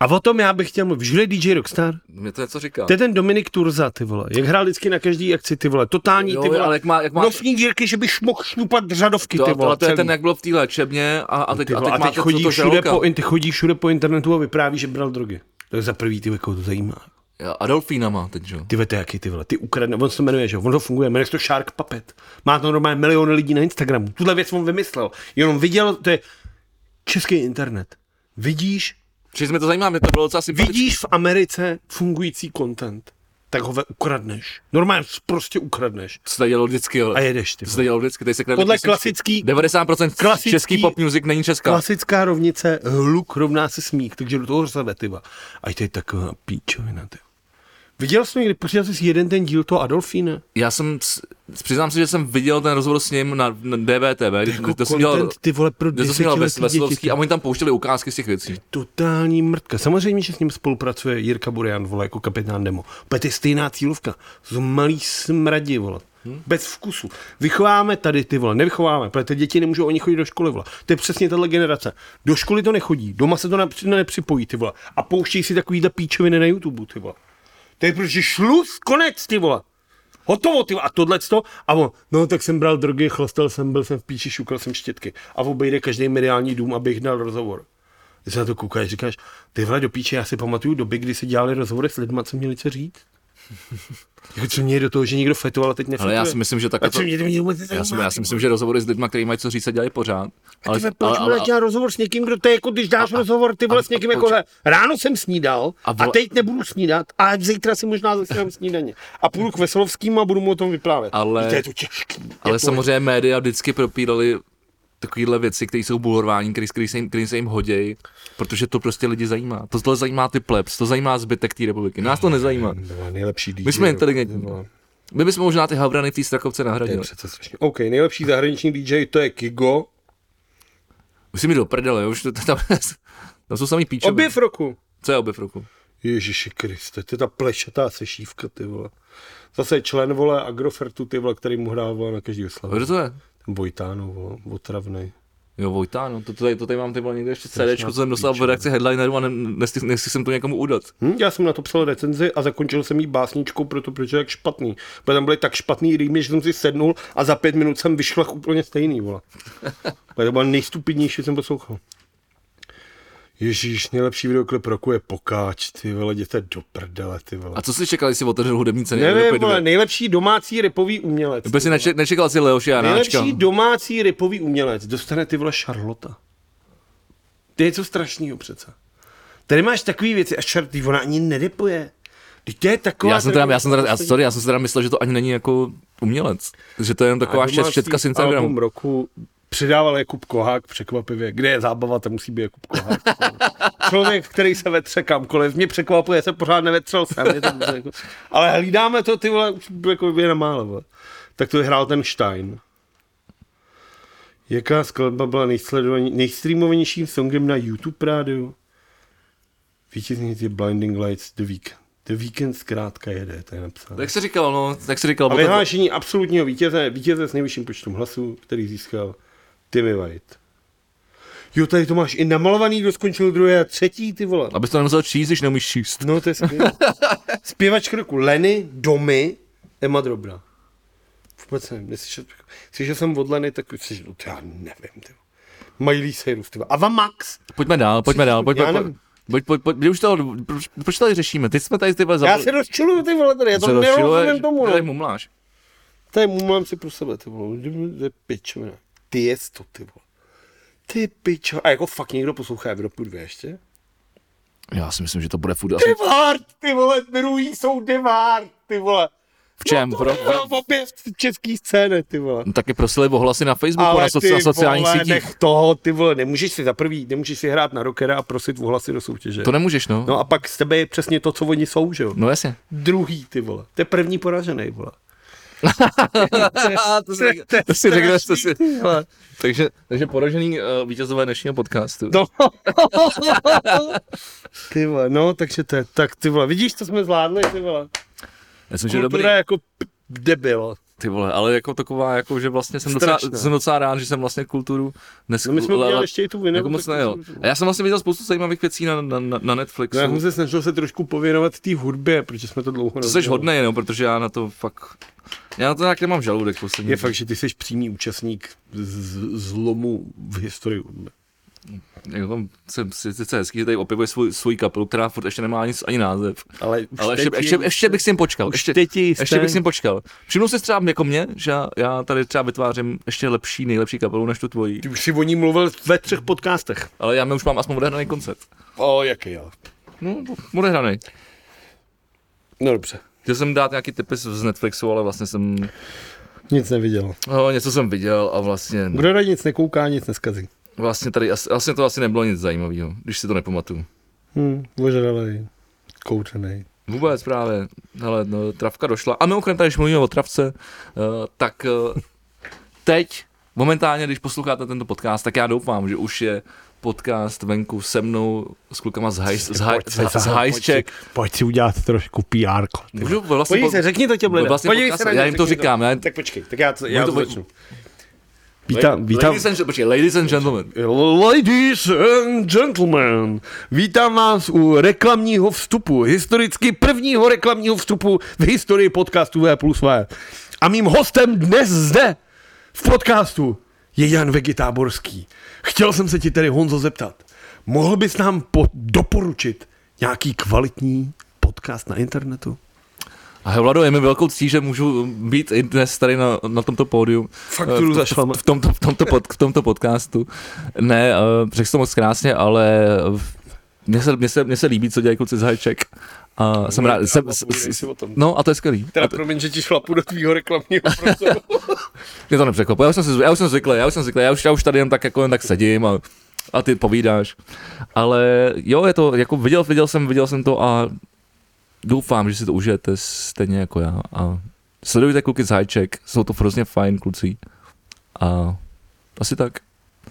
A o tom já bych chtěl mluvit. Žil je DJ Rockstar?
Mě to něco říká.
To je ten Dominik Turza, ty vole. Jak hrál vždycky na každý akci, ty vole. Totální,
Jo,
ty vole.
ale jak má- jak má-
Nofní dírky, že bych mohl šňupat řadovky,
to,
ty vole.
to je
celý.
ten, jak byl v té léčebně a, a teď,
Ty
a
vole,
teď,
a teď
máte chodí
chodí,
to
všude
žraloka.
po, in- ty chodí všude po internetu a vypráví, že bral drogy. To je za prvý, ty vole, koho to zajímá.
Jo, A delfína má teď, že jo.
Ty vole, to je jaký ty vole, ty ukradne, on se to jmenuje, že jo, on to funguje, jmenuje se to Shark Puppet. Má to normálně miliony lidí na Instagramu. Tuhle věc on vymyslel, jenom viděl, to je český internet. Vidíš,
Čili jsme to zajímá, mě to bylo docela sympatické.
vidíš v Americe fungující content, tak ho ve- ukradneš. Normálně prostě ukradneš
To se tady dělalo vždycky, ale.
a jedeš ty
To se
vole.
tady dělalo vždycky, tady se kradly
Podle
písničky.
klasický,
90%
klasický-
český pop music není česká.
klasická rovnice hluk rovná se smích, takže do toho řve, ty vole. A to je taková píčovina, ty vole. Viděl jsi někdy, počítal jsi jeden ten díl toho Adolfína?
Já jsem, s- přiznám se, že jsem viděl ten rozhovor s ním na, na DVTV, když to,
Jako
to jsem dělal,
content, ty vole, pro
kde to jsem dělal
desetiletý
Ves- Veslovský
děti.
a oni tam pouštěli ukázky z těch věcí.
totální mrtka. Samozřejmě, že s ním spolupracuje Jirka Burian, vole, jako kapitán Demo. Pet je stejná cílovka. Z malý smradi, vole. Bez vkusu. Vychováme tady ty vole, nevychováme, protože ty děti nemůžou oni chodit do školy, vole. To je přesně tahle generace. Do školy to nechodí, doma se to např- nepřipojí, ty vole. A pouštějí si takovýhle píčoviny na YouTube, ty vole. To je prostě šluz, konec, ty vole. Hotovo, ty vole. A tohle to. A on, no tak jsem bral drogy, chlastal jsem, byl jsem v píči, šukal jsem štětky. A obejde každý mediální dům, abych dal rozhovor. Když se na to koukáš, říkáš, ty vole do píče, já si pamatuju doby, kdy se dělali rozhovory s lidma, co měli co říct. Jako co mě je do toho, že někdo fetoval a teď nefetuje.
Ale já si myslím, že
a
takhle
co
to,
mě to mě vůbec nezajímá,
já, si, já si
ty
myslím, že rozhovory s lidmi, kteří mají co říct, se dělají pořád. Ale,
ale, Tyve, proč ale, ale, dělat rozhovor s někým, kdo to je, jako když dáš a, rozhovor ty vole,
a-
s někým,
a
jako
počkej.
hele, ráno jsem snídal a,
A vole-
a teď nebudu snídat a zítra si možná začínám snídaně. A půjdu k Veselovským a budu mu o tom vyprávět.
Ale-
Víte, je to těžký.
ale
jako,
samozřejmě média vždycky propírali takovéhle věci, které jsou bulorvání, které který se jim, který se jim hodějí, protože to prostě lidi zajímá. To, to zajímá ty plebs, to zajímá zbytek té republiky. Nás to nezajímá.
Vole, nejlepší DJ,
My jsme
no,
inteligentní.
ty vole.
My bychom možná ty havrany v té strakovce
To je
nahradili.
přece strašně. OK, nejlepší zahraniční DJ to je Kigo.
Musím jít do prdele, jo, už to, to, tam, tam jsou samý píčové.
Objev roku.
Co je objev roku?
Ježíši Kriste, to je ta plešatá sešívka, ty vole. Zase člen, vole, Agrofertu, ty vole, který mu hrál, vole, na každý oslavu.
Kdo to je?
Ten Vojtánov, vole, otravnej.
Jo, Vojta, no to tady, to tady mám ty vole někde ještě CDčko, co jsem dostal v
píčovina.
redakci headlineru a ne, nestih, nestih jsem to někomu udat.
Hm? Já jsem na to psal recenzi a zakončil jsem jí básničkou, proto proč je tak špatný. Protože tam byly tak špatný rýmy, že jsem si sednul a za pět minut jsem vyšlech úplně stejný, vole. Ale to byla nejstupidnější, co jsem poslouchal. Ježíš, nejlepší videoklip roku je Pokáč, ty vole, jděte do prdele, ty vole.
A co jsi čekal, když jsi otevřel hudební ceny?
Nevím,
Evropy
vole,
dvě?
nejlepší domácí repový umělec.
Vůbec si neče, nečekal si Leoše Janáčka.
Nejlepší domácí ripový umělec dostane ty vole Charlotte. To je něco strašného přece. Tady máš takové věci a Charlotte, ona ani neripuje. Teď to je taková...
Já jsem teda, já jsem teda, já, sorry, já jsem teda myslel, že to ani není jako umělec. Že to je jenom taková šest- štětka z
Album
Instagramu.
roku přidával Jakub Kohák překvapivě. Kde je zábava, tam musí být Jakub Kohák. Člověk, který se vetře kamkoliv. Mě překvapuje, já se pořád nevetřel jsem. Je to, jako, ale hlídáme to, ty vole, už jako je na málo. Vole. Tak to hrál ten Stein. Jaká skladba byla nejsledovaně- nejstreamovanějším songem na YouTube rádiu? Vítězně je Blinding Lights The Weekend. The Weekend zkrátka jede, to je napsáno.
Tak se říkal, no, tak se říkal.
A
potom-
vyhlášení absolutního vítěze, vítěze s nejvyšším počtem hlasů, který získal Timmy White. Jo, tady to máš i namalovaný, kdo skončil druhé a třetí, ty vole.
Abys to nemusel číst, když neumíš číst.
No, to je skvělé. Zpěvačka roku Leny, Domy, Emma Drobná. Vůbec nevím, neslyšel, slyšel jsem od Leny, tak slyšel, to já nevím, ty vole. Miley Cyrus, ty vole. Ava Max.
Pojďme dál, pojďme dál, pojďme,
Já
pojď,
nevím.
pojď, pojď, pojď, už to, proč, proč to tady řešíme? Teď jsme tady ty vole
Já se rozčiluju, ty vole, tady, já to No nerozumím tomu,
Tady
no.
mumláš.
Tady mám si pro sebe, ty vole, to je pičovina. Ty je to, ty vole. Ty pičo. A jako fakt někdo poslouchá Evropu 2 ještě?
Já si myslím, že to bude furt asi
Divard, ty vole, druhý jsou Divard, ty vole.
v čem? Pro, pro,
No, objev český scény, ty vole.
no, taky prosili ohlasy na Facebooku,
Ale
na, soci,
ty
na sociálních
vole,
sítích.
nech toho, ty vole, nemůžeš si za prvý, nemůžeš si hrát na rockera a prosit o hlasy do soutěže.
To nemůžeš, no. No,
No a pak z tebe je přesně to, co oni jsou, že jo?
no jasně.
Druhý, ty vole. To je první poražený, vole.
to, si,
to je
to si řekl, to si...
strašný, ty vole.
Takže, takže poražený uh, vítězové dnešního podcastu.
No. ty vole, no, takže to je, tak ty vole, vidíš, co jsme zvládli, ty vole.
Já jsem, že
Kultura
dobrý.
dobrý. jako p- debil.
Ty vole, ale jako taková, jako že vlastně jsem docela,
Strašná.
jsem docela rád, že jsem vlastně kulturu dnes
No my jsme
le-
udělali
le-
ještě i tu vinu.
jako moc
tak-
nejel. A já jsem vlastně viděl spoustu zajímavých věcí na, na, na- na Netflixu.
No, já jsem se snažil se trošku pověnovat té hudbě, protože jsme to dlouho
To jsi
rozdělali.
hodnej, no, protože já na to fakt... Já na to nějak nemám žaludek poslední.
Je fakt, že ty jsi přímý účastník z- zlomu v historii hudby.
Jako, jsem si- sice hezký, že tady opěvuje svůj, svůj kapelu, která furt ještě nemá ani, ani název.
Ale, už
Ale
teď
ještě,
je-
ještě, ještě, bych si jim počkal.
už
Ještě,
teď je jisté.
ještě bych si jim počkal. Všimnul jsi třeba jako mě, že já, já tady třeba vytvářím ještě lepší, nejlepší kapelu než tu tvoji.
Ty už si o ní mluvil ve třech podcastech.
Ale já my už mám aspoň odehraný koncert.
O, jaký jo.
No, odehraný.
No dobře.
Chtěl jsem dát nějaký tipy z- z Netflixu, ale vlastně jsem,
Nic neviděl.
no, něco jsem viděl a vlastně,
Kdo rád nic nekouká, nic neskazí.
vlastně tady, asi- vlastně to asi nebylo nic zajímavého, když si to nepamatuju.
Hm, ožralej, kouřenej.
Vůbec právě, ale no, travka došla. A mimochodem, tady, když mluvíme o travce, eh, tak eh, teď, momentálně, když posloucháte tento podcast, tak já doufám, že už je podcast venku se mnou s klukama z, hajs, z, haj,
Pojď
z,
se
haj- z
zahrát,
hajsček.
pojď si- Pojď si udělat trošku PR.
Můžu vlastně po-
řekni to těm
vlastně podcast- já jim to říkám, já jim-
Tak počkej, tak já, já
to-
to začnu. Vítám, vítám.
Ladies and, počkej, ladies and gentlemen.
Ladies and gentlemen, vítám vás u reklamního vstupu, historicky prvního reklamního vstupu v historii podcastu V plus V. A mým hostem dnes zde v podcastu je Jan Vegetáborský. Chtěl jsem se ti tedy, Honzo, zeptat. Mohl bys nám po- doporučit nějaký kvalitní podcast na internetu?
A hej, Vlado, je mi velkou ctí, že můžu být i dnes tady na, na tomto pódiu.
Fakturu
Eh, v,
zašleme.
v, v, tomto, v, tomto pod, v tomto podcastu. Ne, eh, řekl jsi to moc krásně, ale v- mně se, mně se, mně se líbí, co dělají kluci z Hajček. A jsem rád. Jsem, s, s, no a to je skvělý. A to-
promiň, že ti šlapu do tvýho reklamního prostoru.
Mě to nepřekvapuje, já už jsem, si, zv- já už jsem zvyklý, já už jsem zvyklý, já už, já už tady jen tak, jako jen tak sedím a, a ty povídáš. Ale jo, je to, jako viděl, viděl jsem, viděl jsem to a doufám, že si to užijete stejně jako já. A sledujte kluky z Hajček, jsou to hrozně fajn kluci. A asi tak.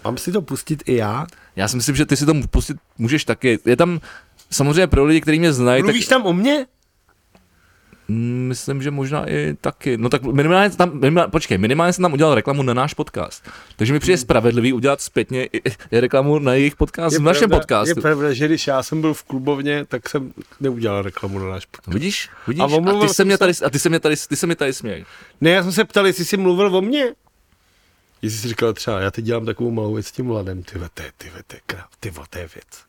Mám si to pustit i já?
Já si myslím, že ty si to mu- pustit můžeš taky. Je tam samozřejmě pro lidi, kteří mě znají, tak
Mluvíš tam o mně?
Mm, Myslím, že možná i taky. No tak minimálně tam, minimálně, počkej, minimálně jsem tam udělal reklamu na náš podcast. Takže mi přijde spravedlivý udělat zpětně i, i reklamu na jejich podcast v našem
pravda,
podcastu.
Hmm. Je pravda, že když já jsem byl v klubovně, tak jsem neudělal reklamu na náš podcast.
No Vidíš? Vidíš?
A
A,
omluvil
ty se
jsem
mě
se.
tady, a ty se mě tady, ty se mě tady směj.
Ne, já jsem se ptal, jestli jsi mluvil o mně. Jestli jsi říkal třeba, já teď dělám takovou malou věc s tím mladem, ty vole, to je, ty vole, to je krav, ty vole, to je věc.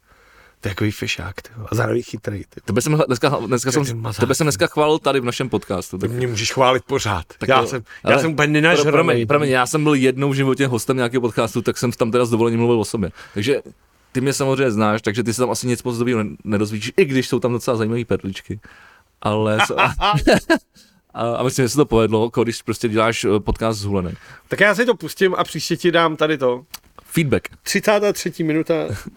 To je takový fešák, ty vole, a zároveň chytrý, ty vole.
Tebe jsem, hla- dneska, dneska
Ty
jsem,
mazák.
tebe jsem dneska chválil tady v našem podcastu.
Ty
Tak,
mě můžeš chválit pořád.
tak
já,
jo.
jsem, já
Ale
jsem úplně
pro-
nenažraný.
Promiň, promiň, já jsem byl jednou v životě hostem nějakého podcastu, tak jsem tam teda s dovolením mluvil o sobě. Takže ty mě samozřejmě znáš, takže ty se tam asi nic moc dobrýho ne- nedozvíš, i když jsou tam docela zajímavé perličky. Ale... A, a myslím, že se to povedlo, jako když prostě děláš eh, podcast z hulenek.
Tak já si to pustím a příště ti dám tady to.
Feedback.
33. minuta,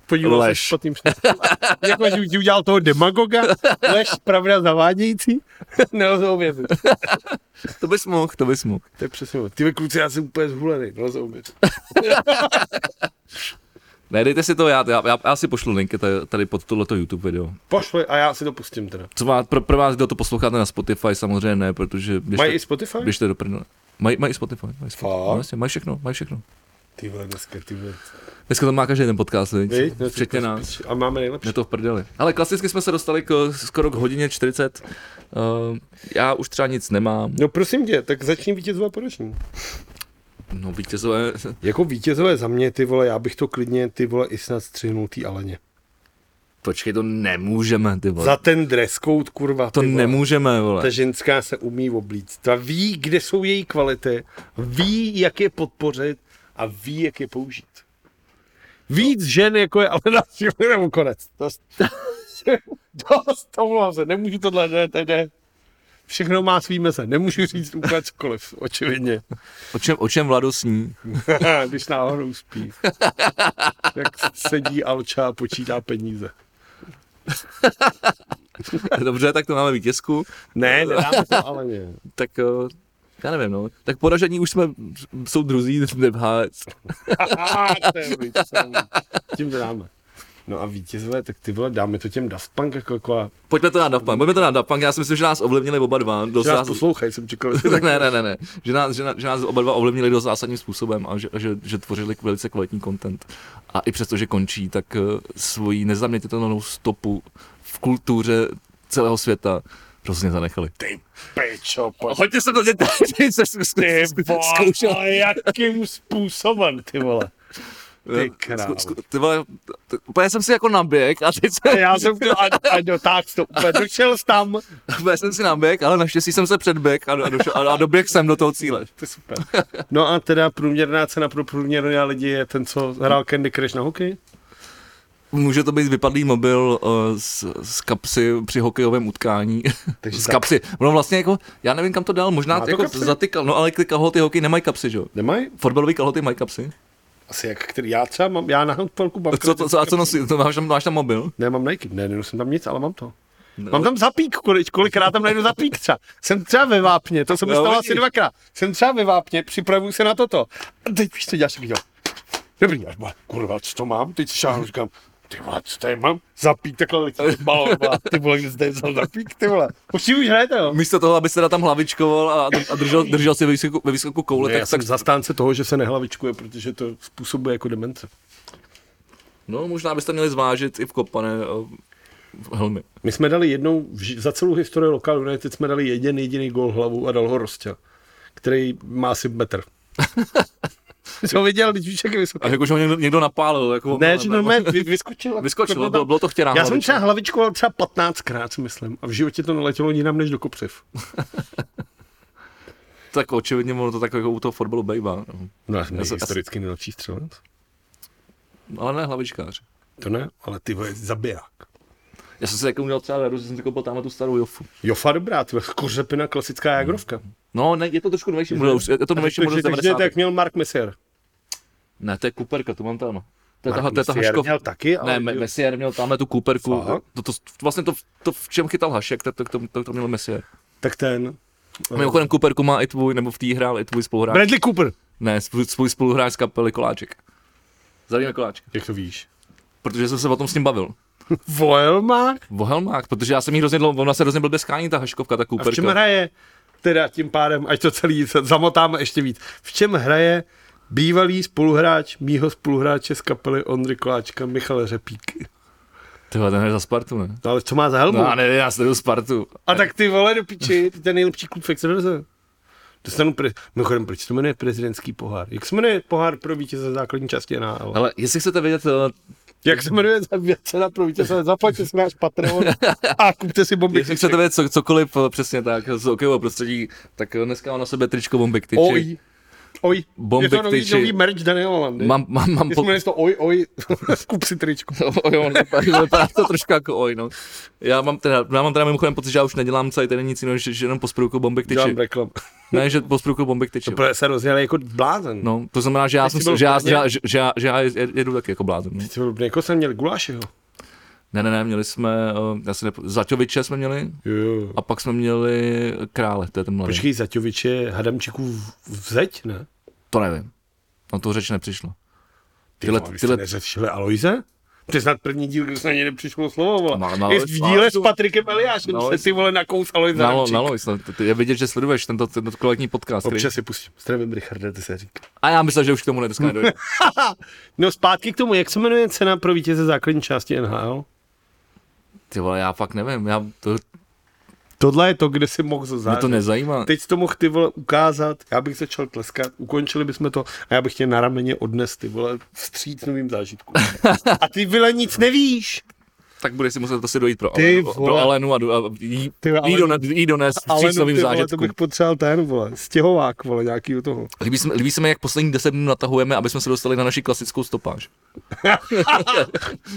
podíval se
Lež.
špatným smyslem. Jako, že ti udělal toho demagoga, lež, pravda, zavádějící. Nelze ověřit.
To bys mohl, to bys mohl.
To je přesně. ono. Ty vole, kluci, já jsem úplně zhulený, nelze ověřit.
Ne, dejte si to, já, já, já, já si pošlu linky tady, tady pod tohleto YouTube video.
Pošli a já si to pustím teda.
Co má, pro, pro vás, kdo to posloucháte na Spotify, samozřejmě ne, protože
Mají
běžte,
i Spotify?
běžte do prdele. Mají, mají Spotify, mají Spotify.
Fakt?
No, jasně, mají všechno, mají všechno.
Ty vole, dneska, ty vole.
Dneska to má každý jeden podcast, viď?
Viď? No, ty
včetně
kus
nás.
piči. A máme nejlepší.
Je to v prdeli. Ale klasicky jsme se dostali k, skoro k hodině 40. Uh, já už třeba nic nemám.
No prosím tě, tak začni vítězové podeční.
No vítězové,
Jako vítězové za mě, ty vole, já bych to klidně, ty vole, i snad střihnul tý Aleně.
počkej, to nemůžeme, ty vole.
Za ten dress code, kurva,
To
ty vole.
nemůžeme, vole.
Ta ženská se umí oblíct. Ta ví, kde jsou její kvality, ví, jak je podpořit a ví, jak je použít. Víc žen, jako je Alena Schillerová, nebo konec. Dost, dost, omlouvám se, nemůžu tohle, ne, ne, ne. Všechno má svý meze, nemůžu říct úplně cokoliv, očividně.
O čem, o čem Vlado sní?
Když náhodou spí. Jak sedí Alča a počítá peníze.
Dobře, tak to máme vítězku.
Ne, nedáme to Aleně.
Tak eh, já nevím, no. Tak poražení už jsme, jsou druzí v HC.
Ah, to je víc, to je víc. Tím to dáme. No a vítězové, tak ty vole, dáme to těm Daft Punk jako, jako a
Pojďme to na Daft Punk, pojďme to na Daft Punk, já si myslím, že nás ovlivnili oba dva. Dost
že nás
nás...
poslouchají, jsem čekal. že
Tak
tak-
ne, ne, ne, ne. Že, nás, že, nás, že nás oba dva ovlivnili dost zásadním způsobem a že, že, že tvořili velice kvalitní content. A i přesto, že končí, tak eh, svoji nezaměnitelnou stopu v kultuře celého světa prostě zanechali.
Ty pičo, pojď.
Hodně jsem to dělal, se zku-
Ty
zku-
vole,
zkoušel.
ale jakým způsobem, ty vole. Ty krávo.
Zku- zku- Ty vole, t- úplně jsem si jako naběh a teď jsem,
Já jsem chtěl, a, a dotáhl to úplně, došel jsi tam.
úplně jsem si naběh, ale naštěstí jsem se předběh a, do- a, došel, a, a doběh jsem do toho cíle.
To je super. No a teda průměrná cena pro průměrné lidi je ten, co hrál Candy Crush na hokej.
Může to být vypadlý mobil eh, z, z kapsy při hokejovém utkání.
Takže
z
tak-
kapsy. No vlastně jako, já nevím kam to dal, možná
Má to
jako
kapsy?
zatykal, no ale ty kalhoty hokej nemají kapsy, že jo?
Nemají?
Fotbalový kalhoty mají kapsy.
Asi jak který já třeba mám, já na handbalku mám.
Co, to, co, a co nosí? To máš, tam, máš tam mobil?
Nemám Nike, ne, nenosím tam nic, ale mám to.
No.
Mám tam zapík, kolik, kolikrát tam najdu zapík třeba. Jsem třeba ve Vápně, to se mi
No,
stalo
vidíš.
asi dvakrát. Jsem třeba ve Vápně, připravuju se na toto. A teď víš, co děláš, jak dělám. Dobrý, já říkám, kurva, co to mám? Teď šáhnu, říkám, ty vole, co tady mám? Zapík, takhle letí balon, vole. ty vole, kde jsi tady vzal zapík, ty vole. Už si už hrajete, jo?
Místo toho, aby se tam hlavičkoval a, a držel, držel si ve výskoku, ve výskoku koule,
Ne, No, já
tak,
jsem
tak
tak... zastánce toho, že se nehlavičkuje, protože to způsobuje jako demence.
no, možná byste měli zvážit i v kopané eh, helmy.
My jsme dali jednou, v ži- za celou historii Local United jsme dali jeden jediný gol hlavu a dal ho Rostěl, který má asi metr. Jsi ho viděl, když víš, jak je vysoký.
A jako, že ho někdo, někdo napálil. Jako,
Ne, že normálně vy- vyskočil. a-
Vyskočil, bylo, bylo to chtěná
Já jsem
hlavička.
třeba hlavičkoval třeba 15krát, si myslím. A v životě to neletělo jinam než do kopřiv.
Tak očividně ono to tak jako u toho fotbalu bejvá. No.
No, já jsem
Já jsem-
historicky nejlepší střelec.
Ale ne hlavičkář.
To ne, ale ty vole, zabiják.
Já jsem si jako udělal třeba veru, že jsem si koupil tamhle tu starou jofu.
Jofa dobrá, ty vole, kořepina, klasická jagrovka.
No, ne, je to trošku novější model, už- je to novější model
Takže,
z
takže
90.
tak měl Mark Messier.
Ne, to je Kuperka, tu mám tam. no. To je ta,
Mark
to je ta
Messier
Haškov.
měl taky, ale-
Ne, Me- Messier měl tamhle tu Kuperku.
Fakt?
To, to, vlastně to, to, v čem chytal Hašek, tak to, to, to, to měl Messier.
Tak ten.
Mimochodem Kuperku má i tvůj, nebo v té hrál i tvůj spoluhráč.
Bradley Cooper.
Ne, svůj, svůj spoluhráč z kapely Koláček. Zdravíme Koláčka,
Jak to víš?
protože jsem se o tom s ním bavil.
Voelmark.
O helmách, protože já jsem jí hrozně dlouho, ona se hrozně blbě skání, ta Haškovka, ta
A v čem
Kuperka.
hraje, teda tím pádem, až to celý se- zamotáme ještě víc, v čem hraje bývalý spoluhráč, mýho spoluhráče z kapely Ondry Koláčka, Michal Řepík.
Tyhle, ten hraje za Spartu, ne?
No ale co má za helmu?
No, já nevím, já sleduju Spartu.
a tak ty vole do piči, ty ten nejlepší klub v Excelze. Dostanu pre... Mimochodem, proč se to jmenuje prezidentský pohár? Jak se jmenuje pohár pro vítěze základní části NHL?
Ale jestli chcete vědět, eh,
Jak se jmenuje za- cena pro vítěze? Zaplaťte si náš Patreon a kupte si bomby.
Jestli chcete vědět co, cokoliv eh, přesně tak z hokejového prostředí, tak eh, dneska mám na sebe tričko Bombik Tyči.
Oj. Oj.
Bomby
je to nový,
tyči.
nový merch Daniela Landy.
Mám, mám, mám po...
Jestli jmenuje to oj, oj, skup si tričku.
Oj, on vypadá, vypadá to trošku jako oj, no. Já mám teda, já mám teda mimochodem pocit, že já už nedělám celý ten nic jiného, že, že jenom pospruku Bombik Tyči.
Dělám reklam.
Ne, že pospruku Bombik Tyči.
Protože se rozjel jako blázen. No.
No, to znamená, že já,
Teď
jsem,
jsi byl
že, já,
v
že,
Brně?
já, že, já, že já jedu taky jako blázen. No.
Jako jsem měl gulášeho.
Ne, ne, ne, měli jsme, eh, já se nepo... Zaťoviče jsme měli
Jo.
a pak jsme měli Krále, to je ten mladý.
Počkej, Zaťovič je Hadamčíků v- vzeď, ne?
To nevím. Na to řeč nepřišlo.
Ty tyhle,
Tyhle-
vole,
tyhle-
tyhle... neřešili Aloise? To je snad první díl, kde se na ně nepřišlo slovo, vole.
Na-
No,
na
no, I v
Alois-
díle s Patrikem Eliášem
Na
no, se
Alois-
ty vole nakous Alois
Nalo,
Hadamčík.
nalo, je vidět, že sleduješ tento, tento kvalitní podcast. Který...
Občas si pustím. Zdravím, Richarda, ty se říká.
A já myslel, že už k tomu dneska nedojde.
No zpátky k tomu, jak se jmenuje cena pro vítěze základní části NHL?
Ty vole, já fakt nevím, já, to,
Tohle je to, kde si mohl
mě
zazářit.
to nezajímá.
Teď jsi to mohl ty vole ukázat, já bych začal tleskat, ukončili bychom to a já bych tě na rameně odnes ty vole vstříc novým zážitkům. A ty vole nic nevíš.
Tak budeš si muset asi dojít pro,
Ty
Alenu,
vole.
pro Alenu a, do- a jí,
Ty vole,
jí,
Alenu-
dones, jí dones
Ale
s novým
ty vole, to
zážitkům.
bych potřeboval ten vole, stěhovák vole, nějaký u toho.
Líbí, se, mi- líbí se mi, jak poslední 10 minut natahujeme, aby jsme se dostali na naši klasickou stopáž.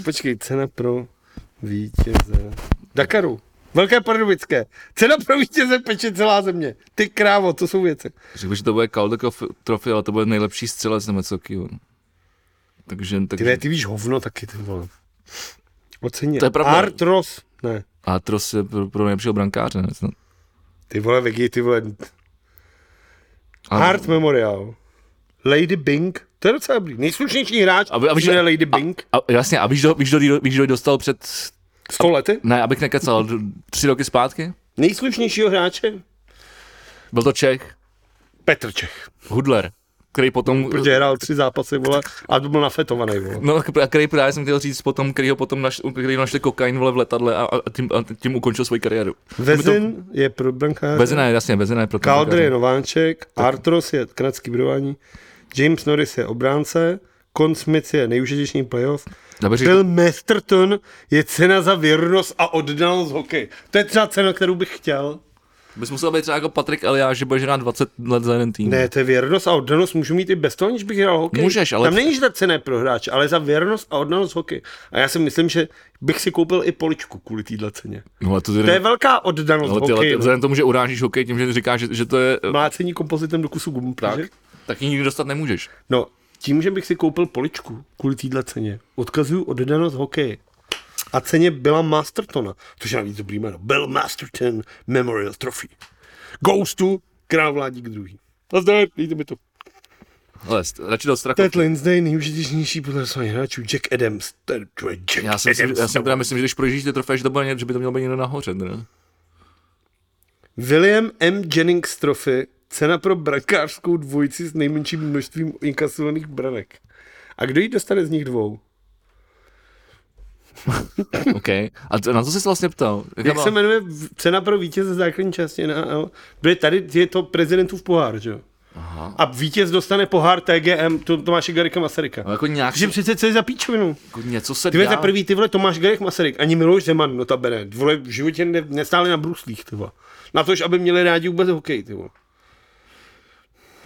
Počkej, cena pro vítěze. Dakaru. Velké pardubické. Cena pro vítěze peče celá země. Ty krávo, to jsou věci.
Řekl bych, že to bude Caldecov trofy, ale to bude nejlepší střelec nebo co kýho. Takže, tak,
Ty ne, ty víš hovno taky, ty vole. Oceně.
To je pravda.
Artros. Ne.
a Tros je pro, pro nejlepšího brankáře. Ne? No. Snad.
Ty vole, Vegi, ty vole,
A-
Art Memorial. Lady Bing, To je docela dobrý. Nejslušnější hráč
A vy- a vy-
je Lady Bing.
A, jasně, a víš, kdo, víš, kdo, jí- víš, kdo jí dostal před,
100 lety.
ne, abych nekecal, d- tři roky zpátky?
Nejslušnějšího hráče?
Byl to Čech,
Petr Čech.
Hudler, který potom...
No, Protože hrál tři zápasy, vole, a byl nafetovaný, vole.
No, a který právě jsem chtěl říct potom, který ho potom naš, který našli kokain vole v letadle a, a, tím, a tím ukončil svoji kariéru.
Vezin je pro brankáře.
Bezina, jasně, Bezina Hm. je pro
Calder je Novánček, Artros je kanadský brování, James Norris je obránce, Con Smith je nejužitečný playoff,
Dobře,
Bill Masterton je cena za věrnost a oddanost hokej. To je třeba cena, kterou bych chtěl.
bys musel být třeba jako Patrik Eliáš, že budeš hrát 20 let za jeden tým.
Ne, to je věrnost a oddanost můžu mít i bez toho, aniž bych hrál hokej.
Můžeš, ale-
Tam není, že ta cena je pro hráče, ale za věrnost a oddanost hokej. A já si myslím, že bych si koupil i poličku kvůli téhle ceně.
No, ale to,
To je
ty,
velká oddanost
ale ty, ale ty,
hokeji. no.
vzhledem tomu, že urážíš hokej tím, že říkáš, že, že to je... eh,
Mlácení kompozitem do kusu gumu,
Tak,
že?
tak ji nikdy dostat nemůžeš.
No, tím, že bych si koupil poličku kvůli téhle ceně, odkazuju oddanost hokeji. A ceně byla Mastertona, což je navíc dobrý jméno. Bill Masterton Memorial Trophy. Goes to král vládík druhý. A zde, dejte mi to.
Ale st- radši do strachu.
Ted Lindsay, nejúžitečnější podle hráčů, Jack Adams. Ten, to je Jack
Já jsem, si,
Adams.
já jsem teda myslím, že když projíždíš ty trofeje, že, to bylo někde, že by to mělo být někdo nahoře. Ne?
William M. Jennings Trophy, cena pro brankářskou dvojici s nejmenším množstvím inkasovaných branek. A kdo ji dostane z nich dvou?
OK. A t- na co jsi se vlastně ptal? Jaká
Jak
byla-
se jmenuje v- cena pro vítěze základní části NHL? Protože tady je to prezidentův pohár, že jo? A vítěz dostane pohár TGM, to Tomáše Garika Masaryka.
No, jako nějak,
Takže přece co je za píčovinu?
jako něco se
Ty vole,
dá.
za prvý, ty vole, Tomáš Garek Masaryk, ani Miloš Zeman, no notabene. Vole, v životě ne, nestáli na bruslích, ty vole. Na tož, aby měli rádi vůbec hokej, ty vole.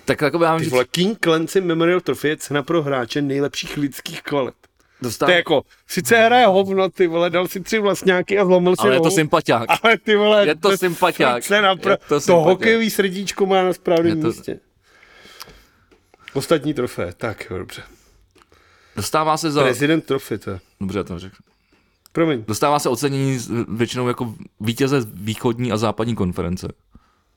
Tak jako já mám
Ty
říct,
vole, King Clancy Memorial Trophy je cena pro hráče nejlepších lidských kvalit. To
dostávám,
je jako, sice hraje hovno, ty vole, dal si tři vlastňáky a zlomil si
ale je to
nohu.
sympatiák.
Ale ty vole,
Je to sympatiák.
fakt se napra-
Je to
to,
sympatiák.
hokejový srdíčko má na správném
Je to-
místě. Ostatní trofé, tak jo, dobře.
Dostává se za...
Prezident trofy, to je.
Dobře, já to řekl.
Promiň.
Dostává se ocenění z- většinou jako vítěze východní a západní konference.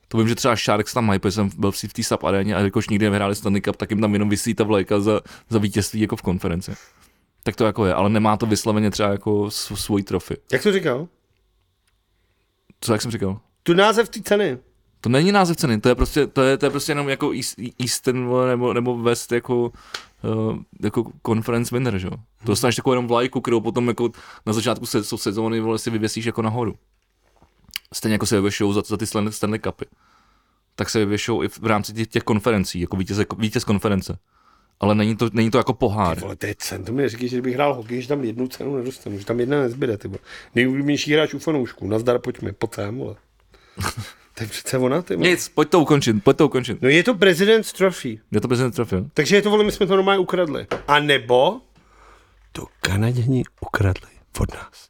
To vím, že třeba Sharks tam mají, protože jsem byl v té SAP aréně a jakož nikdy nevyhráli Stanley Cup, tak jim tam jenom vysí ta vlajka za, za vítězství jako v konferenci. Tak to jako je, ale nemá to vysloveně třeba jako s- svůj trofy.
Jak to říkal?
Co jak jsem říkal?
Tu název ty ceny.
To není název ceny, to je prostě, to je, to je prostě jenom jako East- Eastern vole, nebo, nebo West jako, uh, jako conference winner,
Mhm.
že jo? To dostaneš takovou jenom vlajku, kterou potom jako na začátku se, jsou sezóny vole, si vyvěsíš jako nahoru. Stejně jako se vyvěšou za, za ty Stan- Stanley Cupy. Tak se vyvěšou i v rámci těch, těch konferencí, jako vítěz, vítěz konference. Ale není to, není to jako pohár.
Vole, to je cen, to mi neříkej, že kdybych hrál hokej, že tam jednu cenu nedostanu, že tam jedna nezbyde, ty vole. Nejúlíbenější hráč u fanoušků, nazdar, pojďme, pojď sem, vole. to je přece ona, ty vole.
Nic, pojď to ukončit, pojď to ukončit.
No je to prezident trofí.
Je to prezident trofil.
Takže je to, vole, my jsme to normálně ukradli. A nebo to Kanaděni ukradli od nás.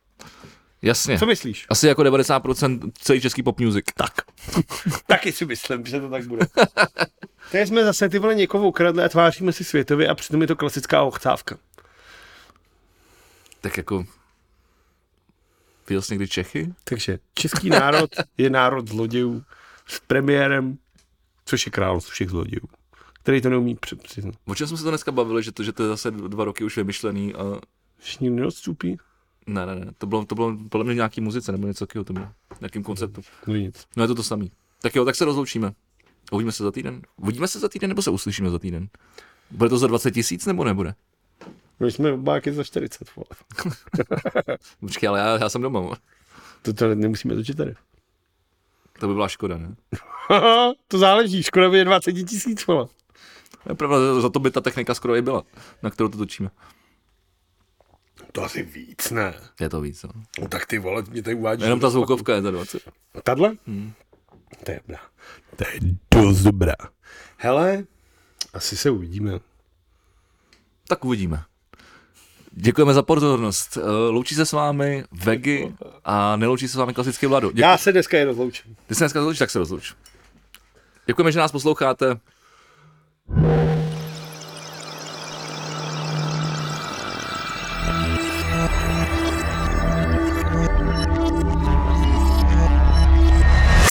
Jasně.
Co myslíš?
Asi jako 90% celý český pop music. Tak.
Taky si myslím, že to tak bude. Tady jsme zase ty vole někoho ukradli a tváříme si světově a přitom je to klasická ochcávka.
Tak jako... Viděl jsi někdy Čechy?
Takže český národ je národ zlodějů s premiérem, což je král z všech zlodějů, který to neumí při- přiznat.
O čem jsme se to dneska bavili, že to, že to je zase dva roky už vymyšlený a...
Všichni neodstupí?
Ne, ne, ne, to bylo, to bylo podle mě nějaký muzice nebo něco takového to bylo, nějakým konceptu.
No nic.
No je to to samý. Tak jo, tak se rozloučíme. Uvidíme se za týden. Uvidíme se za týden nebo se uslyšíme za týden? Bude to za 20 tisíc nebo nebude?
My jsme obáky za 40, vole.
Počkej, ale já, já jsem doma. vole.
To, to nemusíme točit tady.
To by byla škoda, ne?
to záleží, škoda by je 20 tisíc, vole.
To Je pravda, za to by ta technika skoro i byla, na kterou to točíme.
To asi víc, ne?
Je to víc, jo.
No tak ty vole, mě tady uvádíš.
Jenom ta zvukovka je za 20.
Tadle? Hmm. To je dobrá. To je dost dobrá. Hele, asi se uvidíme.
Tak uvidíme. Děkujeme za pozornost. Eh, Loučí se s vámi Vegi a neloučí se s vámi klasický Vlado. Děkuji.
Já se dneska jen rozloučím.
Ty se dneska rozloučíš, tak se rozlouč. Děkujeme, že nás posloucháte.